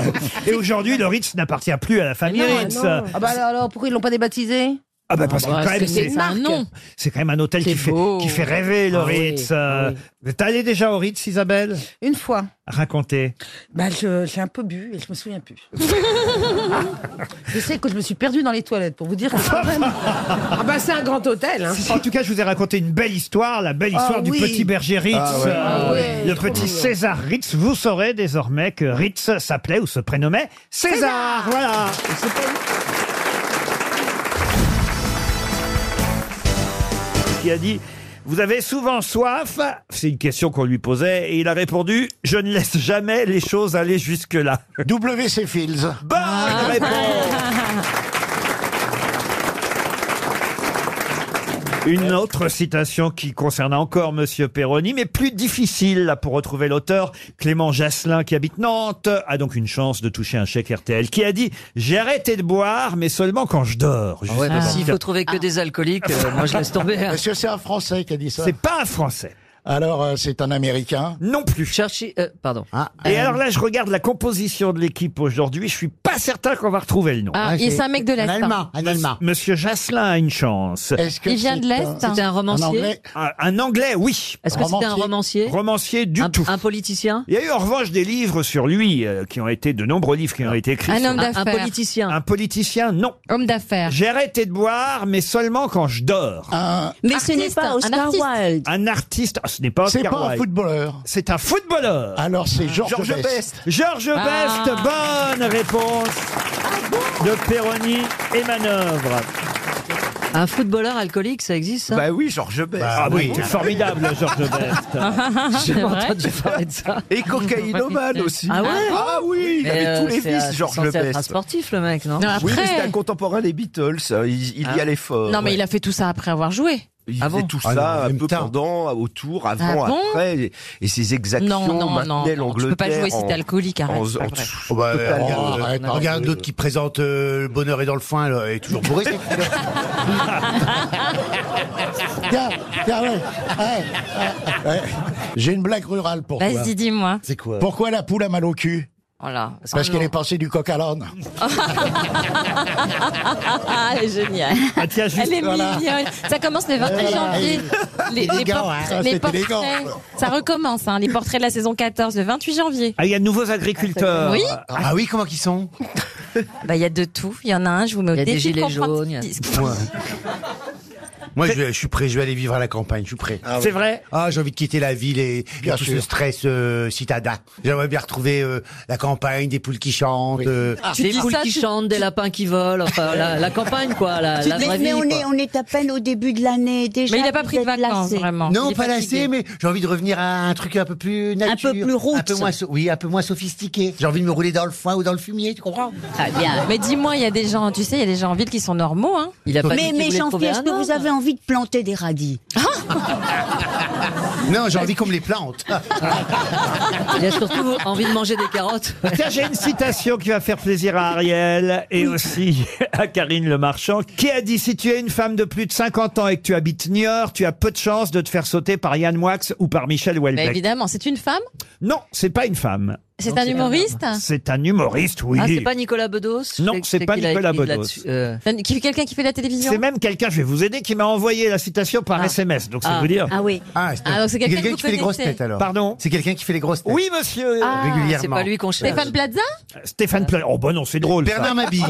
Et aujourd'hui, le Ritz n'appartient plus à la famille Ritz.
Ah bah alors, alors, pourquoi ils l'ont pas débaptisé
Ah bah parce
Ah bah,
que quand même
c'est
c'est
une marque. C'est un nom.
C'est quand même un hôtel qui fait, qui fait rêver le
Ah oui,
Ritz. euh, Vous êtes allé déjà au Ritz, Isabelle
Une fois.
Racontez.
Bah, je- j'ai un peu bu et je me souviens plus. (laughs) je sais que je me suis perdue dans les toilettes pour vous dire. (laughs) ah bah c'est un grand hôtel.
En tout cas, je vous ai raconté une belle histoire, la belle
Ah
histoire du
oui.
petit berger Ritz, Euh,
Ah ouais. Ah ouais,
le
trop
petit
mignon.
César Ritz. Vous saurez désormais que Ritz s'appelait ou se prénommait (laughs) César. Voilà. qui a dit Vous avez souvent soif C'est une question qu'on lui posait et il a répondu Je ne laisse jamais les choses aller jusque-là. WC Fields. Bonne
Ah.
réponse Une autre citation qui concerne encore Monsieur Perroni, mais plus difficile là, pour retrouver l'auteur, Clément Jasselin, qui habite Nantes, a donc une chance de toucher un chèque RTL, qui a dit « J'ai arrêté de boire, mais seulement quand je dors. » justement.
Ah. S'il faut trouver que des alcooliques, euh, moi je laisse tomber. hein.
Est-ce que c'est un Français qui a dit ça
C'est pas un Français.
Alors, euh, c'est un Américain Ah.
Non plus.
Cherchez. euh, pardon.
Et alors là, je regarde la composition de l'équipe aujourd'hui, je suis pas certain qu'on va retrouver le nom.
Ah, et c'est un mec de l'Est. hein.
Monsieur Jasselin a une chance.
Est-ce
Il vient de l'Est.
C'était un romancier
Ah, Un anglais, oui.
hein. Est-ce que c'était un romancier
Romancier du tout.
Un politicien
Il y a eu en revanche des livres sur lui, euh, qui ont été de nombreux livres qui ont été écrits.
Un
sur-
homme Un- un d'affaires. politicien.
Un politicien, non.
Homme d'affaires.
J'ai arrêté de boire, mais seulement quand je dors.
Mais ce n'est pas Oscar Wilde.
Un artiste, ah, ce n'est pas
C'est
Oscar
pas un
Wilde.
footballeur.
C'est un footballeur.
Alors, c'est Georges
Georges
Best.
Georges
Ah.
Best, bonne réponse de Perroni et Manœuvre.
Un footballeur alcoolique, ça existe ça
oui, Georges Best. ah
Bah
oui,
oui.
c'est formidable, Georges
Ah,
Best.
J'ai pas entendu parler de ça.
Et cocaïnomane aussi.
Ah ouais
Ah oui, il
Mais,
avait
euh,
tous les
c'est un-
vices, Georges
C'est censé être un
Best.
sportif le mec, non Ah.
Oui, mais c'était un contemporain des Beatles. Il, il y allait fort.
Non, mais
Euh, ouais.
il a fait tout ça après avoir joué.
Il
Avant.
faisait tout
Ah non,
ça
en
un peu pendant, autour, avant,
Ah bon
après. et- Et ses exactions
Non, non, non, non,
maintenaient
tu peux
l'Angleterre.
pas jouer si
en-
t'es alcoolique, arrête,
en-
c'est pas
en-
vrai.
Oh bah,
Total,
oh,
regarde,
arrête, arrête.
euh, regarde l'autre qui présente euh, Le bonheur est dans le foin, là, et toujours bourré.
(laughs)
Tiens, tiens, ouais, ouais, ouais. J'ai une blague rurale pour toi.
Vas-y, dis-moi.
C'est quoi Pourquoi la poule a mal au cul
Voilà.
Parce qu'elle est passée du coq à l'âne.
Ah, elle est géniale.
Ah, tiens, juste,
elle est
voilà.
mignonne. Ça commence le 21
Voilà.
janvier. Les, les
Élégant,
por-
hein. Ça,
les
c'est
portraits,
élégant.
ça recommence, hein, les portraits de la saison 14, le 28 janvier.
Ah, il y a de nouveaux agriculteurs.
Oui.
Ah oui, comment ils sont
Bah, il y a de tout. Il y en a un, je vous mets au
Il y a des
défi de
gilets
comprendre
jaunes, il y a-
ce qui-
Moi, Moi, je, vais- je suis prêt, je vais aller vivre à la campagne, je suis prêt.
Ah oui. C'est vrai
Ah, j'ai envie de quitter la ville et, et
Bien
tout
sûr.
ce stress euh, citadin. J'aimerais bien retrouver euh, la campagne, des poules qui chantent. euh,
Tu Ah, des poules qui chantent, des lapins qui volent, enfin la, la campagne quoi, la, Ah, la
mais
vraie
mais
vie,
on,
quoi.
est, on est à peine au début de l'année déjà.
Mais il a pas
vous
pris de
êtes
vacances,
lassé.
Non, pas lassé, mais j'ai envie de revenir à un truc un peu plus nature. Un peu plus route. Un peu moins, so- oui, un peu moins sophistiqué. J'ai envie de me rouler dans le foin ou dans le fumier, tu comprends
Très bien. Mais dis-moi, il y a des gens, tu sais, il y a des gens en ville qui sont normaux, hein.
mais mais Jean-Pierre, est-ce que vous avez envie de planter des radis
Non, j'ai envie qu'on me les plante.
Il a surtout envie de manger des carottes.
Tiens, j'ai une citation qui va faire plaisir à Ariel et aussi à Karine Le Marchand, qui a dit si tu es une femme de plus de 50 ans et que tu habites Niort, tu as peu de chances de te faire sauter par Yann Moix ou par Michel
Mais
Houellebecq.
évidemment, c'est une femme
Non, c'est pas une femme.
C'est un humoriste
C'est un humoriste, oui.
Ah, c'est pas Nicolas Bedos Je sais-
Non, c'est
je sais
pas
qu'il a
Nicolas
écrit
Bedos.
là-dessus, euh,
Qui fait quelqu'un qui fait la télévision
C'est même quelqu'un, je vais vous aider, qui m'a envoyé la citation par SMS. Donc, c'est
Ah.
vous dire.
Ah oui. Ah, c'est- Ah, donc c'est quelqu'un que vous
qui fait les grosses
connaissez.
têtes alors.
Pardon
C'est quelqu'un qui fait les grosses têtes.
Oui, monsieur.
Ah,
régulièrement.
c'est pas lui qu'on cherche. Stéphane Plaza
Stéphane Pla- Oh, bah non, c'est drôle. ça. (laughs)
(laughs)
Bernard Mabille.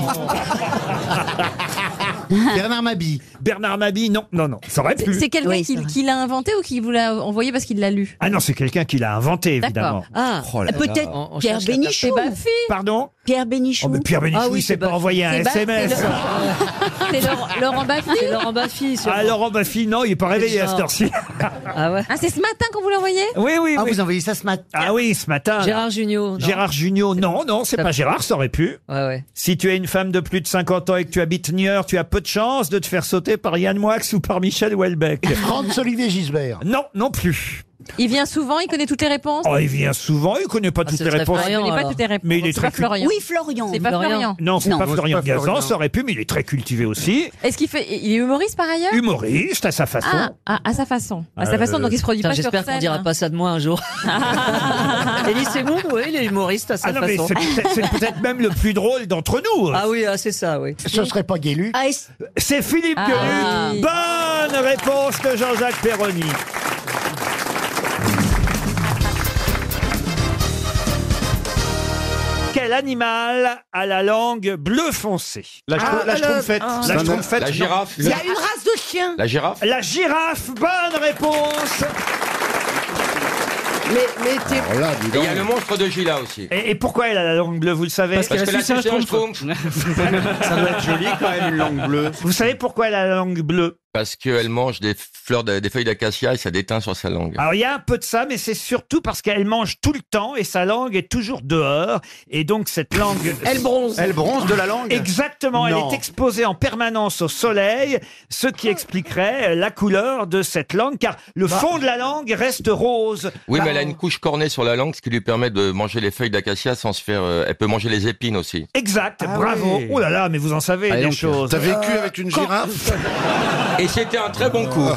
Bernard Mabille.
Bernard Mabille, non, non, non. Ça aurait
C'est
pu.
c'est quelqu'un qui, qui l'a inventé ou qui vous l'a envoyé parce qu'il l'a lu
Ah non, c'est quelqu'un qui l'a inventé, évidemment.
D'accord. Ah.
Peut-être Pierre Bénichou.
Oh Pardon
Pierre Bénichou.
Oh, mais Pierre Bénichou,
Ah
il
oui,
s'est pas envoyé un
c'est Ba-
SMS.
c'est le-
C'est Laurent, Laurent Baffy
C'est Laurent Baffy.
Ah, Laurent Baffy, non, il est pas réveillé à cette heure-ci.
Ah ouais.
Ah, c'est ce matin qu'on vous l'a envoyé
Oui, oui,
Ah,
oui.
vous envoyez ça ce matin.
Ah oui, ce matin.
Gérard Junior. non
Gérard Junior, non, non, c'est pas Gérard, ça aurait pu.
Ouais, ouais.
Si tu es une femme de plus de 50 ans et que tu habites Niort, tu as peu de chances de te faire sauter par Yann Moix ou par Michel Houellebecq.
(laughs)
Franz-Olivier Gisbert.
Non, non plus.
Il vient souvent, il connaît toutes les réponses
Oh, il vient souvent, il connaît
Ah,
pas toutes les réponses.
Florian, Il connaît pas toutes les réponses.
Mais il est
C'est
très
pas Florian.
Oui, Florian.
C'est pas Florian.
Non, c'est pas
c'est
Florian
pas Florian.
Gazan, ça aurait pu, mais il est très cultivé aussi.
Est-ce qu'il fait il est humoriste par ailleurs
Humoriste à sa façon.
Ah, ah, à sa façon. À sa
Euh,
façon, donc il se produit
bah, Putain,
pas sur scène. hein.
J'espère qu'on
(laughs)
dira pas ça de moi un jour. Elie Semoun, oui, il est humoriste à sa
Ah non, mais
façon.
c'est peut-être- c'est peut-être même le plus drôle d'entre nous. euh.
Ah oui, ah, c'est ça, oui.
Ce serait pas Guélu.
C'est Philippe
Ah.
Gueluc. Bonne réponse de Jean-Jacques Perroni. Quel animal a la langue bleu foncé La,
Ah, la
schtroumpfette.
le-
La
ah.
schtroumpfette,
La
non.
girafe. Il y a une race de chiens.
La girafe La girafe, bonne réponse
Mais, mais t'es.
Oh
Et il y a le monstre de Gila aussi.
et, et pourquoi elle a la langue bleue, vous le savez
Parce qu'elle Parce a que la sucé un sécheresse schtroumpf.
Ça doit être joli quand même, une langue bleue.
Vous savez pourquoi elle a la langue bleue
Parce qu'elle mange des fleurs, de- des feuilles d'acacia et ça déteint sur sa langue.
Alors il y a un peu de ça, mais c'est surtout parce qu'elle mange tout le temps et sa langue est toujours dehors. Et donc cette langue...
Elle bronze.
(laughs) Elle bronze de la langue
Exactement,
Non.
elle est exposée en permanence au soleil, ce qui expliquerait euh, la couleur de cette langue, car le
Bah.
fond de la langue reste rose.
Oui,
Bah,
mais elle a une couche cornée sur la langue, ce qui lui permet de manger les feuilles d'acacia sans se faire. euh, elle peut manger les épines aussi.
Bah, Exact,
Ah
bravo. Oh là là, mais vous en savez
Allez
des
Ah, donc,
choses.
t'as
(laughs)
Euh,
vécu
avec une girafe
Et c'était un très
(laughs)
bon coup.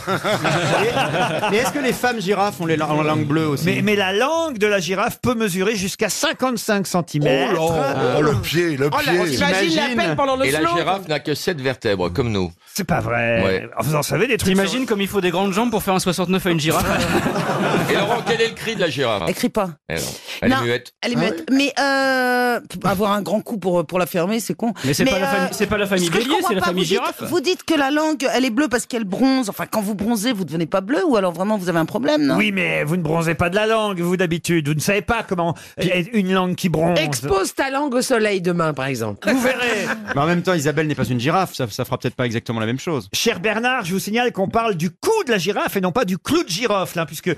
Et est-ce que les femmes girafes ont les langues bleues aussi
mais, mais la langue de la girafe peut mesurer jusqu'à 55 cm.
Oh là, oh, le pied, le pied.
Et la girafe n'a que 7 vertèbres, comme nous.
C'est pas vrai.
Ouais.
Vous en savez des trucs.
T'imagines
comme il faut des grandes jambes pour faire un 69 à une girafe (laughs)
Et Laurent, quel est le cri de la girafe
Elle crie pas.
Elle, elle
Non,
est muette.
Ah
Elle est muette. Mais euh, avoir un grand coup pour, pour la fermer, c'est con. euh,
Mais c'est pas la famille- c'est pas la famille
ce que je
bélier,
comprends
c'est la
pas,
famille
vous dites-
girafe.
vous dites que la langue, elle est bleue parce qu'elle bronze. Enfin, quand vous bronzez, vous devenez pas bleu ou alors vraiment vous avez un problème, Ah, non
Oui, mais vous ne bronzez pas de la langue, vous d'habitude. Vous ne savez pas comment est une langue qui bronze.
Expose ta langue au soleil demain, par exemple.
Vous
(laughs)
verrez.
Mais en même temps, Isabelle n'est pas une girafe, ça, ça fera peut-être pas exactement la même chose.
Cher Bernard, je vous signale qu'on parle du cou de la girafe et non pas du clou de girofle,
(laughs)
hein, puisque.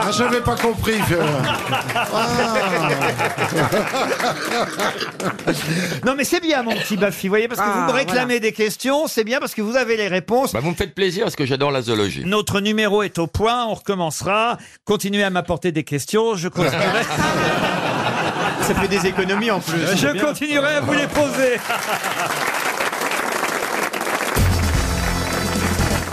Ah, j'avais pas compris. que-
non, mais c'est bien, mon petit Bafi, vous voyez, parce que
Ah,
vous me réclamez des questions, c'est bien parce que vous avez les réponses.
Bah, vous me faites plaisir parce que j'adore la zoologie.
Notre numéro est au point, on recommencera. Continuez à m'apporter des questions, je continuerai.
Ça fait des économies en plus.
Je continuerai à vous les poser.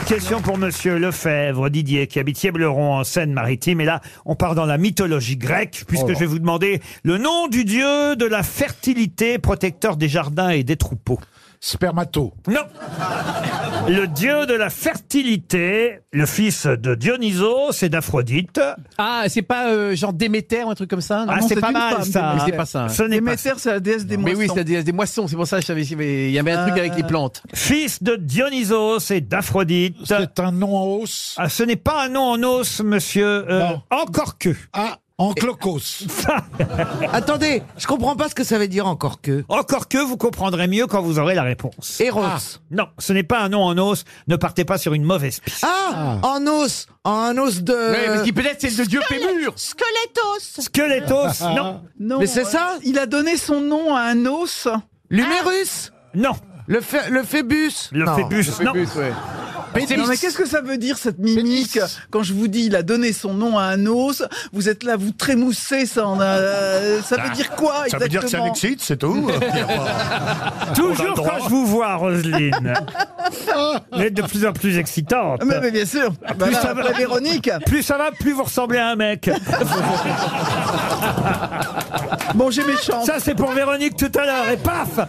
Question pour Monsieur Lefebvre Didier qui habite Yébleron en Seine-Maritime. Et là, on part dans la mythologie grecque puisque
Oh là.
je vais vous demander le nom du dieu de la fertilité, protecteur des jardins et des troupeaux. Spermato. Non. Le dieu de la fertilité, le fils de Dionysos et d'Aphrodite.
Ah, c'est pas euh, genre Déméter ou un truc comme ça
Ah,
Non,
c'est pas
une
mal,
femme,
ça.
Déméter. Mais c'est pas ça. hein.
Ce n'est pas
Déméter, c'est la déesse des Mais oui, c'est la déesse des moissons. C'est pour ça que je savais qu'il y avait- il y avait un truc
Euh,
avec les plantes.
Fils de Dionysos et d'Aphrodite. C'est un nom en os. Ah, ce n'est pas un nom en os, monsieur. euh, encore que. Ah, en (laughs) clocos.
Attendez, je comprends pas ce que ça veut dire encore que.
Encore que vous comprendrez mieux quand vous aurez la réponse. Ah.
Eros.
non, ce n'est pas un nom en os. Ne partez pas sur une mauvaise piste.
Ah, En os En os de.
Ouais, parce qu'il peut-être c'est le dieu Pémur.
Euh, Squelettos
Squelettos, non.
Mais c'est ça
Il a donné son nom à un os L'humérus
Ah. Non.
Le, phé- le phébus
Le
Non.
phébus,
Le
non.
phébus, ouais. Non, mais qu'est-ce que ça veut dire cette mimique Quand je vous dis, il a donné son nom à un os, vous êtes là, vous trémoussez, ça, en a- euh, ça veut dire quoi
Ça veut dire que ça
exactement
l'excite, c'est tout.
Toujours quand je vous vois, Ah, Roselyne.
(laughs)
Vous êtes de plus en plus excitante.
Ah,
Mais- mais bien sûr. Bah là, après Véronique.
Plus ça va, plus vous ressemblez à
(laughs)
un mec.
(laughs) bon, j'ai mes chances.
Ça, c'est pour Véronique tout à l'heure. Et (laughs) paf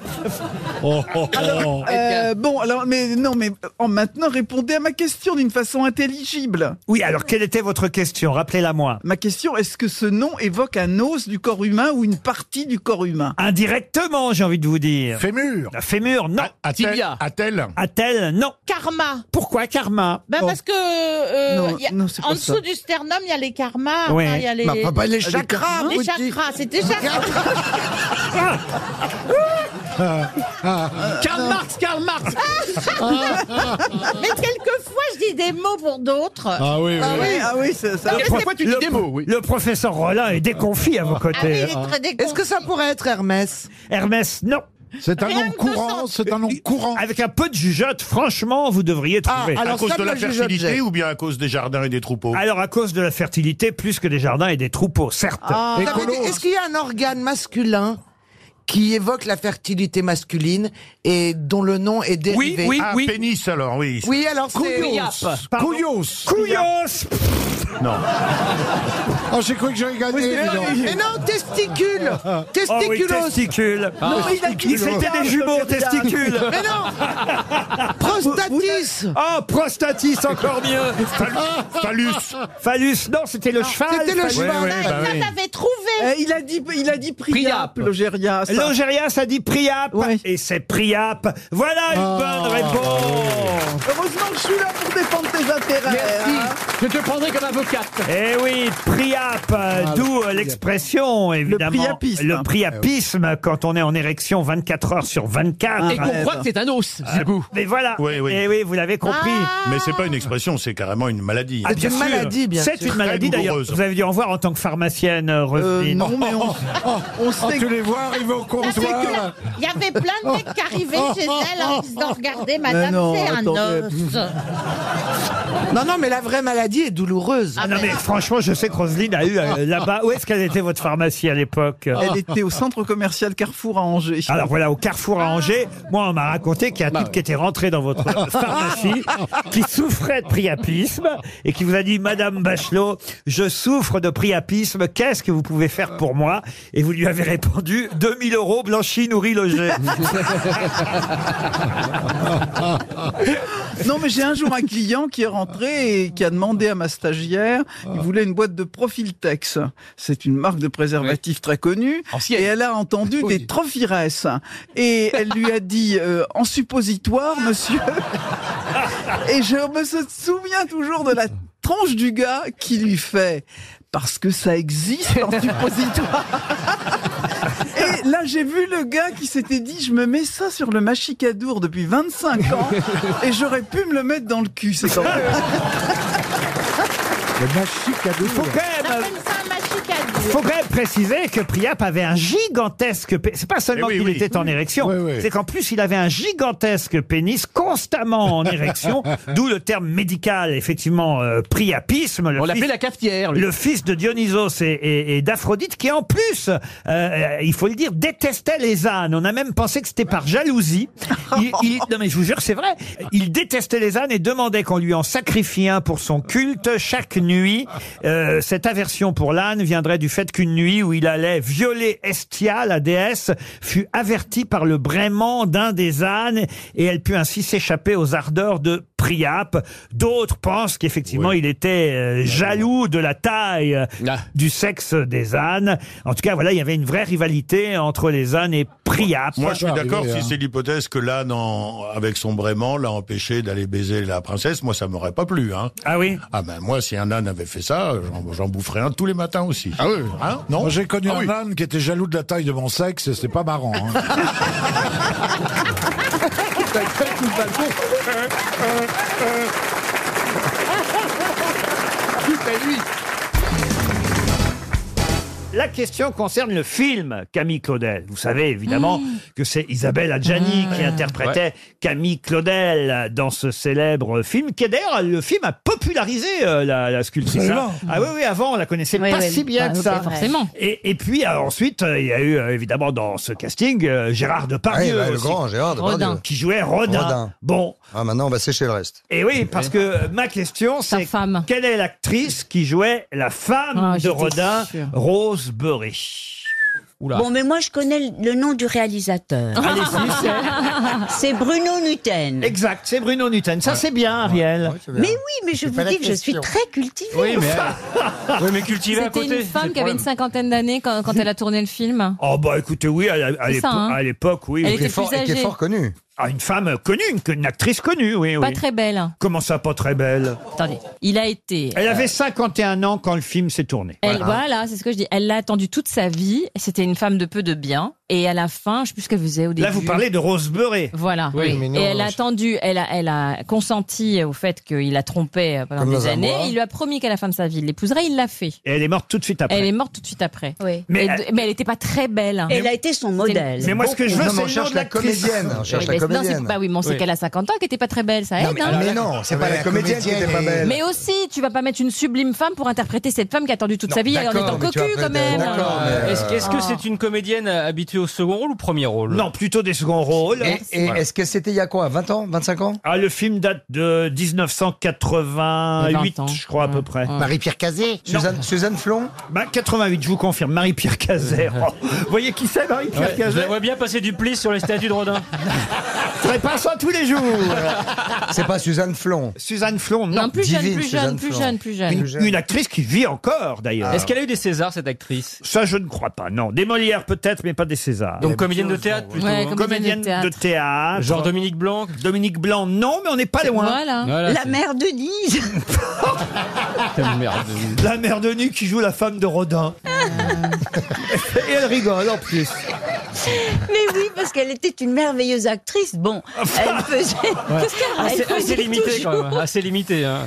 Oh,
Alors, euh, bon, alors, mais non, mais euh, en maintenant, répondez à ma question d'une façon intelligible.
Oui, alors quelle était votre question Rappelez-la moi.
Ma question, est-ce que ce nom évoque un os du corps humain ou une partie du corps humain
Indirectement, j'ai envie de vous dire. Fémur. Fémur, non.
Atel- Tibia.
Atel. Atel, non.
Karma.
Pourquoi karma
Ben
Bah,
Bon.
parce que euh,
Non,
il y a-
non, c'est pas
en dessous
ça.
du sternum, il y a les karmas,
Ouais.
enfin, il y a les,
Bah, pas- pas les chakras,
les
vous
chakras, c'est déjà
(laughs)
(laughs) Ah,
Karl Marx, Karl Marx.
Mais quelquefois, je dis des mots pour d'autres.
Ah oui, ah oui, ça. ça-
Le prof- le- Le professeur Rollin est déconfit à
Ah
vos côtés.
Est-ce
Euh, hein. que ça pourrait être Hermès
Hermès, non.
C'est un Rien nom
courant, c'est un nom courant. Avec un peu de jugeote, franchement, vous devriez trouver.
à cause de la fertilité ou bien à cause des jardins et des troupeaux
Alors, à cause de la fertilité, plus que des jardins et des troupeaux, certes.
Ah, ça veut dire- Est-ce qu'il y a un organe masculin qui évoque la fertilité masculine et dont le nom est dérivé
ah, pénis alors, oui.
Oui, alors c'est...
Pardon
Couillos
Couillos
Non.
Oh, j'ai cru que j'avais gagné.
Oui, mais
dis donc.
oui. Mais non, testicule
Oh oui,
Testiculos
testicules.
Non, il a
Il s'était des jumeaux, testicules.
ah,
Mais non Prostatis
Oh, prostatis, encore mieux.
Phallus.
Phallus, non, c'était le cheval.
Ah. C'était le
Phallus.
cheval. Ah,
bah
t'avais trouvé.
Eh, il a dit, il a dit Priap, Logéria. ça.
L'Angéria, ça dit Priap. Et c'est Priap. Voilà une bonne réponse.
Heureusement que je suis là pour défendre tes intérêts.
Je te prendrai comme avocate. Eh oui, Priap, euh, d'où euh, l'expression, évidemment.
priapisme.
Le priapisme, euh, quand on est en érection 24 heures sur 24.
Et qu'on croit que c'est
un os, Ah, Mais voilà.
Oui, oui.
Eh oui, vous l'avez compris.
Ah.
Mais c'est pas une expression, c'est carrément une maladie.
Ah, bien sûr. C'est une maladie d'ailleurs. Vous avez dû en voir en tant que pharmacienne, euh, Roselyne.
non, mais on-
(laughs)
on
Ah,
sait que-
arriver au
Il y avait plein de mecs qui arrivaient chez elle en disant Regardez,
Mais
madame,
non,
c'est un
attendez.
os.
Non, non, mais la vraie maladie est douloureuse. Ah.
Ah non, mais franchement, je sais que Roselyne a eu euh, là-bas. Où est-ce qu'elle était votre pharmacie à l'époque
Elle était au centre commercial Carrefour à Angers. Ah. Bah
Alors voilà, au Carrefour à Angers, moi on m'a raconté qu'il y a un type qui était rentré
(laughs)
dans votre pharmacie, qui souffrait de priapisme et qui vous a dit Madame Bachelot, je souffre de priapisme, qu'est-ce que vous pouvez faire pour moi Et vous lui avez répondu 2000 euros blanchi, nourri, logé.
Non, mais j'ai un jour un client qui est rentré et qui a demandé à ma stagiaire, il voulait une boîte de Profiltex. C'est une marque de préservatif très connue. Et elle a entendu des trophires. Et elle lui a dit, euh, en suppositoire, monsieur. et je me se- souviens toujours de la tranche du gars qui lui fait, parce que ça existe en suppositoire. Et là, j'ai vu le gars qui s'était dit Je me mets ça sur le machicadour depuis 25 ans et j'aurais pu me le mettre dans le cul. C'est quand même.
Il faut quand même
Appelle ça un machicadour.
Faut quand même préciser que Priap avait un gigantesque pénis. C'est pas seulement
Eh oui,
qu'il
oui.
était en
Oui.
érection,
Oui, oui.
c'est qu'en plus il avait un gigantesque pénis constamment
(laughs)
en érection, d'où le terme médical, effectivement, euh, priapisme. On l'appelait la cafetière. Le fils de Dionysos et, et- et d'Aphrodite, qui en plus, euh, euh, il faut le dire, détestait les ânes. On a même pensé que c'était par (laughs) jalousie. Il- il- non mais je vous jure, c'est vrai. Il détestait les ânes et demandait qu'on lui en sacrifie un pour son culte chaque nuit. Euh, cette aversion pour l'âne viendrait du fait qu'une nuit où il allait violer Estia, la déesse, fut avertie par le braiement d'un des ânes et elle put ainsi s'échapper aux ardeurs de Priape. D'autres pensent qu'effectivement il était euh, jaloux de la taille euh,
Ah.
du sexe des ânes. En tout cas, voilà, il y avait une vraie rivalité entre les ânes et Priape.
Moi, je suis hein. d'accord si
hein.
c'est l'hypothèse que l'âne, en- avec son brément, l'a empêché d'aller baiser la princesse. Moi, ça m'aurait pas plu. Hein.
Ah oui
Ah ben, moi, si un âne avait fait ça, j'en- j'en boufferais un tous les matins aussi.
(laughs)
Ah oui
Hein Non
Moi, j'ai connu
Ah
un
oui.
âne qui était jaloux de la taille de mon sexe et c'était pas marrant. hein.
La question concerne le film Camille Claudel. Vous savez évidemment que c'est Isabelle
Ah.
Adjani qui interprétait Camille Claudel dans ce célèbre film, qui est d'ailleurs le film a popularisé euh, la, la sculptrice.
Absolument.
hein. Ah oui, oui, avant on la connaissait
Oui,
pas
oui,
si bien
bah,
que
oui,
ça.
bah, forcément.
Et, et puis euh, ensuite, euh, il y a eu euh, évidemment dans ce casting euh, Gérard Depardieu.
Ouais, bah, le
aussi.
grand Gérard Depardieu. Rodin.
Qui jouait Rodin.
Rodin.
Bon.
Ah, maintenant, on va sécher le reste.
Et oui, parce que euh, ma question, c'est quelle est l'actrice qui jouait la femme
Ah,
de
j'étais
Rodin,
sûre.
Rose Berry Oula.
Bon, mais moi, je connais le- le nom du réalisateur.
Allez-y,
(laughs)
c'est-
c'est Bruno Nutten.
Exact, c'est Bruno Nutten. Ça, c'est bien, Ariel.
Mais oui, mais je vous dis que je suis très cultivée.
(laughs) euh,
oui, mais
C'était une femme qui avait une cinquantaine d'années quand, quand elle a tourné le film.
Oh bah écoutez, oui, à, la- à
C'est
l'épo-
ça, hein.
à l'époque, oui.
Elle
oui.
était Qui est fort- plus et qui est âgée. fort
connue. Ah, une femme connue, une, une actrice connue, Eh oui,
Pas
oui.
très belle.
Comment ça, pas très belle
Attendez, il a été.
Elle
euh,
avait 51 ans quand le film s'est tourné.
Elle, voilà, c'est ce que je dis. Elle l'a attendu toute sa vie. C'était une femme de peu de bien. Et à la fin, je sais plus ce qu'elle faisait au début.
Là, vous parlez de Rose Berry.
Voilà.
Oui,
Oui.
mais non,
et elle a
je-
attendu, elle a, elle a consenti au fait qu'il la trompait pendant
Comme
des
dans un
années.
mois.
Il lui a promis qu'à la fin de sa vie, il l'épouserait. Il l'a fait.
Et elle est morte tout de suite après.
Elle est morte tout de suite après.
Mais
Mais,
elle-
elle... n'était pas très belle.
Elle a été son modèle.
Mais moi, ce que je veux,
Non, mais
c'est
on
le
cherche
nom de
la
l'actrice.
comédienne, on cherche
Oui,
la
mais- non, c'est-
comédienne.
bah oui, mais on sait
Oui.
qu'elle a 50 ans, qu'elle n'était pas très belle, ça aide.
Non, mais
hein.
alors- Mais non, c'est pas la comédienne qui était pas belle.
Mais aussi, tu vas pas mettre une sublime femme pour interpréter cette femme qui a attendu toute sa vie en étant cocu quand même. Ah. Est-ce
euh,
est-ce que c'est une comédienne habituée au second rôle ou premier rôle
Non, plutôt des seconds rôles.
Et-
et est-ce
que c'était il y a quoi 20 ans 25 ans Ah, le film date de 1988, je crois, à peu près.
Marie-Pierre Cazé Suzanne-
Flon bah, 88, je vous confirme. Marie-Pierre Cazet. Oh, vous voyez qui c'est, Marie-Pierre
Ouais,
Cazet
je la vois
bien passer du pli
sur les statues de Rodin.
Je ferai pas (laughs) ça tous les jours.
C'est pas Suzanne Flon.
Suzanne Flon, non.
Non, plus jeune,
Divine,
plus
Suzanne
jeune, plus
Flon.
jeune, plus jeune.
Une, une actrice qui vit encore, d'ailleurs.
Est-ce
qu'elle a eu des Césars, cette actrice Ça, je ne crois pas, non. Des Molières, peut-être, mais pas des Césars.
Donc, comédienne de théâtre, plutôt, Ouais, hein.
comédienne
comédienne de
de
théâtre.
théâtre.
Genre
Dominique Blanc Dominique Blanc, non, mais on n'est pas loin.
Voilà. Voilà, La c'est-
mère de
(laughs)
Denise.
(laughs) La mère de Nu qui joue la femme de Rodin. Et elle rigole, en plus.
Mais oui, parce qu'elle était une merveilleuse actrice. Bon, elle faisait.
Ah,
Assez-
elle faisait
assez limité quand
toujours-
même, assez limité. Hein.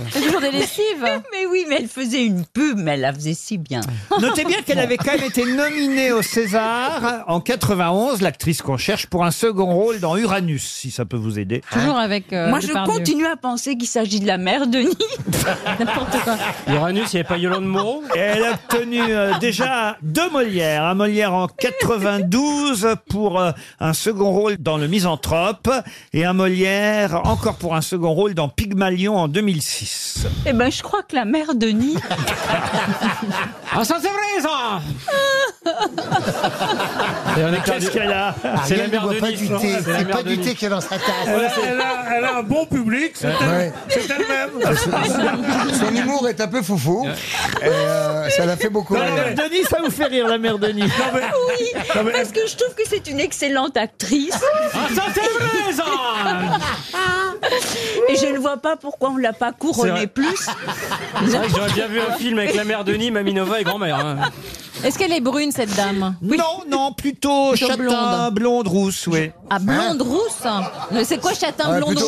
(laughs)
Toujours des lessives. (laughs) mais oui, mais elle faisait une pub, mais elle la faisait si bien.
Notez bien qu'elle
(laughs)
avait quand même été nominée au César en 91, l'actrice qu'on cherche, pour un second rôle dans Uranus, si ça peut vous aider.
avec.
Moi, je continue à penser qu'il s'agit de la mère de Denis. (laughs) N'importe quoi.
Uranus, il n'y avait pas Yolande Moreau
Et elle a obtenu euh, déjà deux Molières. Un Molière en 92 pour euh, un second rôle dans Le Misanthrope et un Molière encore pour un second rôle dans Pygmalion en 2006.
Eh ben, je crois que la mère de Denis. (laughs)
Ah, ça, c'est vrai, ça
Mais Qu'est-ce qu'elle a
C'est la mère de Nice,
hein.
non C'est la mère de Nice.
qu'il y a dans sa tasse.
un bon public, c'est elle- c'est elle-même. (laughs) Son humour est un peu foufou. Et, euh, ça l'a fait beaucoup.
Non, la mère de Nice, ça vous fait rire, la mère de Nice.
Oui, parce que je trouve que c'est une excellente actrice.
Ah, ça, c'est vrai, ça
(laughs) Et je ne vois pas pourquoi on ne l'a
C'est
pas
vrai.
couronnée plus.
C'est vrai que j'aurais bien vu un film avec la mère de Nîmes, Maminova et grand-mère. hein. Est-ce qu'elle est brune, cette dame
Non, non, plutôt
Plutôt
châtain, blonde.
blonde.
rousse, oui.
Ah, blonde rousse Mais C'est quoi châtain, blonde rousse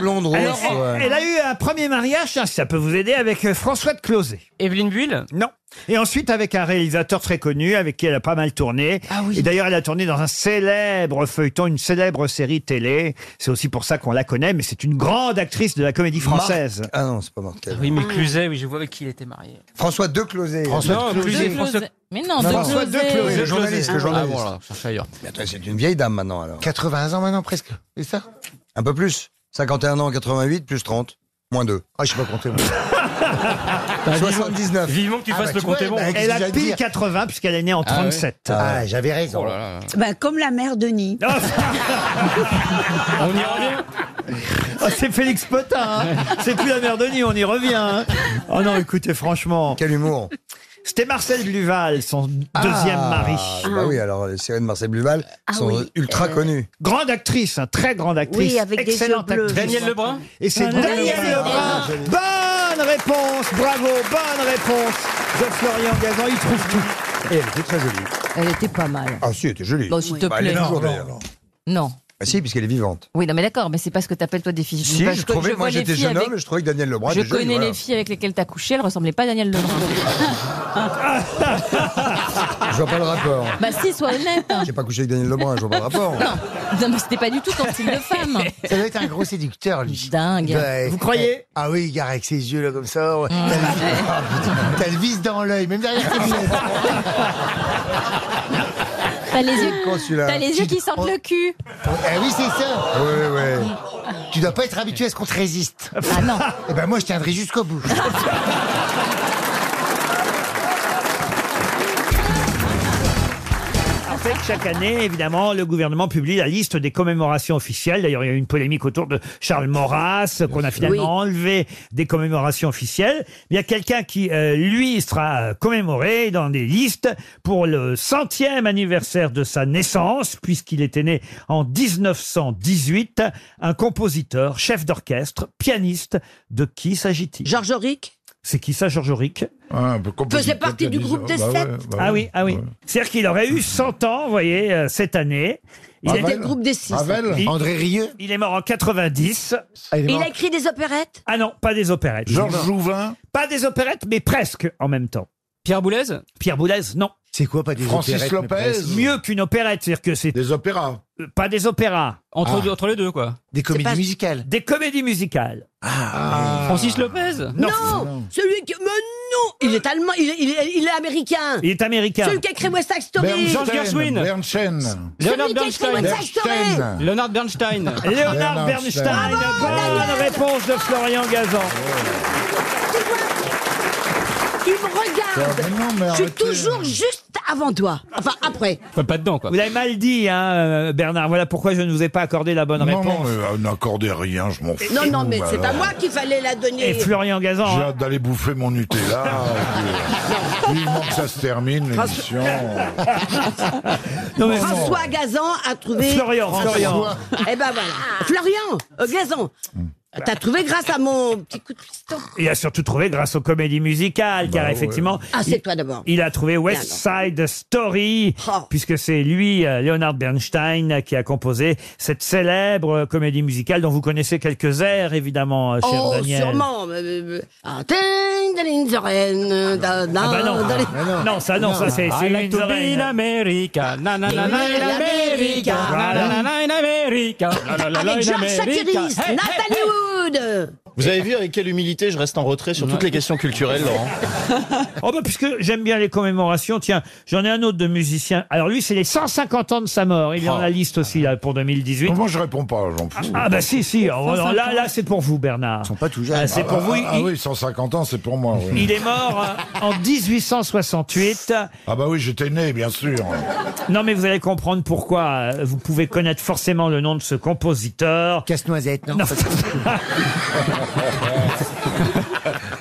blonde
rousse,
Elle,
ouais.
elle- hein, elle a eu un premier mariage, tiens, si ça peut vous aider, avec euh, François de Closet.
Evelyne Buil
Non. Et ensuite, avec un réalisateur très connu, avec qui elle a pas mal tourné. Et d'ailleurs, elle a tourné dans un célèbre feuilleton, une célèbre série télé. C'est aussi pour ça qu'on la connaît, mais c'est une grande actrice de la comédie française.
Marc- Ah non, c'est pas Marc.
Oui, mais Cluzet, oui, je vois avec qui il était marié.
François de Closet.
François de Non, Closet. Cluzet, François- Mais non, de
François
Closet.
de Closet,
De
le journaliste,
Closet.
le
Ah,
journaliste.
voilà, cherche ailleurs.
Mais attends, c'est une vieille dame maintenant alors. 80 ans maintenant presque, c'est ça Un peu plus. 51 ans, 88 plus 30 moins 2. Ah, je sais pas
(laughs)
compter. moi. 79.
Vivement que tu
Ah
fasses
bah,
le
tu vois,
compter bon.
bah,
Elle a
j'allais
pile
dire.
80 puisqu'elle est née en
Ah ouais.
37.
Ah ouais, j'avais raison.
Ben, comme la mère Denis.
Ah. On y revient Oh, c'est Félix Potin, hein. c'est plus la mère Denis, on y revient. hein. Oh non, écoutez, franchement.
Quel humour
C'était Marcel Duval, son deuxième
Ah,
mari.
Bah oui, alors les séries de Marcel Bluval
Ah
sont
oui,
ultra
euh,
connues.
Grande actrice, hein, très grande actrice.
Oui, avec des
excellente
yeux bleus.
actrice.
Daniel Lebrun
Et c'est
Ah, Daniel
Daniel
Lebrun.
Lebrun.
Ah, joli.
Bonne réponse, bravo, bonne réponse de Florian Gazan, il trouve tout.
Et elle était très jolie.
Elle était pas mal.
Ah si, elle était jolie.
Bon, s'il te
Bah, elle est
plaît.
toujours,
Non,
d'ailleurs.
Non. Bah,
Bah si, puisqu'elle est vivante.
Oui, non, mais d'accord, mais c'est pas ce que t'appelles toi des filles.
Si,
Parce
je
que
trouvais,
vois
moi
les
j'étais
filles
jeune
avec-
homme, je trouvais que Daniel Lebrun
Je
était joli,
connais
voilà.
les filles avec lesquelles t'as couché, elles ressemblaient pas à Daniel Lebrun.
Je vois pas le rapport.
bah si, sois honnête. hein.
J'ai pas couché avec Daniel
(laughs)
Lebrun, Oh, je vois pas
Ah
le rapport.
Non, mais c'était pas du tout ton style de femme.
Ça doit être un gros séducteur, lui.
Dingue.
Vous
croyez
Ah oui, il avec ses yeux là comme ça. ouais. T'as le vis- oh, putain, T'as le vis dans l'œil, même derrière tes lunettes.
(laughs) T'as les yeux,
Consulat.
t'as les yeux qui sentent le cul.
Eh oui, c'est ça. Ouais, ouais. Tu dois pas être habitué à ce qu'on te résiste. Ah non. Eh ben moi, je tiendrai
(laughs)
jusqu'au bout.
En fait, chaque année, évidemment, le gouvernement publie la liste des commémorations officielles. D'ailleurs, il y a eu une polémique autour de Charles Maurras, qu'on a finalement enlevé des commémorations officielles. Mais il y a quelqu'un qui, euh, lui, sera euh, commémoré dans des listes pour le centième anniversaire de sa naissance, puisqu'il était né en 1918. Un compositeur, chef d'orchestre, pianiste. De qui s'agit-il Georges Auric C'est qui ça, Georges Auric
Faisait partie du groupe des sept.
bah
ah oui, ah oui. C'est-à-dire qu'il aurait eu 100 ans, vous voyez, euh, cette année.
Ravel. C'était le groupe des six. Ravel. André Rieu. Ah,
Il est mort en 90.
il est
Il a écrit des opérettes
Ah non, pas des opérettes.
Georges
Jouvin Pas des opérettes, mais presque en même temps. Pierre Boulez Pierre Boulez, non.
C'est quoi, pas des
Francis opérettes, mais Lopez presque
Mieux qu'une opérette, c'est-à-dire que c'est... Des opéras Pas des opéras.
Entre, deux- entre les deux, quoi.
Ah. Des
comédies pas-
musicales Ah.
Des comédies musicales.
Ah.
Francis Lopez
Non.
Non, celui qui. Mais non Il est allemand, il est, il est- il est américain
Il est américain.
Celui qui a écrit West Side Story
Bernstein.
Leonard Bernstein.
Bernstein.
Leonard Bernstein.
Léonard Bernstein, bonne réponse de Florian Gazan.
Tu me regardes Je suis toujours juste avant toi. Enfin, après.
Pas dedans, quoi. Vous l'avez mal dit, hein, euh, Bernard. Voilà pourquoi je ne vous ai pas accordé la bonne
Non, non,
réponse.
mais, euh, (laughs) n'accordez rien, je m'en fous.
Non, non,
Oh
mais c'est à
alors.
moi qu'il fallait la donner.
Et Florian Gazan. hein.
J'ai hâte d'aller bouffer mon
(laughs)
Nutella. et puis, euh, Vivement que ça se termine, l'émission.
(laughs) Non, mais-
François Gazan a trouvé.
Florian, Florian. François.
Eh ben voilà. Florian, euh, Gazan. T'as trouvé grâce à mon petit coup de piston.
Il a surtout trouvé grâce aux comédies musicales,
Bah
car effectivement,
Ah, c'est
il-
toi d'abord.
Il a trouvé West Side Story,
Oh.
puisque c'est lui, euh, Leonard Bernstein, qui a composé cette célèbre euh, comédie musicale dont vous connaissez quelques airs, évidemment, euh, cher
Oh,
Daniel.
sûrement. mais- mais- mais- Ah, ding, ding, ding, ding, da, da,
Ah bah non.
da, ding.
non. ça non, ça c'est c'est
I like
une
to be
oreille.
in America. Na, na, na, na, in America. Na, na, na, na, in America. La,
Ah,
la, Eh, la, la, in
Avec Georges
America.
Satiris,
Hey, hey,
Nathalie Wood.
Vous avez vu avec quelle humilité je reste en retrait sur toutes les questions culturelles, Laurent
(laughs) Oh bah puisque j'aime bien les commémorations, tiens, j'en ai un autre de musicien. Alors lui, c'est les 150 ans de sa mort. Il est en la liste aussi là pour 2018.
Oh. Comment je réponds pas, j'en fous.
Ah bah si si. Oh, non, là là c'est pour vous Bernard. Ils sont
pas tout
Ah, c'est pour vous.
Ah, ah
il,
oui, 150 ans, c'est pour moi. oui.
il est mort euh, en 1868.
Ah bah oui, j'étais né, bien sûr.
Non mais vous allez comprendre pourquoi. euh, Vous pouvez connaître forcément le nom de ce compositeur.
Casse-noisette, non,
(laughs)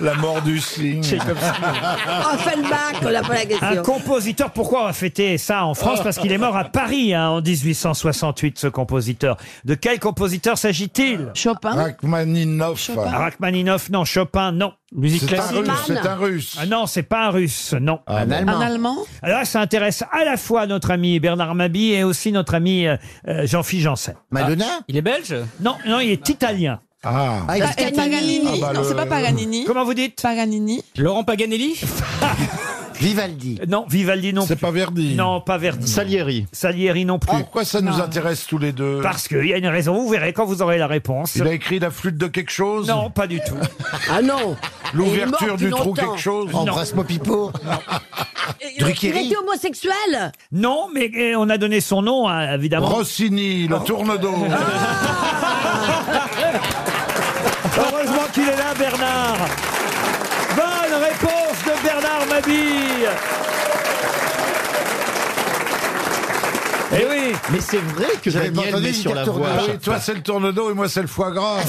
La mort du cygne.
C'est comme
(laughs)
ça.
Oh, Offenbach, on l'a pas la question. Oh.
Un compositeur, pourquoi on va fêter ça en France Parce qu'il est mort à Paris hein, en 1868, ce compositeur. De quel compositeur s'agit-il Chopin.
Rachmaninoff.
Rachmaninoff, non. Chopin, non. Musique
C'est un classique. Russe, c'est un russe.
Ah non, c'est pas un russe, non.
Un bon. Allemand. Un
Allemand
Alors là, ça intéresse à la fois notre ami Bernard Mabi et aussi notre ami euh, euh, Jean-Philippe Janssen.
Madonna
Il est belge Non, non, il est italien.
Ah,
Ah, Paganini.
Ah bah
non,
le-
c'est pas Paganini.
Comment vous dites (laughs)
Paganini.
Laurent Paganelli
Vivaldi. Euh, Non, Vivaldi non. C'est pas Verdi. Non, pas Verdi. Salieri. Salieri non plus.
Ah, Pourquoi ça nous intéresse tous les deux
Parce qu'il y a une raison, vous verrez quand vous aurez la réponse.
Il a écrit la flûte de quelque chose
Non, pas du
(laughs)
tout.
Ah non
Il est
L'ouverture
mort
du
depuis
trou
longtemps.
quelque chose
Non.
Embrasse-moi Pipo.
euh, Il était homosexuel
Non, mais eh, on a donné son nom, hein, évidemment. Oh.
Rossini, le tourne-dos.
Ah. Heureusement qu'il est là, Bernard. Bonne réponse de Bernard Mabille. Eh oui
Mais c'est vrai que
J'avais pas
Daniel
entendu,
met
il dit
sur la
le tourne-dos.
voie.
Ah oui, toi c'est le tourne-dos et moi c'est le foie gras.
(laughs)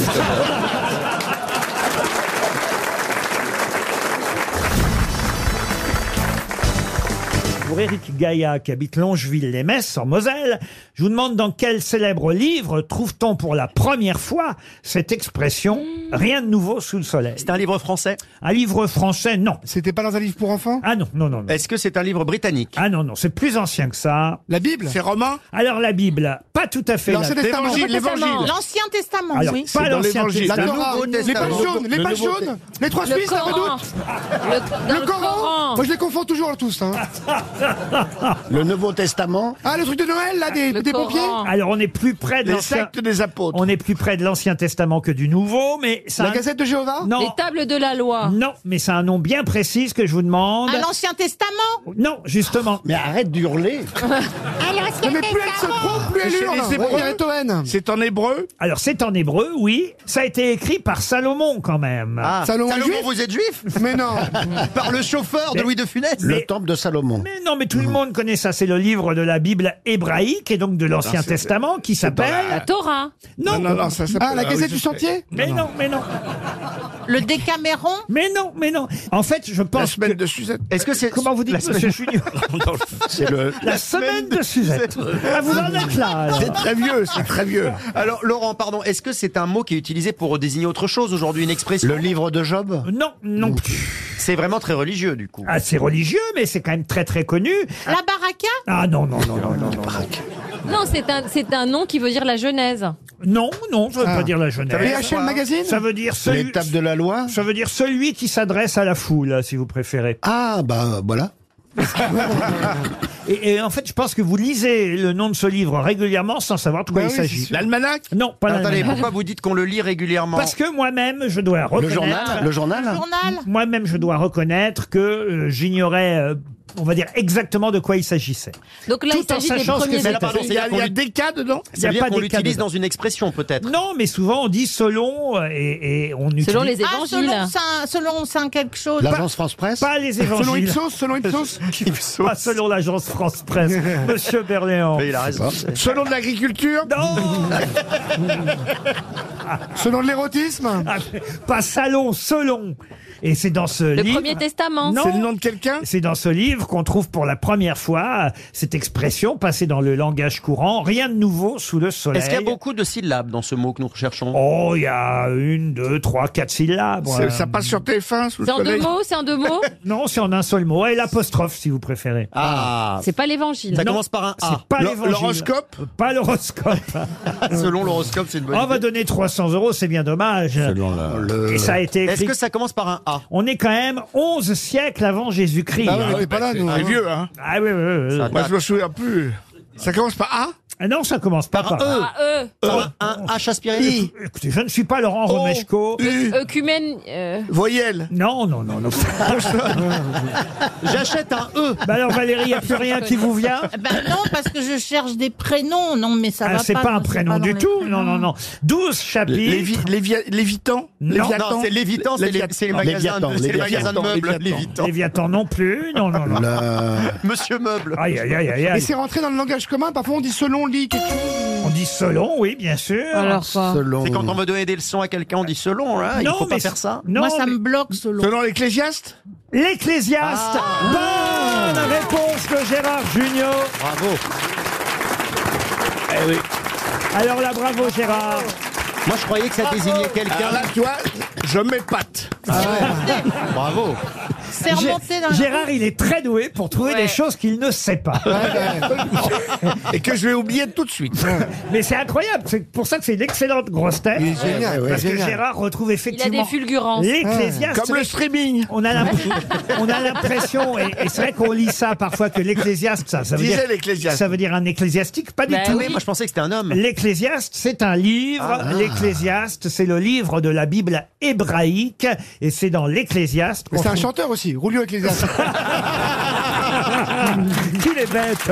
Pour Éric Gaïa, qui habite Longeville-les-Messes, en Moselle, je vous demande dans quel célèbre livre trouve-t-on pour la première fois cette expression « rien de nouveau sous le soleil ». C'est un livre français Un livre français, non. C'était pas dans un livre pour enfants Ah non, non, non. Est-ce que c'est un livre britannique Ah non, non, c'est plus ancien que ça. La Bible C'est romain Alors la Bible, pas tout à fait. la-
L'Ancien
(laughs)
Testament.
L'Ancien Testament,
Alors,
oui.
pas l'Ancien Testament.
Les pages jaunes, les pages jaunes, les trois
Le
Suisses, la
Coran.
redoute.
Le- dans le Coran.
Moi, je les confonds toujours
(laughs)
tous. hein.
Le Nouveau Testament.
Ah, le truc de Noël, là, des, des pompiers
Alors on est plus près de
Les
l'Ancien-
sectes des apôtres.
On est plus près de l'Ancien Testament que du Nouveau, mais ça.
La Gazette de Jéhovah
Non.
Les tables de la loi.
Non, mais c'est un nom bien précis que je vous demande.
À l'Ancien Testament
Non, justement. Mais arrête d'hurler.
Alors,
Non, mais plus elle se trompe, plus elle hurle.
C'est en hébreu Alors c'est en hébreu, oui. Ça a été écrit par Salomon quand même.
vous êtes juif
(laughs)
Mais non Par le chauffeur de Louis de Funès
Mais-
temple de Salomon.
Mais non, mais tout le monde connaît ça. C'est le livre de la Bible hébraïque et donc de l'Ancien
Non, c'est-
Testament qui s'appelle.
La Torah.
Non,
Non, non, non, ça s'appelle- Ah, la Gazette du Sentier
Mais non, mais non.
Le Décaméron
Mais non, mais non. En fait, je pense. que... Est-ce que c'est. Comment vous dites,
La semaine-
monsieur
(laughs)
Junior
C'est le-
La, semaine de Suzette. Ah, vous en êtes là. alors.
vieux, c'est très vieux. Alors, Laurent, pardon, est-ce que c'est un mot qui est utilisé pour désigner autre chose aujourd'hui, une expression Le livre de Job
Non, non
C'est vraiment très religieux, du coup.
Ah, c'est religieux, mais c'est quand même très très connu.
La baraka
Ah non, non, non, non, non. non.
Non, c'est un, c'est un nom qui veut dire la Genèse.
Non, non, ça veut
Ah.
pas dire la jeunesse.
VHL Magazine
Ça veut dire celui...
L'étape de la loi
Ça veut dire celui qui s'adresse à la foule, si vous préférez.
Ah, bah voilà.
(laughs) Et, et en fait, je pense que vous lisez le nom de ce livre régulièrement sans savoir de quoi
Bah
il
oui,
s'agit.
c'est sûr. L'almanach
Non, pas
Attendez,
l'almanach.
pourquoi vous dites qu'on le lit régulièrement
Parce que moi-même, je dois
Le
reconnaître.
journal, le journal Le
Moi-même, je dois reconnaître que euh, j'ignorais, euh, on va dire, exactement de quoi il s'agissait.
Donc là,
Tout
il s'agit
en
des
sachant ce que
premiers
c'est.
états.
Pardon,
Il y a-
c'est-à-dire
il y a
qu'on
des
cas dedans Il n'y
Ça
a
veut dire
pas
qu'on
des cas
l'utilise
dedans.
dans une expression, peut-être
Non, mais souvent, on dit selon euh, et, et on utilise.
Ah, selon Saint, selon Saint quelque chose.
France Presse Pas les évangiles.
Selon Ipsos,
selon (laughs) Ipsos Pas selon l'agence France (laughs) Presse. Monsieur Berléand.
Mais il a raison.
Selon de l'agriculture Non Selon de l'érotisme Ah, Pas salon, selon. Et c'est dans ce
Le
livre.
Premier Testament.
Non.
C'est le nom
de quelqu'un C'est dans ce livre qu'on trouve pour la première fois euh, cette expression passée dans le langage courant. Rien de nouveau sous le soleil.
(laughs) Est-ce qu'il y a beaucoup de syllabes dans ce mot que nous recherchons
Oh, il y a une, deux, trois, quatre syllabes.
C'est- ça
passe (laughs) sur TF1 sous
C'est en deux mots, c'est en deux mots.
euh, (laughs) Non, c'est en un seul mot. Et l'apostrophe, si vous préférez. Ah.
C'est pas l'évangile.
Non, C'est pas l'évangile. Euh, Pas l'horoscope.
Selon l'horoscope, c'est une bonne
On va donner 300 euros, c'est bien dommage. Et ça a été
Est-ce
écrit-
que ça commence par un A
On est quand même 11 siècles avant Jésus-Christ.
Ah ouais, on était pas là, nous. C'est vieux, hein.
Ah oui, oui, oui.
Moi, je me souviens plus. Ça commence par A
Ah Non, ça commence pas par,
E. Par E.
Par
un H
Écoute- Écoutez, je ne suis pas Laurent Oh. Romeshko.
Œcumène. euh,
(laughs) Voyelle. Non, non,
(laughs)
non, Ah, non.
J'achète un E.
Bah alors Valérie, il n'y a plus rien qui vous vient
Ben non, parce que je cherche des prénoms. Non, mais ça
Ah,
va
c'est pas,
pas
un
non, c'est
prénom
pas
du
dans les
tout. Non, non, non. 12
Lévi-
chapitres.
Lévi- Lévitan
Non,
Léviathan
non, c'est
Lévitan, c'est les-
Léviathan.
c'est les magasins de- c'est les magasins de meubles, Lévitan.
Léviathan non plus. Non, non, non.
(laughs) Monsieur Meuble.
Aïe, aïe, aïe, aïe,
Et
aïe.
c'est rentré dans le langage commun, parfois on dit selon lit quelque chose.
On dit selon, oui, bien sûr.
C'est quand on veut donner des leçons à quelqu'un, on dit selon, là. il
Non,
faut pas
mais
faire ça.
non, Moi, ça mais- me
bloque selon.
l'Ecclésiaste
L'Ecclésiaste.
Ah.
Bonne Ah, réponse de Gérard Junior.
Bravo.
Alors là, bravo Gérard.
Moi, je croyais que ça désignait quelqu'un. Ah
Alors Ah, là, tu vois,
Je m'épate.
(laughs)
Bravo.
Gé- Gérard, il est très doué pour trouver
Eh.
des choses qu'il ne sait pas. Et que je vais oublier tout de suite. Mais c'est incroyable. C'est pour ça que c'est une excellente grosse tête.
Il est génial, ouais,
parce que
génial.
Gérard retrouve effectivement.
des fulgurances.
l'ecclésiaste.
Comme le
streaming. On a l'impression- on a l'impression, et, et c'est vrai qu'on lit ça parfois, que l'ecclésiaste, ça, ça veut
Disait
dire.
l'ecclésiaste.
Ça veut dire un ecclésiastique, pas du
Ben
tout.
oui, moi, je pensais que c'était un homme.
L'Ecclésiaste, c'est un livre.
Ah.
L'Ecclésiaste, c'est le livre de la Bible hébraïque. Et c'est dans l'Ecclésiaste.
Mais c'est
qu'on
un
trouve-
chanteur aussi, Roulio Ecclésiaste.
(laughs) Qu'il est bête